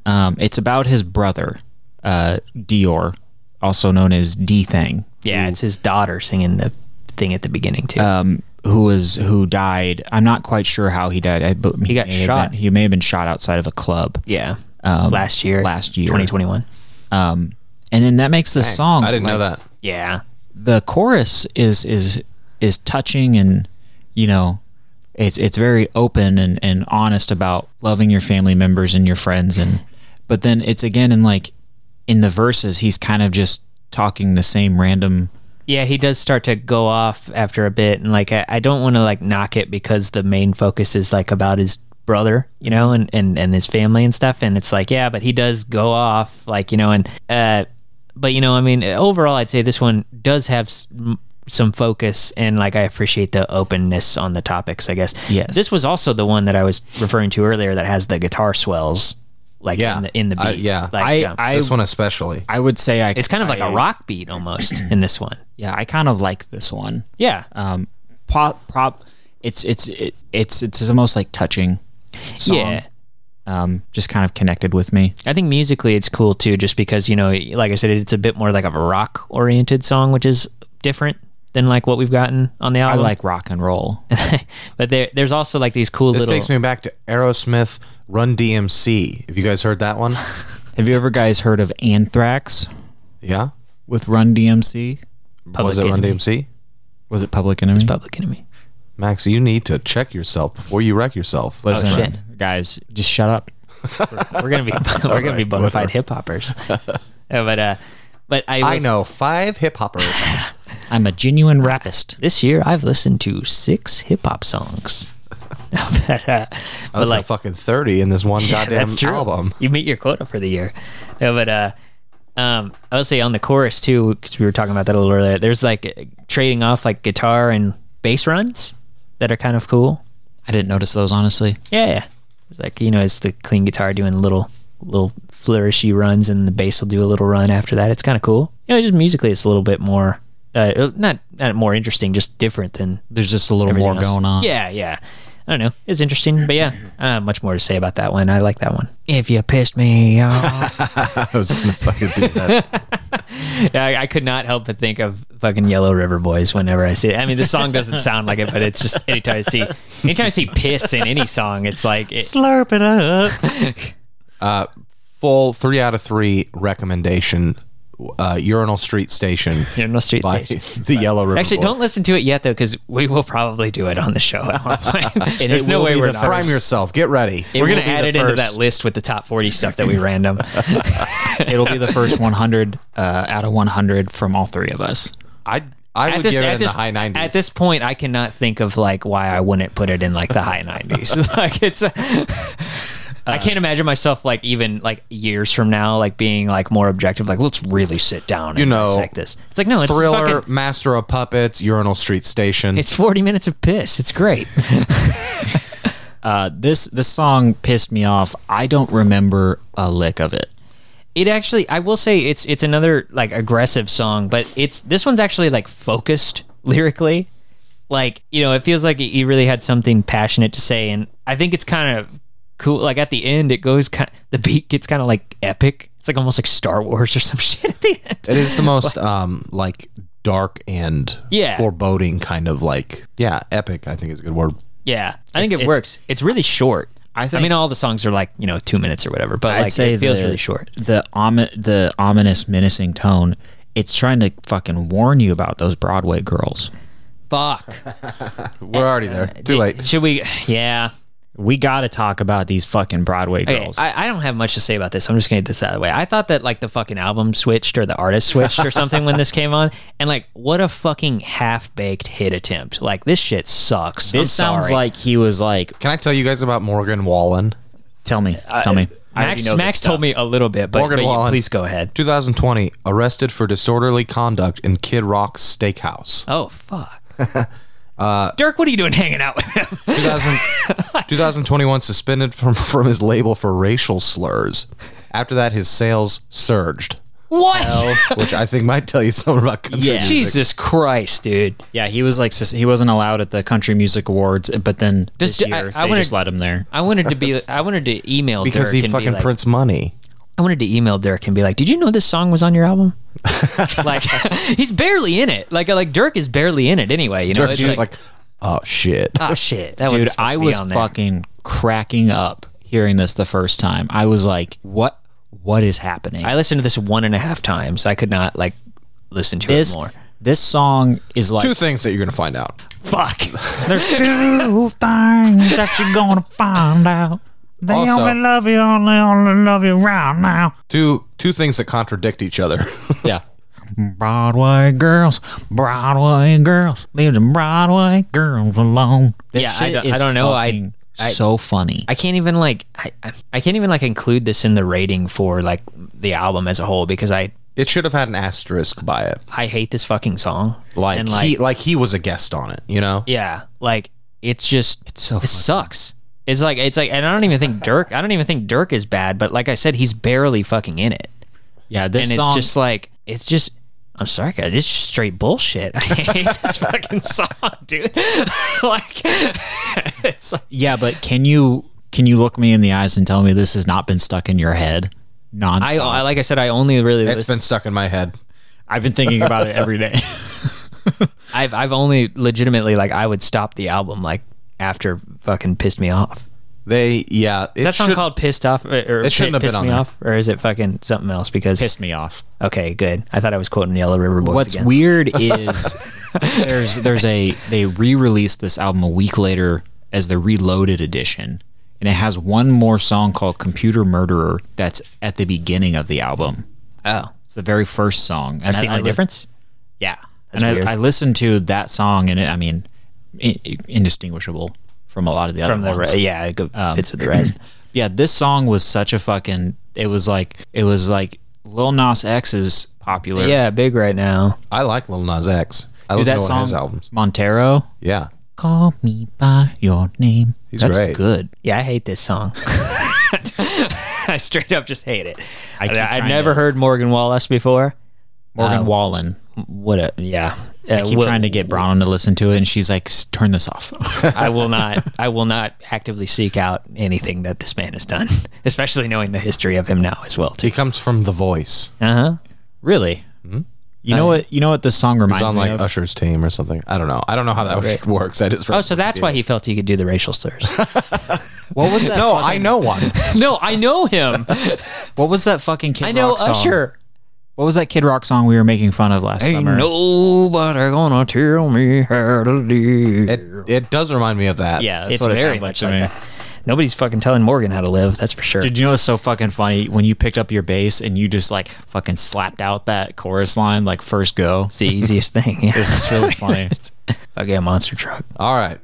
Speaker 2: Um, it's about his brother, uh, Dior, also known as D Thing,
Speaker 3: Yeah, it's his daughter singing the thing at the beginning too.
Speaker 2: um, who was who died. I'm not quite sure how he died. I, but he,
Speaker 3: got
Speaker 2: may have
Speaker 3: shot.
Speaker 2: been- he may have been shot outside of a club.
Speaker 3: yeah,
Speaker 2: um,
Speaker 3: last year,
Speaker 2: last year.
Speaker 3: 2021.
Speaker 2: Um, and then that makes this song.
Speaker 1: I didn't know
Speaker 2: like,
Speaker 1: that.
Speaker 3: Yeah,
Speaker 2: the chorus is is is touching and you know it's it's very open and, and honest about loving your family members and your friends and but then it's again in like in the verses he's kind of just talking the same random
Speaker 3: yeah, he does start to go off after a bit, and like I, I don't want to like knock it because the main focus is like about his brother, you know, and and and his family and stuff, and it's like yeah, but he does go off, like you know, and uh, but you know, I mean, overall, I'd say this one does have. S- m- some focus and like I appreciate the openness on the topics, I guess.
Speaker 2: Yes.
Speaker 3: This was also the one that I was referring to earlier that has the guitar swells like
Speaker 1: Yeah.
Speaker 3: in the in the beat.
Speaker 1: I- yeah.
Speaker 3: Like, um,
Speaker 2: I
Speaker 1: this one especially.
Speaker 2: I would say I
Speaker 3: it's kind of like
Speaker 2: a
Speaker 3: a rock beat almost in this one.
Speaker 2: yeah I kind of like this one
Speaker 3: Yeah.
Speaker 2: um pop prop it's it's it, it's it's the most like touching song
Speaker 3: Yeah.
Speaker 2: um just kind of connected with me
Speaker 3: I think musically it's cool too, just because, you know, like I said, it's a bit more like of a rock oriented song, which is different than like what we've gotten on the
Speaker 2: I
Speaker 3: album.
Speaker 2: like rock and roll
Speaker 3: but there, there's also like these cool
Speaker 1: This
Speaker 3: little.
Speaker 1: takes me back to Aerosmith Run DMC. Have you guys heard that one?
Speaker 2: Have you ever guys heard of Anthrax
Speaker 1: Yeah.
Speaker 2: with Run DMC?
Speaker 1: was it
Speaker 3: Public
Speaker 1: Run
Speaker 3: Enemy.
Speaker 1: DMC?
Speaker 2: Was it Public Enemy?
Speaker 3: Public Enemy.
Speaker 1: Max, you need to check yourself before you wreck yourself.
Speaker 2: Listen,
Speaker 3: Oh, shit.
Speaker 2: guys, just shut up.
Speaker 3: We're gonna be we're gonna be bona fide hip hoppers. but uh, but I,
Speaker 1: I
Speaker 3: was-
Speaker 1: know five hip hoppers.
Speaker 2: I'm a genuine rapist.
Speaker 3: this year I've listened to six hip hop songs. but uh,
Speaker 1: I
Speaker 3: but
Speaker 1: was
Speaker 3: like
Speaker 1: like fucking thirty in this one goddamn
Speaker 3: that's true.
Speaker 1: album.
Speaker 3: You meet your quota for the year. No, but uh, um, I would say on the chorus too, because we were talking about that a little earlier. There's like uh, trading off like guitar and bass runs that are kind of cool.
Speaker 2: I didn't notice those honestly.
Speaker 3: Yeah, it's like you know, it's the clean guitar doing little little flourishy runs, and the bass will do a little run after that. It's kind of cool. You know, just musically, it's a little bit more. Uh, not not more interesting, just different than
Speaker 2: There's just a little
Speaker 3: everything
Speaker 2: more
Speaker 3: else.
Speaker 2: going on.
Speaker 3: Yeah, yeah. I don't know. It's interesting, but yeah, I don't have much more to say about that one. I like that one. If you pissed me off,
Speaker 1: I was gonna fucking do that.
Speaker 3: I, I could not help but think of fucking Yellow River Boys whenever I see it. I mean, the song doesn't sound like it, but it's just anytime I see, anytime I see piss in any song, it's like it,
Speaker 2: Slurp it up.
Speaker 1: Full three out of three recommendation. Uh, Urinal Street Station
Speaker 3: Urinal Street
Speaker 1: by
Speaker 3: Station.
Speaker 1: the Yellow River.
Speaker 3: Actually,
Speaker 1: Boys.
Speaker 3: don't listen to it yet though, because we will probably do it on the show. at one point. There's
Speaker 2: it
Speaker 3: no
Speaker 2: will
Speaker 3: way
Speaker 2: be
Speaker 3: we're
Speaker 2: the
Speaker 3: not.
Speaker 1: prime yourself. Get ready.
Speaker 3: We're gonna
Speaker 2: will be
Speaker 3: add
Speaker 2: the
Speaker 3: it into that
Speaker 2: first.
Speaker 3: list with the top forty stuff that we random.
Speaker 2: It'll be the first 100 uh, out of 100 from all three of us.
Speaker 1: I I would give it in the high nineties.
Speaker 3: At this point, I cannot think of like why I wouldn't put it in like the high nineties. like it's, a-
Speaker 1: Uh,
Speaker 3: I can't imagine myself like even like years from now like being like more objective. Like let's really sit down and
Speaker 1: You know,
Speaker 3: dissect this. It's like no, it's
Speaker 1: Thriller,
Speaker 3: fucking,
Speaker 1: Master of Puppets, Urinal Street Station.
Speaker 3: it's forty minutes of piss. It's great.
Speaker 2: Uh, this this song pissed me off. I don't remember a lick of it.
Speaker 3: it actually, I will say it's it's another like aggressive song, but it's this one's actually like focused lyrically. like you know it feels like he really had something passionate to say and i think it's kind of cool like at the end it goes kind the beat gets kind of like epic it's like almost like star wars or some shit at the end
Speaker 1: It is the most um like dark and
Speaker 3: Yeah.
Speaker 1: foreboding kind of like yeah epic. I think is a good word.
Speaker 3: yeah i think it
Speaker 2: it's-
Speaker 3: works it's really short
Speaker 2: I
Speaker 3: i
Speaker 2: think-
Speaker 3: mean all the songs are like you know two minutes or whatever but like it feels
Speaker 2: the-
Speaker 3: really short
Speaker 2: The omi- the ominous, menacing tone. It's trying to fucking warn you about those Broadway girls.
Speaker 3: Fuck.
Speaker 1: We're already there. Too late.
Speaker 3: Should we? Yeah.
Speaker 2: We got to talk about these fucking Broadway
Speaker 3: Okay,
Speaker 2: girls.
Speaker 3: I, I don't have much to say about this. I'm just gonna get this out of the way. I thought that like the fucking album switched or the artist switched or something when this came on, and like what a fucking half baked hit attempt. Like this shit sucks. I'm
Speaker 2: this sounds
Speaker 3: sorry.
Speaker 2: like he was like,
Speaker 1: Can I tell you guys about Morgan Wallen?
Speaker 2: "Tell me, tell me." I already
Speaker 3: Max.
Speaker 2: know this
Speaker 3: Max told
Speaker 2: stuff.
Speaker 3: me a little bit, but,
Speaker 1: Morgan
Speaker 3: but you-
Speaker 1: Wallen.
Speaker 3: please go ahead.
Speaker 1: 2020, arrested for disorderly conduct in Kid Rock's steakhouse.
Speaker 3: Oh fuck.
Speaker 2: Uh,
Speaker 3: Dirk, what are you doing hanging out with him?
Speaker 1: 2000, 2021 suspended from, from his label for racial slurs. After that, his sales surged,
Speaker 3: what?
Speaker 1: which I think might tell you something about country
Speaker 2: Yeah.
Speaker 1: music.
Speaker 3: Jesus Christ, dude.
Speaker 2: Yeah, he was like, sus- he wasn't allowed at the Country Music Awards, but then
Speaker 3: Does
Speaker 2: this
Speaker 3: J- I-
Speaker 2: year
Speaker 3: I
Speaker 2: they
Speaker 3: wanna-
Speaker 2: just let him there.
Speaker 3: I wanted to be. I wanted to email
Speaker 1: Because
Speaker 3: Dirk
Speaker 1: he
Speaker 3: and be
Speaker 1: fucking
Speaker 3: like,
Speaker 1: prints money.
Speaker 3: I wanted to email Dirk and be like, "Did you know this song was on your album?" like, he's barely in it. Like, like Dirk is barely in it anyway. You know,
Speaker 1: Dirk's just like, oh shit.
Speaker 3: "Ah, shit, that
Speaker 2: Dude,
Speaker 3: was
Speaker 2: I was fucking cracking up hearing this the first time. I was like, "What? What is happening?"
Speaker 3: I listened to this one and a half times. I could not like listen to
Speaker 2: this
Speaker 3: it more.
Speaker 2: this song is like
Speaker 1: Two things that you're going to find out.
Speaker 3: Fuck.
Speaker 2: There's two things that you're gonna find out. They
Speaker 1: Also- only
Speaker 2: love you, only only love you right now.
Speaker 1: Two, two things that contradict each other.
Speaker 2: Yeah. Broadway girls, Broadway girls, leave the Broadway girls alone. This
Speaker 3: Yeah, I
Speaker 2: shit
Speaker 3: don't-
Speaker 2: is
Speaker 3: I don't know, I-
Speaker 2: fucking so funny.
Speaker 3: I can't even like. I, I- I can't even like include this in the rating for like the album as a whole because I
Speaker 1: it should have had an asterisk by it.
Speaker 3: I hate this fucking song.
Speaker 1: Like,
Speaker 3: and like
Speaker 1: he, like he was a guest on it, you know?
Speaker 3: yeah, like it's just
Speaker 2: so
Speaker 3: it
Speaker 2: fucking-
Speaker 3: sucks. It's like it's like, and I don't even think Dirk. I don't even think Dirk is bad, but like I said, he's barely fucking in it.
Speaker 2: yeah, this
Speaker 3: and
Speaker 2: song.
Speaker 3: it's just like it's just I'm sorry guys, it's just straight bullshit. I hate this fucking song, dude. like it's like
Speaker 2: yeah, but can you can you look me in the eyes and tell me this has not been stuck in your head? Nonstop.
Speaker 3: I, I like I said, I only really
Speaker 1: It's
Speaker 3: listen,
Speaker 1: been stuck in my head.
Speaker 2: I've been thinking about it every day.
Speaker 3: I've I've only legitimately like I would stop the album like after fucking pissed me off.
Speaker 1: They, yeah.
Speaker 3: Is that song called "Pissed Off" or, or
Speaker 1: It shouldn't have been
Speaker 3: "Pissed
Speaker 1: on
Speaker 3: Me
Speaker 1: there.
Speaker 3: Off" or is it fucking something else? Because
Speaker 2: Pissed me off.
Speaker 3: okay, good. I thought I was quoting Yellow River Boys
Speaker 2: What's
Speaker 3: again.
Speaker 2: weird is there's there's a they re-released this album a week later as the reloaded edition, and it has one more song called "Computer Murderer" that's at the beginning of the album.
Speaker 3: oh,
Speaker 2: It's the very first song.
Speaker 3: that's the only difference.
Speaker 2: Yeah, and
Speaker 3: weird.
Speaker 2: I, I listened to that song, and it, I mean, i i- indistinguishable from a lot of the other
Speaker 3: From the Um,
Speaker 2: ones.
Speaker 3: re- yeah, it go, fits with the rest.
Speaker 2: Yeah, this song was such a fucking. It was like it was like Lil Nas X's popular.
Speaker 3: yeah, big right now.
Speaker 1: I like Lil Nas X. I
Speaker 2: Dude,
Speaker 1: listen
Speaker 2: that
Speaker 1: to one
Speaker 2: song
Speaker 1: of his albums.
Speaker 2: Montero.
Speaker 1: Yeah.
Speaker 2: Call me by your name.
Speaker 1: He's
Speaker 2: That's
Speaker 1: great.
Speaker 2: good.
Speaker 3: Yeah, I hate this song. I straight up just hate it. I
Speaker 2: keep
Speaker 3: I,
Speaker 2: trying
Speaker 3: have never
Speaker 2: to-
Speaker 3: heard Morgan Wallace before. Uh,
Speaker 2: Morgan Wallen.
Speaker 3: Um, What a yeah.
Speaker 2: I keep trying to get Brown to listen to it, and she's like, "S- "Turn this off."
Speaker 3: I will not. I will not actively seek out anything that this man has done, especially knowing the history of him now as well. Too.
Speaker 1: He comes from The Voice.
Speaker 3: Uh huh.
Speaker 2: really? You know what? You know what this song
Speaker 1: He's
Speaker 2: reminds
Speaker 1: on
Speaker 2: me
Speaker 1: like
Speaker 2: of?
Speaker 1: Usher's team or something. I don't know. I don't know how that works. I just
Speaker 3: Oh, so that's why he felt he could do the racial slurs.
Speaker 2: What was that?
Speaker 1: no, I know one.
Speaker 3: no, I know him.
Speaker 2: What was that fucking Kid
Speaker 3: I know
Speaker 2: Rock song?
Speaker 3: Usher.
Speaker 2: What was that Kid Rock song we were making fun of last summer?
Speaker 3: nobody gonna tell me how to live.
Speaker 1: It it does remind me of that.
Speaker 2: Yeah, that's
Speaker 3: it's
Speaker 2: what it
Speaker 3: very
Speaker 2: sounds like
Speaker 3: much
Speaker 2: to
Speaker 3: like
Speaker 2: me.
Speaker 3: that. Nobody's fucking telling Morgan how to live. That's for sure.
Speaker 2: Dude, you know what's so fucking funny? When you picked up your bass and you just like fucking slapped out that chorus line like first go.
Speaker 3: It's the easiest thing. Yeah.
Speaker 2: This is really funny.
Speaker 3: I get a monster truck.
Speaker 1: All right.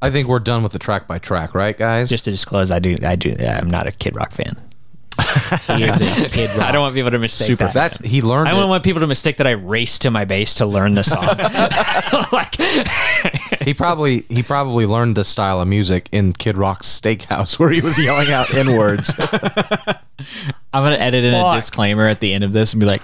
Speaker 1: I think we're done with the track by track, right, guys?
Speaker 3: Just to disclose, I do. I do. I'm not a Kid Rock fan.
Speaker 2: he is a Kid Rock.
Speaker 3: I don't want people to mistake
Speaker 1: super.
Speaker 3: that.
Speaker 1: That's he learned.
Speaker 3: I don't
Speaker 1: it.
Speaker 3: want people to mistake that I raced to my base to learn the song. like,
Speaker 1: He probably he probably learned this style of music in Kid Rock's steakhouse where he was yelling out in words.
Speaker 2: I'm gonna edit in
Speaker 3: Fuck.
Speaker 2: a disclaimer at the end of this and be like,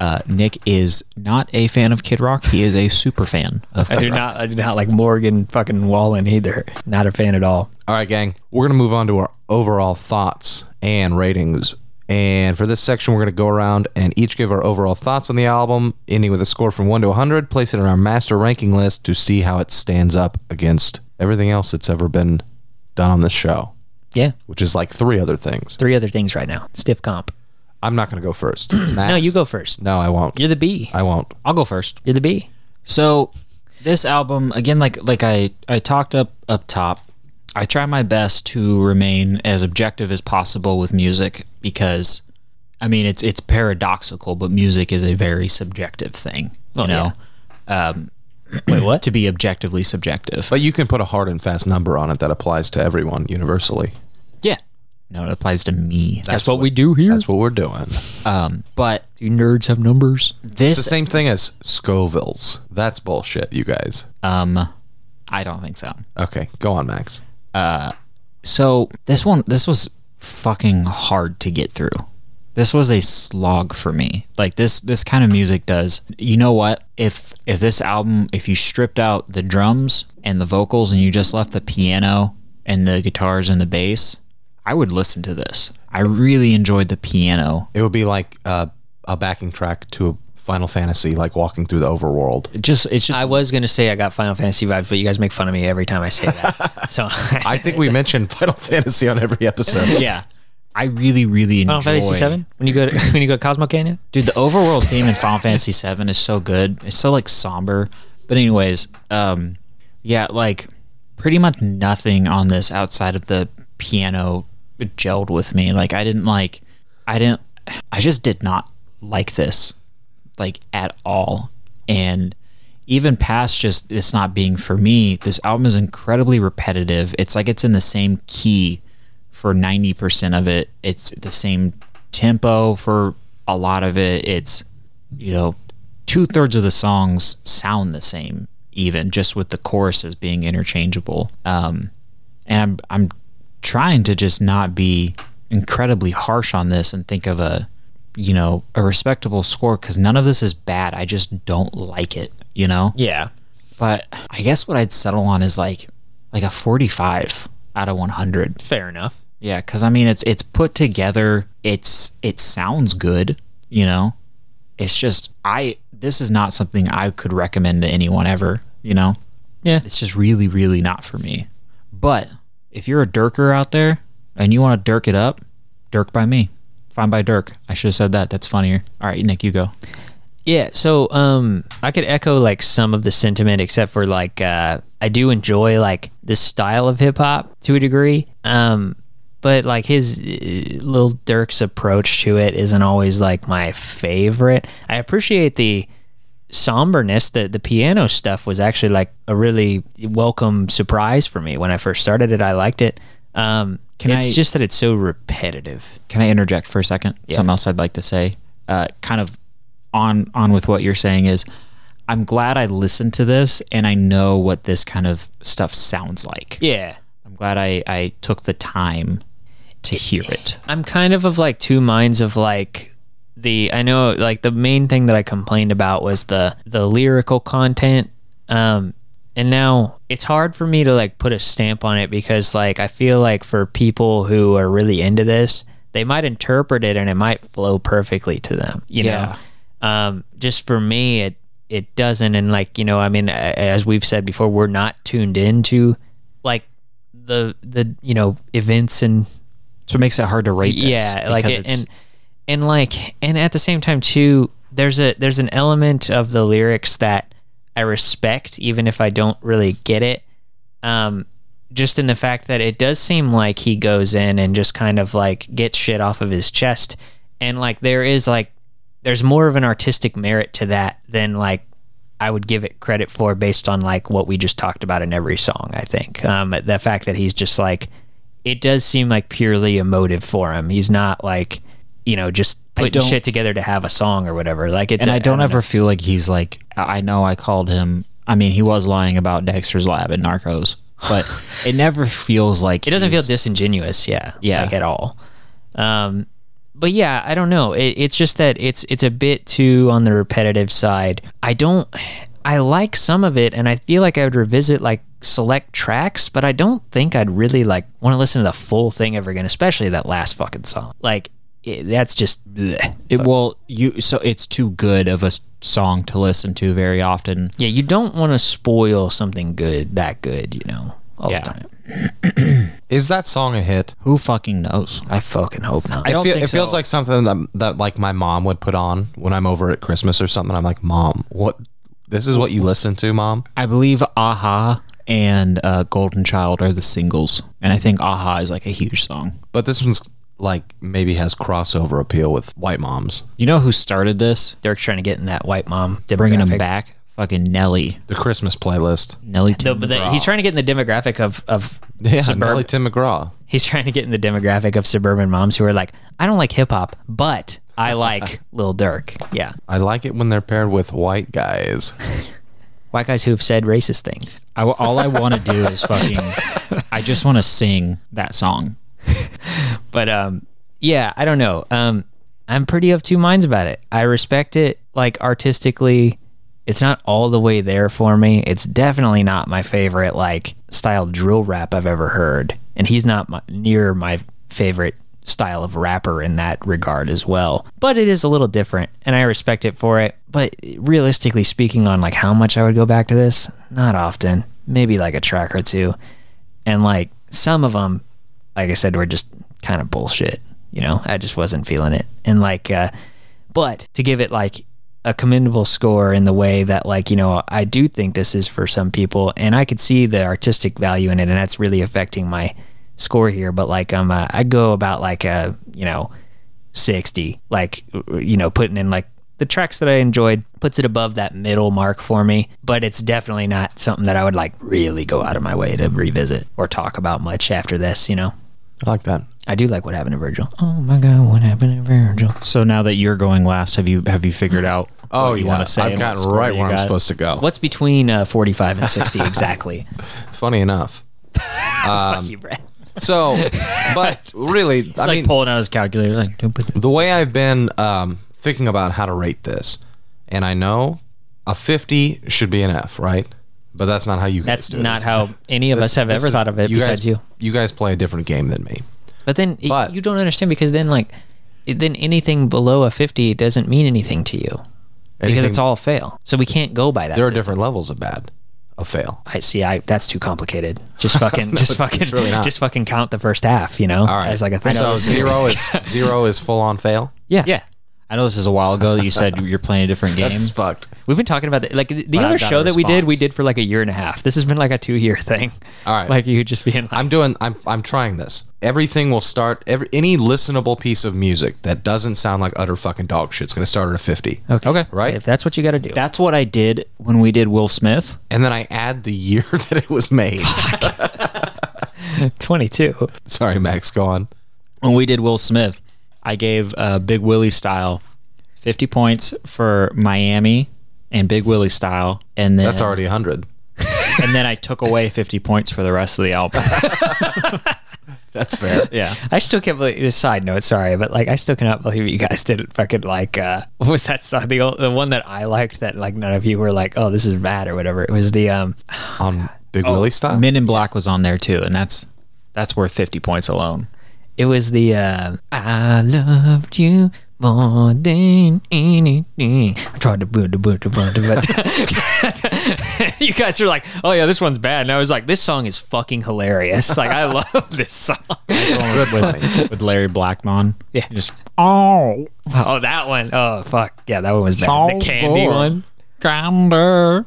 Speaker 2: uh, Nick is not a fan of Kid Rock. He is a super fan of
Speaker 3: I
Speaker 2: Kid
Speaker 3: do
Speaker 2: Rock.
Speaker 3: not. I do not like Morgan fucking Wallen either. Not a fan at all.
Speaker 1: All right, gang. We're going to move on to our overall thoughts and ratings. And for this section, we're going to go around and each give our overall thoughts on the album, ending with a score from 1 to 100, place it in our master ranking list to see how it stands up against everything else that's ever been done on this show,
Speaker 3: Yeah.
Speaker 1: which is like three other things.
Speaker 3: Three other things right now. Stiff comp.
Speaker 1: I'm not going to go first.
Speaker 3: No, you go first.
Speaker 1: No, I won't.
Speaker 3: You're the B.
Speaker 1: I won't.
Speaker 2: I'll go first.
Speaker 3: You're the B.
Speaker 2: So this album again like like I I talked up up top. I try my best to remain as objective as possible with music because I mean it's it's paradoxical, but music is a very subjective thing, you know. Um Oh, Wait, what? To be objectively subjective.
Speaker 1: But you can put a hard and fast number on it that applies to everyone universally.
Speaker 2: yeah. No, it applies to me.
Speaker 3: That's what we do here.
Speaker 1: That's what we're doing. It's
Speaker 2: Um, but
Speaker 3: You nerds have numbers.
Speaker 1: the
Speaker 2: this
Speaker 1: same thing as Scoville's. That's bullshit, you guys.
Speaker 2: um I don't think so.
Speaker 1: Okay, go on, Max.
Speaker 2: So this one, this was fucking hard to get through. This was a slog for me. Like this, this kind of music does. You know what? If if this album, if you stripped out the drums and the vocals and you just left the piano and the guitars and the bass, I would listen to this. I really enjoyed the piano.
Speaker 1: It would be like uh, a backing track to a Final Fantasy, like walking through the overworld.
Speaker 2: It just it's just
Speaker 3: I was gonna say I got Final Fantasy vibes, but you guys make fun of me every time I say that. so
Speaker 1: I think we mentioned Final Fantasy on every episode.
Speaker 2: yeah. I really really enjoy.
Speaker 3: Final Fantasy Seven when you go to, when you go to Cosmo Canyon.
Speaker 2: Dude, the overworld theme in Final Fantasy VII is so good. It's so like somber. But anyways, um, yeah, like pretty much nothing on this outside of the piano gelled with me. Like I didn't like, I didn't, I just did not like this, like at all. And even past just this not being for me, this album is incredibly repetitive. It's like it's in the same key for 90% of it. It's the same tempo for a lot of it. It's, you know, two thirds of the songs sound the same, even just with the choruses being interchangeable. Um, and I'm, I'm trying to just not be incredibly harsh on this and think of a, you know, a respectable score because none of this is bad. I just don't like it, you know?
Speaker 3: Yeah,
Speaker 2: But I guess what I'd settle on is like, like a 45 out of 100.
Speaker 3: fair enough.
Speaker 2: Yeah, because I mean, it's it's put together. It's it sounds good. You know, it's just I. This is not something I could recommend to anyone ever. You know.
Speaker 3: Yeah.
Speaker 2: It's just really, really not for me. But if you're a dirker out there and you want to dirk it up, dirk by me. Fine by dirk. I should have said that. That's funnier. All right, Nick, you go.
Speaker 3: Yeah, so um I could echo like some of the sentiment except for like uh I do enjoy like this style of hip hop to a degree. Um but like his uh, little Dirk's approach to it isn't always like my favorite. I appreciate the somberness that the piano stuff was actually like a really welcome surprise for me when I first started it. I liked it. Um
Speaker 2: Can
Speaker 3: it's
Speaker 2: I-
Speaker 3: just that it's so repetitive.
Speaker 2: can I interject for a second? Something else I'd like to say, uh, kind of on on with what you're saying is, I'm glad I listened to this and I know what this kind of stuff sounds like.
Speaker 3: Yeah.
Speaker 2: I'm glad I I took the time to hear it.
Speaker 3: I'm kind of of like two minds of like the I know like the main thing that I complained about was the the lyrical content um and now it's hard for me to like put a stamp on it because like I feel like for people who are really into this they might interpret it and it might flow perfectly to them you
Speaker 2: Yeah.
Speaker 3: know um just for me it it doesn't and like you know I mean a- as we've said before we're not tuned into like the the you know events and
Speaker 2: So it makes it hard to rate. This
Speaker 3: yeah like
Speaker 2: because
Speaker 3: it,
Speaker 2: it's-
Speaker 3: and and like and at the same time too there's a there's an element of the lyrics that i respect even if i don't really get it um just in the fact that it does seem like he goes in and just kind of like gets shit off of his chest and like there is like there's more of an artistic merit to that than like I would give it credit for based on like what we just talked about in every song. I think um, the fact that he's just like it does seem like purely emotive for him. He's not like you know just putting
Speaker 2: don't-
Speaker 3: shit together to have a song or whatever. Like it's
Speaker 2: and
Speaker 3: I
Speaker 2: I don't ever feel like he's like I I know I called him. I mean, he was lying about Dexter's lab and Narcos, but it never feels like
Speaker 3: it doesn't feel disingenuous. Yeah,
Speaker 2: Yeah.
Speaker 3: like at all. Um, but yeah, I don't know. It, it's just that it's it's a bit too on the repetitive side. I don't. I like some of it, and I feel like I would revisit like select tracks, but I don't think I'd really like want to listen to the full thing ever again, especially that last fucking song. Like it, that's just bleh.
Speaker 2: It, well, you so it's too good of a s- song to listen to very often.
Speaker 3: yeah. You don't want to spoil something good that good, you know. All
Speaker 2: Yeah.
Speaker 3: the time.
Speaker 1: Is that song a hit?
Speaker 2: Who fucking knows?
Speaker 3: I fucking hope not.
Speaker 2: I don't
Speaker 1: Feel-
Speaker 2: think
Speaker 1: it feels
Speaker 2: so.
Speaker 1: like something that, that like my mom would put on when I'm over at Christmas or something. I'm like, mom, what This is what you listen to, mom.
Speaker 2: I believe Aha and uh, Golden Child are the singles, and I think Aha is like a huge song.
Speaker 1: But this one's like maybe has crossover appeal with white moms.
Speaker 2: You know who started this?
Speaker 3: Derek's trying to get in that white mom demographic.
Speaker 2: Bringing them back, fucking Nelly,
Speaker 1: The Christmas playlist.
Speaker 2: Nelly.
Speaker 3: No,
Speaker 2: Tim
Speaker 3: but the, he's trying to get in the demographic of of
Speaker 1: Yeah,
Speaker 3: suburban.
Speaker 1: Nelly Tim McGraw.
Speaker 3: He's trying to get in the demographic of suburban moms who are like, I don't like hip hop, but I like Lil Durk. Yeah,
Speaker 1: I like it when they're paired with white guys.
Speaker 3: white guys who've said racist things.
Speaker 2: I, all I want to do is fucking. I just want to sing that song.
Speaker 3: But um, yeah, I don't know. Um, I'm pretty of two minds about it. I respect it, like artistically. It's not all the way there for me. It's definitely not my favorite like style drill rap I've ever heard, and he's not my, near my favorite style of rapper in that regard as well. But it is a little different, and I respect it for it. But realistically speaking, on like how much I would go back to this, not often. Maybe like a track or two, and like some of them like I said, were just kind of bullshit. You know, I just wasn't feeling it. And like, uh, but to give it like a commendable score in the way that, like, you know, I do think this is for some people, and I could see the artistic value in it, and that's really affecting my score here. But like, um, uh, I go about like a, you know, 60 like you know putting in like the tracks that i enjoyed puts it above that middle mark for me but it's definitely not something that i would like really go out of my way to revisit or talk about much after this you know
Speaker 1: I like that.
Speaker 3: i do like what happened to virgil oh my god what happened to virgil
Speaker 2: So now that you're going last, have you have you figured out?
Speaker 1: Oh,
Speaker 2: what
Speaker 1: you
Speaker 2: you want to say?
Speaker 1: I've
Speaker 2: and what
Speaker 1: gotten
Speaker 2: score
Speaker 1: right
Speaker 2: you
Speaker 1: where I'm
Speaker 2: got?
Speaker 1: supposed to go.
Speaker 3: what's between uh, 45 and 60 exactly
Speaker 1: Funny enough.
Speaker 3: fuck you brett
Speaker 1: So, but really, I
Speaker 2: It's like
Speaker 1: mean,
Speaker 2: pulling out his calculator, like don't put.
Speaker 1: the way I've been um, thinking about how to rate this, and I know a 50 should be an F, right? But that's not how you guys
Speaker 3: that's
Speaker 1: do this.
Speaker 3: not how any of us have
Speaker 1: This
Speaker 3: ever
Speaker 1: is-
Speaker 3: thought of it besides
Speaker 1: guys,
Speaker 3: you
Speaker 1: You guys play a different game than me.
Speaker 3: but then y-
Speaker 1: But-
Speaker 3: you don't understand because then like it- then anything below a 50 doesn't mean anything to you because
Speaker 1: Anything-
Speaker 3: it's all fail so we can't go by that
Speaker 1: There are
Speaker 3: system.
Speaker 1: different levels of bad, of fail.
Speaker 3: I see. I that's too complicated. Just fucking, just fucking,
Speaker 1: it's really not.
Speaker 3: just fucking count the first half. You know,
Speaker 1: All right.
Speaker 3: as like a thing.
Speaker 1: So zero is zero is full on fail.
Speaker 3: yeah,
Speaker 2: Yeah, I know this is a while ago. You said you're playing a different game.
Speaker 1: That's fucked.
Speaker 3: We've been talking about that. Like the, the
Speaker 2: But I
Speaker 3: other
Speaker 2: got a
Speaker 3: show that we did,
Speaker 2: response.
Speaker 3: we did for like a year and a half. This has been like a two-year thing.
Speaker 1: All right.
Speaker 3: Like you just being like,
Speaker 1: I'm doing. I'm. I'm trying this. Everything will start. Every any listenable piece of music that doesn't sound like utter fucking dog shit's going to start at a fifty.
Speaker 3: okay,
Speaker 1: right?
Speaker 3: If that's what you got to do,
Speaker 2: That's what I did when we did Will Smith.
Speaker 1: And then I add the year that it was made.
Speaker 3: twenty-two.
Speaker 1: Sorry, Max. Go on.
Speaker 2: When we did Will Smith, I gave uh, Big Willie style 50 points for Miami and Big Willie style, and then
Speaker 1: That's already hundred.
Speaker 2: and then I took away 50 points for the rest of the album.
Speaker 1: That's fair.
Speaker 2: yeah,
Speaker 3: I still can't believe. just Side note, sorry, but like I still cannot believe you guys didn't fucking like. uh What was that song? The old, the one that I liked that like none of you were like, oh, this is bad or whatever. It was the um.
Speaker 1: on Big Willie style.
Speaker 2: Men in Black was on there too, and that's that's worth 50 points alone.
Speaker 3: It was the uh, I loved you more than anything. I tried to but but but but. You guys are like, oh yeah, this one's bad, and I was like, this song is fucking hilarious. Like I love this song.
Speaker 1: Good with me.
Speaker 2: With Larry Blackmon,
Speaker 3: Yeah.
Speaker 2: just oh,
Speaker 3: Oh that one. Oh fuck yeah, that one was bad.
Speaker 2: So
Speaker 3: the candy
Speaker 2: good.
Speaker 3: one.
Speaker 2: Gander.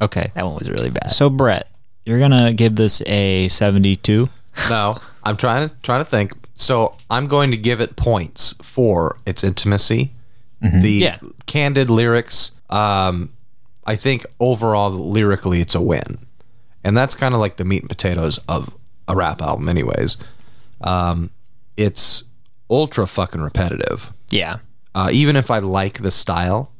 Speaker 2: Okay,
Speaker 3: That one was really bad.
Speaker 2: so Brett, you're gonna give this a 72.
Speaker 1: No, I'm trying to trying to think. So I'm going to give it points for its intimacy, the
Speaker 3: Yeah.
Speaker 1: candid lyrics. Um, I think overall lyrically, it's a win, and that's kind of like the meat and potatoes of a rap album, anyways. Um, it's ultra fucking repetitive.
Speaker 3: yeah,
Speaker 1: Uh, even if I like the style,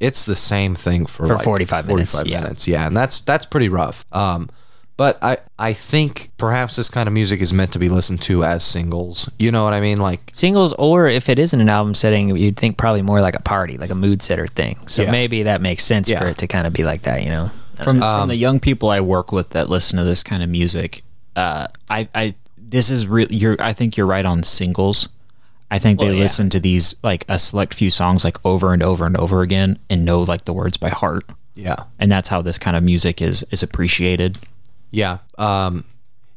Speaker 1: it's the same thing for,
Speaker 3: For
Speaker 1: like
Speaker 3: 45 minutes,
Speaker 1: 45
Speaker 3: yeah.
Speaker 1: minutes, yeah, and that's that's pretty rough. Um, but I I think perhaps this kind of music is meant to be listened to as singles. You know what I mean? Like
Speaker 3: singles, or if it is in an album setting, you'd think probably more like a party, like a mood setter thing. So
Speaker 1: Yeah.
Speaker 3: maybe that makes sense
Speaker 1: Yeah.
Speaker 3: for it to kind of be like that, you know.
Speaker 2: from from the young people I work with that listen to this kind of music, uh, I, I this is real. You're I think you're right on singles. I think they
Speaker 3: yeah.
Speaker 2: listen to these like a select few songs like over and over and over again and know like the words by heart,
Speaker 1: yeah,
Speaker 2: and that's how this kind of music is is appreciated.
Speaker 1: yeah, um,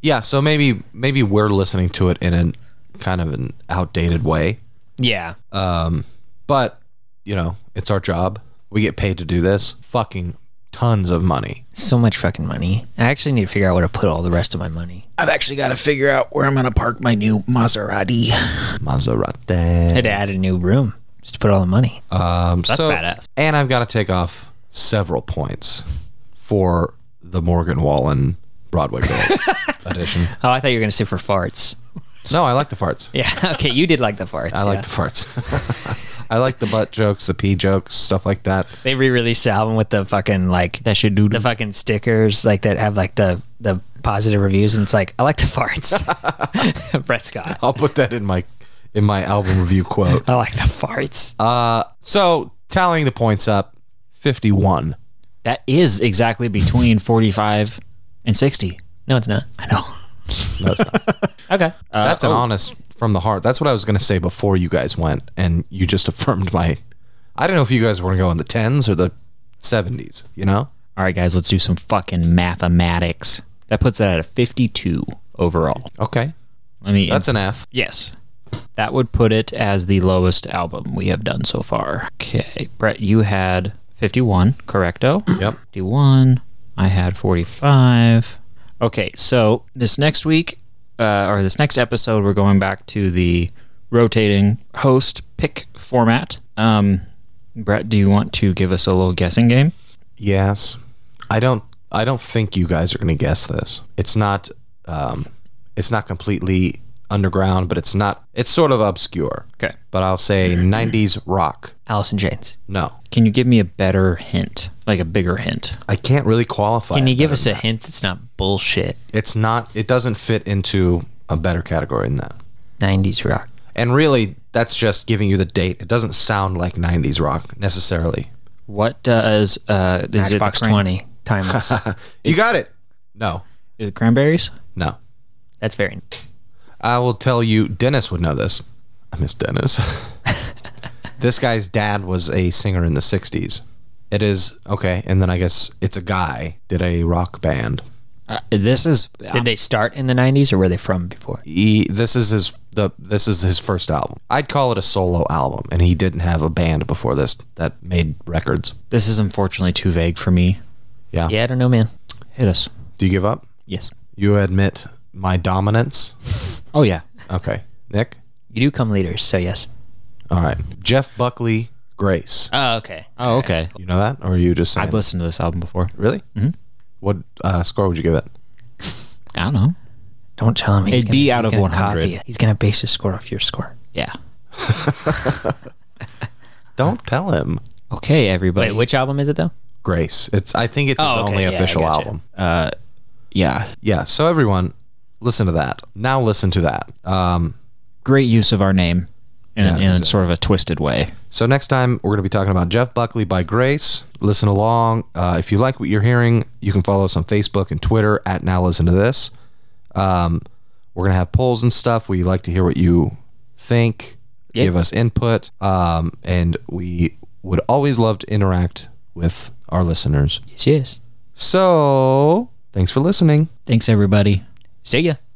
Speaker 1: yeah. So maybe maybe we're listening to it in a kind of an outdated way,
Speaker 3: Yeah,
Speaker 1: but you know it's our job. We get paid to do this. Fucking tons of money.
Speaker 3: So much fucking money. I actually need to figure out where to put all the rest of my money.
Speaker 2: I've actually got to figure out where I'm going to park my new Maserati.
Speaker 3: I
Speaker 1: Maserati.
Speaker 2: Oh.
Speaker 3: had to add a new room just to put all the money.
Speaker 1: Um, That's
Speaker 3: badass.
Speaker 1: And I've got to take off several points for the Morgan Wallen Broadway Girls edition.
Speaker 3: Oh, I thought you were gonna sit for farts.
Speaker 1: No, I like the farts.
Speaker 3: Yeah. Okay. You did like the farts.
Speaker 1: I like the farts. I like the butt jokes, the pee jokes, stuff like that.
Speaker 3: They re-released the album with the fucking like
Speaker 2: That should do.
Speaker 3: the fucking stickers like that have like the the positive reviews and it's like I like the farts. Brett Scott.
Speaker 1: I'll put that in my in my album review quote.
Speaker 3: I like the farts.
Speaker 2: Uh,
Speaker 1: So tallying the points up, fifty-one.
Speaker 2: That is exactly between 45 and 60.
Speaker 3: no, it's not.
Speaker 2: I know. Uh,
Speaker 1: No, it's not.
Speaker 3: Okay.
Speaker 1: That's
Speaker 3: oh.
Speaker 1: an honest from the heart. That's what I was going to say before you guys went, and you just affirmed my. I don't know if you guys were going to go in the tens or the seventies. You know,
Speaker 2: All right, guys, let's do some fucking mathematics. That puts that at a 52 overall.
Speaker 1: okay,
Speaker 2: I mean,
Speaker 1: that's an F.
Speaker 2: yes. That would put it as the lowest album we have done so far. Okay, Brett, you had 51, correcto?
Speaker 1: Yep.
Speaker 2: 51. I had 45. Okay, so this next week, uh, or this next episode, we're going back to the rotating host pick format. Um, Brett, do you want to give us a little guessing game?
Speaker 1: Yes, I don't. I don't think you guys are going to guess this. It's not. Um, it's not completely underground, but it's not. It's sort of obscure.
Speaker 2: Okay.
Speaker 1: But I'll say '90s rock.
Speaker 3: Allison Chains.
Speaker 1: No,
Speaker 2: Can you give me a better hint, like a bigger hint?
Speaker 1: I can't really qualify.
Speaker 3: Can you
Speaker 1: it.
Speaker 3: give us a hint that's not bullshit?
Speaker 1: It's not. It doesn't fit into a better category than that.
Speaker 3: 90s rock.
Speaker 1: And really, that's just giving you the date. It doesn't sound like '90s rock necessarily.
Speaker 2: What does uh, is it the
Speaker 3: Xbox
Speaker 2: cran-
Speaker 3: 20. Timeless.
Speaker 1: You got it. No,
Speaker 2: Is it cranberries?
Speaker 1: no.
Speaker 3: That's very.
Speaker 1: I will tell you, Dennis would know this. I miss Dennis. this guy's dad was a singer in the 60s. It is, okay, and then I guess it's a guy, did a rock band.
Speaker 2: Uh, this is
Speaker 3: Did they start in the 90s or were they from before?
Speaker 1: He, this is his the this is his first album. I'd call it a solo album, and he didn't have a band before this that made records.
Speaker 2: this is unfortunately too vague for me.
Speaker 1: Yeah.
Speaker 3: Yeah, I don't know, man.
Speaker 2: Hit us.
Speaker 1: Do you give up?
Speaker 2: Yes.
Speaker 1: You admit my dominance?
Speaker 2: Oh yeah.
Speaker 1: Okay. Nick?
Speaker 3: You do come leaders, so yes.
Speaker 1: All right. Jeff Buckley Grace.
Speaker 3: Oh, okay.
Speaker 2: Oh okay.
Speaker 1: You know that? Or are you just saying
Speaker 2: I've listened to this album before.
Speaker 1: Really? Mm-hmm. What uh, score would you give it?
Speaker 2: I don't know.
Speaker 3: Don't tell him. He's
Speaker 2: It'd be out
Speaker 3: he's
Speaker 2: of
Speaker 3: gonna
Speaker 2: 100.
Speaker 3: copy it. He's gonna base his score off your score.
Speaker 2: Yeah.
Speaker 1: Don't tell him.
Speaker 2: Okay, everybody.
Speaker 3: Wait, which album is it though?
Speaker 1: Grace. It's. I think it's his
Speaker 3: Oh, okay.
Speaker 1: only
Speaker 3: Yeah, I
Speaker 1: official
Speaker 3: gotcha.
Speaker 1: album.
Speaker 2: Yeah.
Speaker 1: Yeah. So everyone, listen to that. Now listen to that. Um,
Speaker 2: Great use of our name in,
Speaker 1: Yeah,
Speaker 2: in a sort of a twisted way.
Speaker 1: so next time we're going to be talking about Jeff Buckley by Grace. Listen along. Uh, if you like what you're hearing, you can follow us on Facebook and Twitter at Now Listen to This. Um, we're going to have polls and stuff. We like to hear what you think. Give us input. Um, and we would always love to interact with our listeners.
Speaker 3: Yes, yes.
Speaker 1: So, thanks for listening.
Speaker 2: Thanks everybody.
Speaker 3: See ya.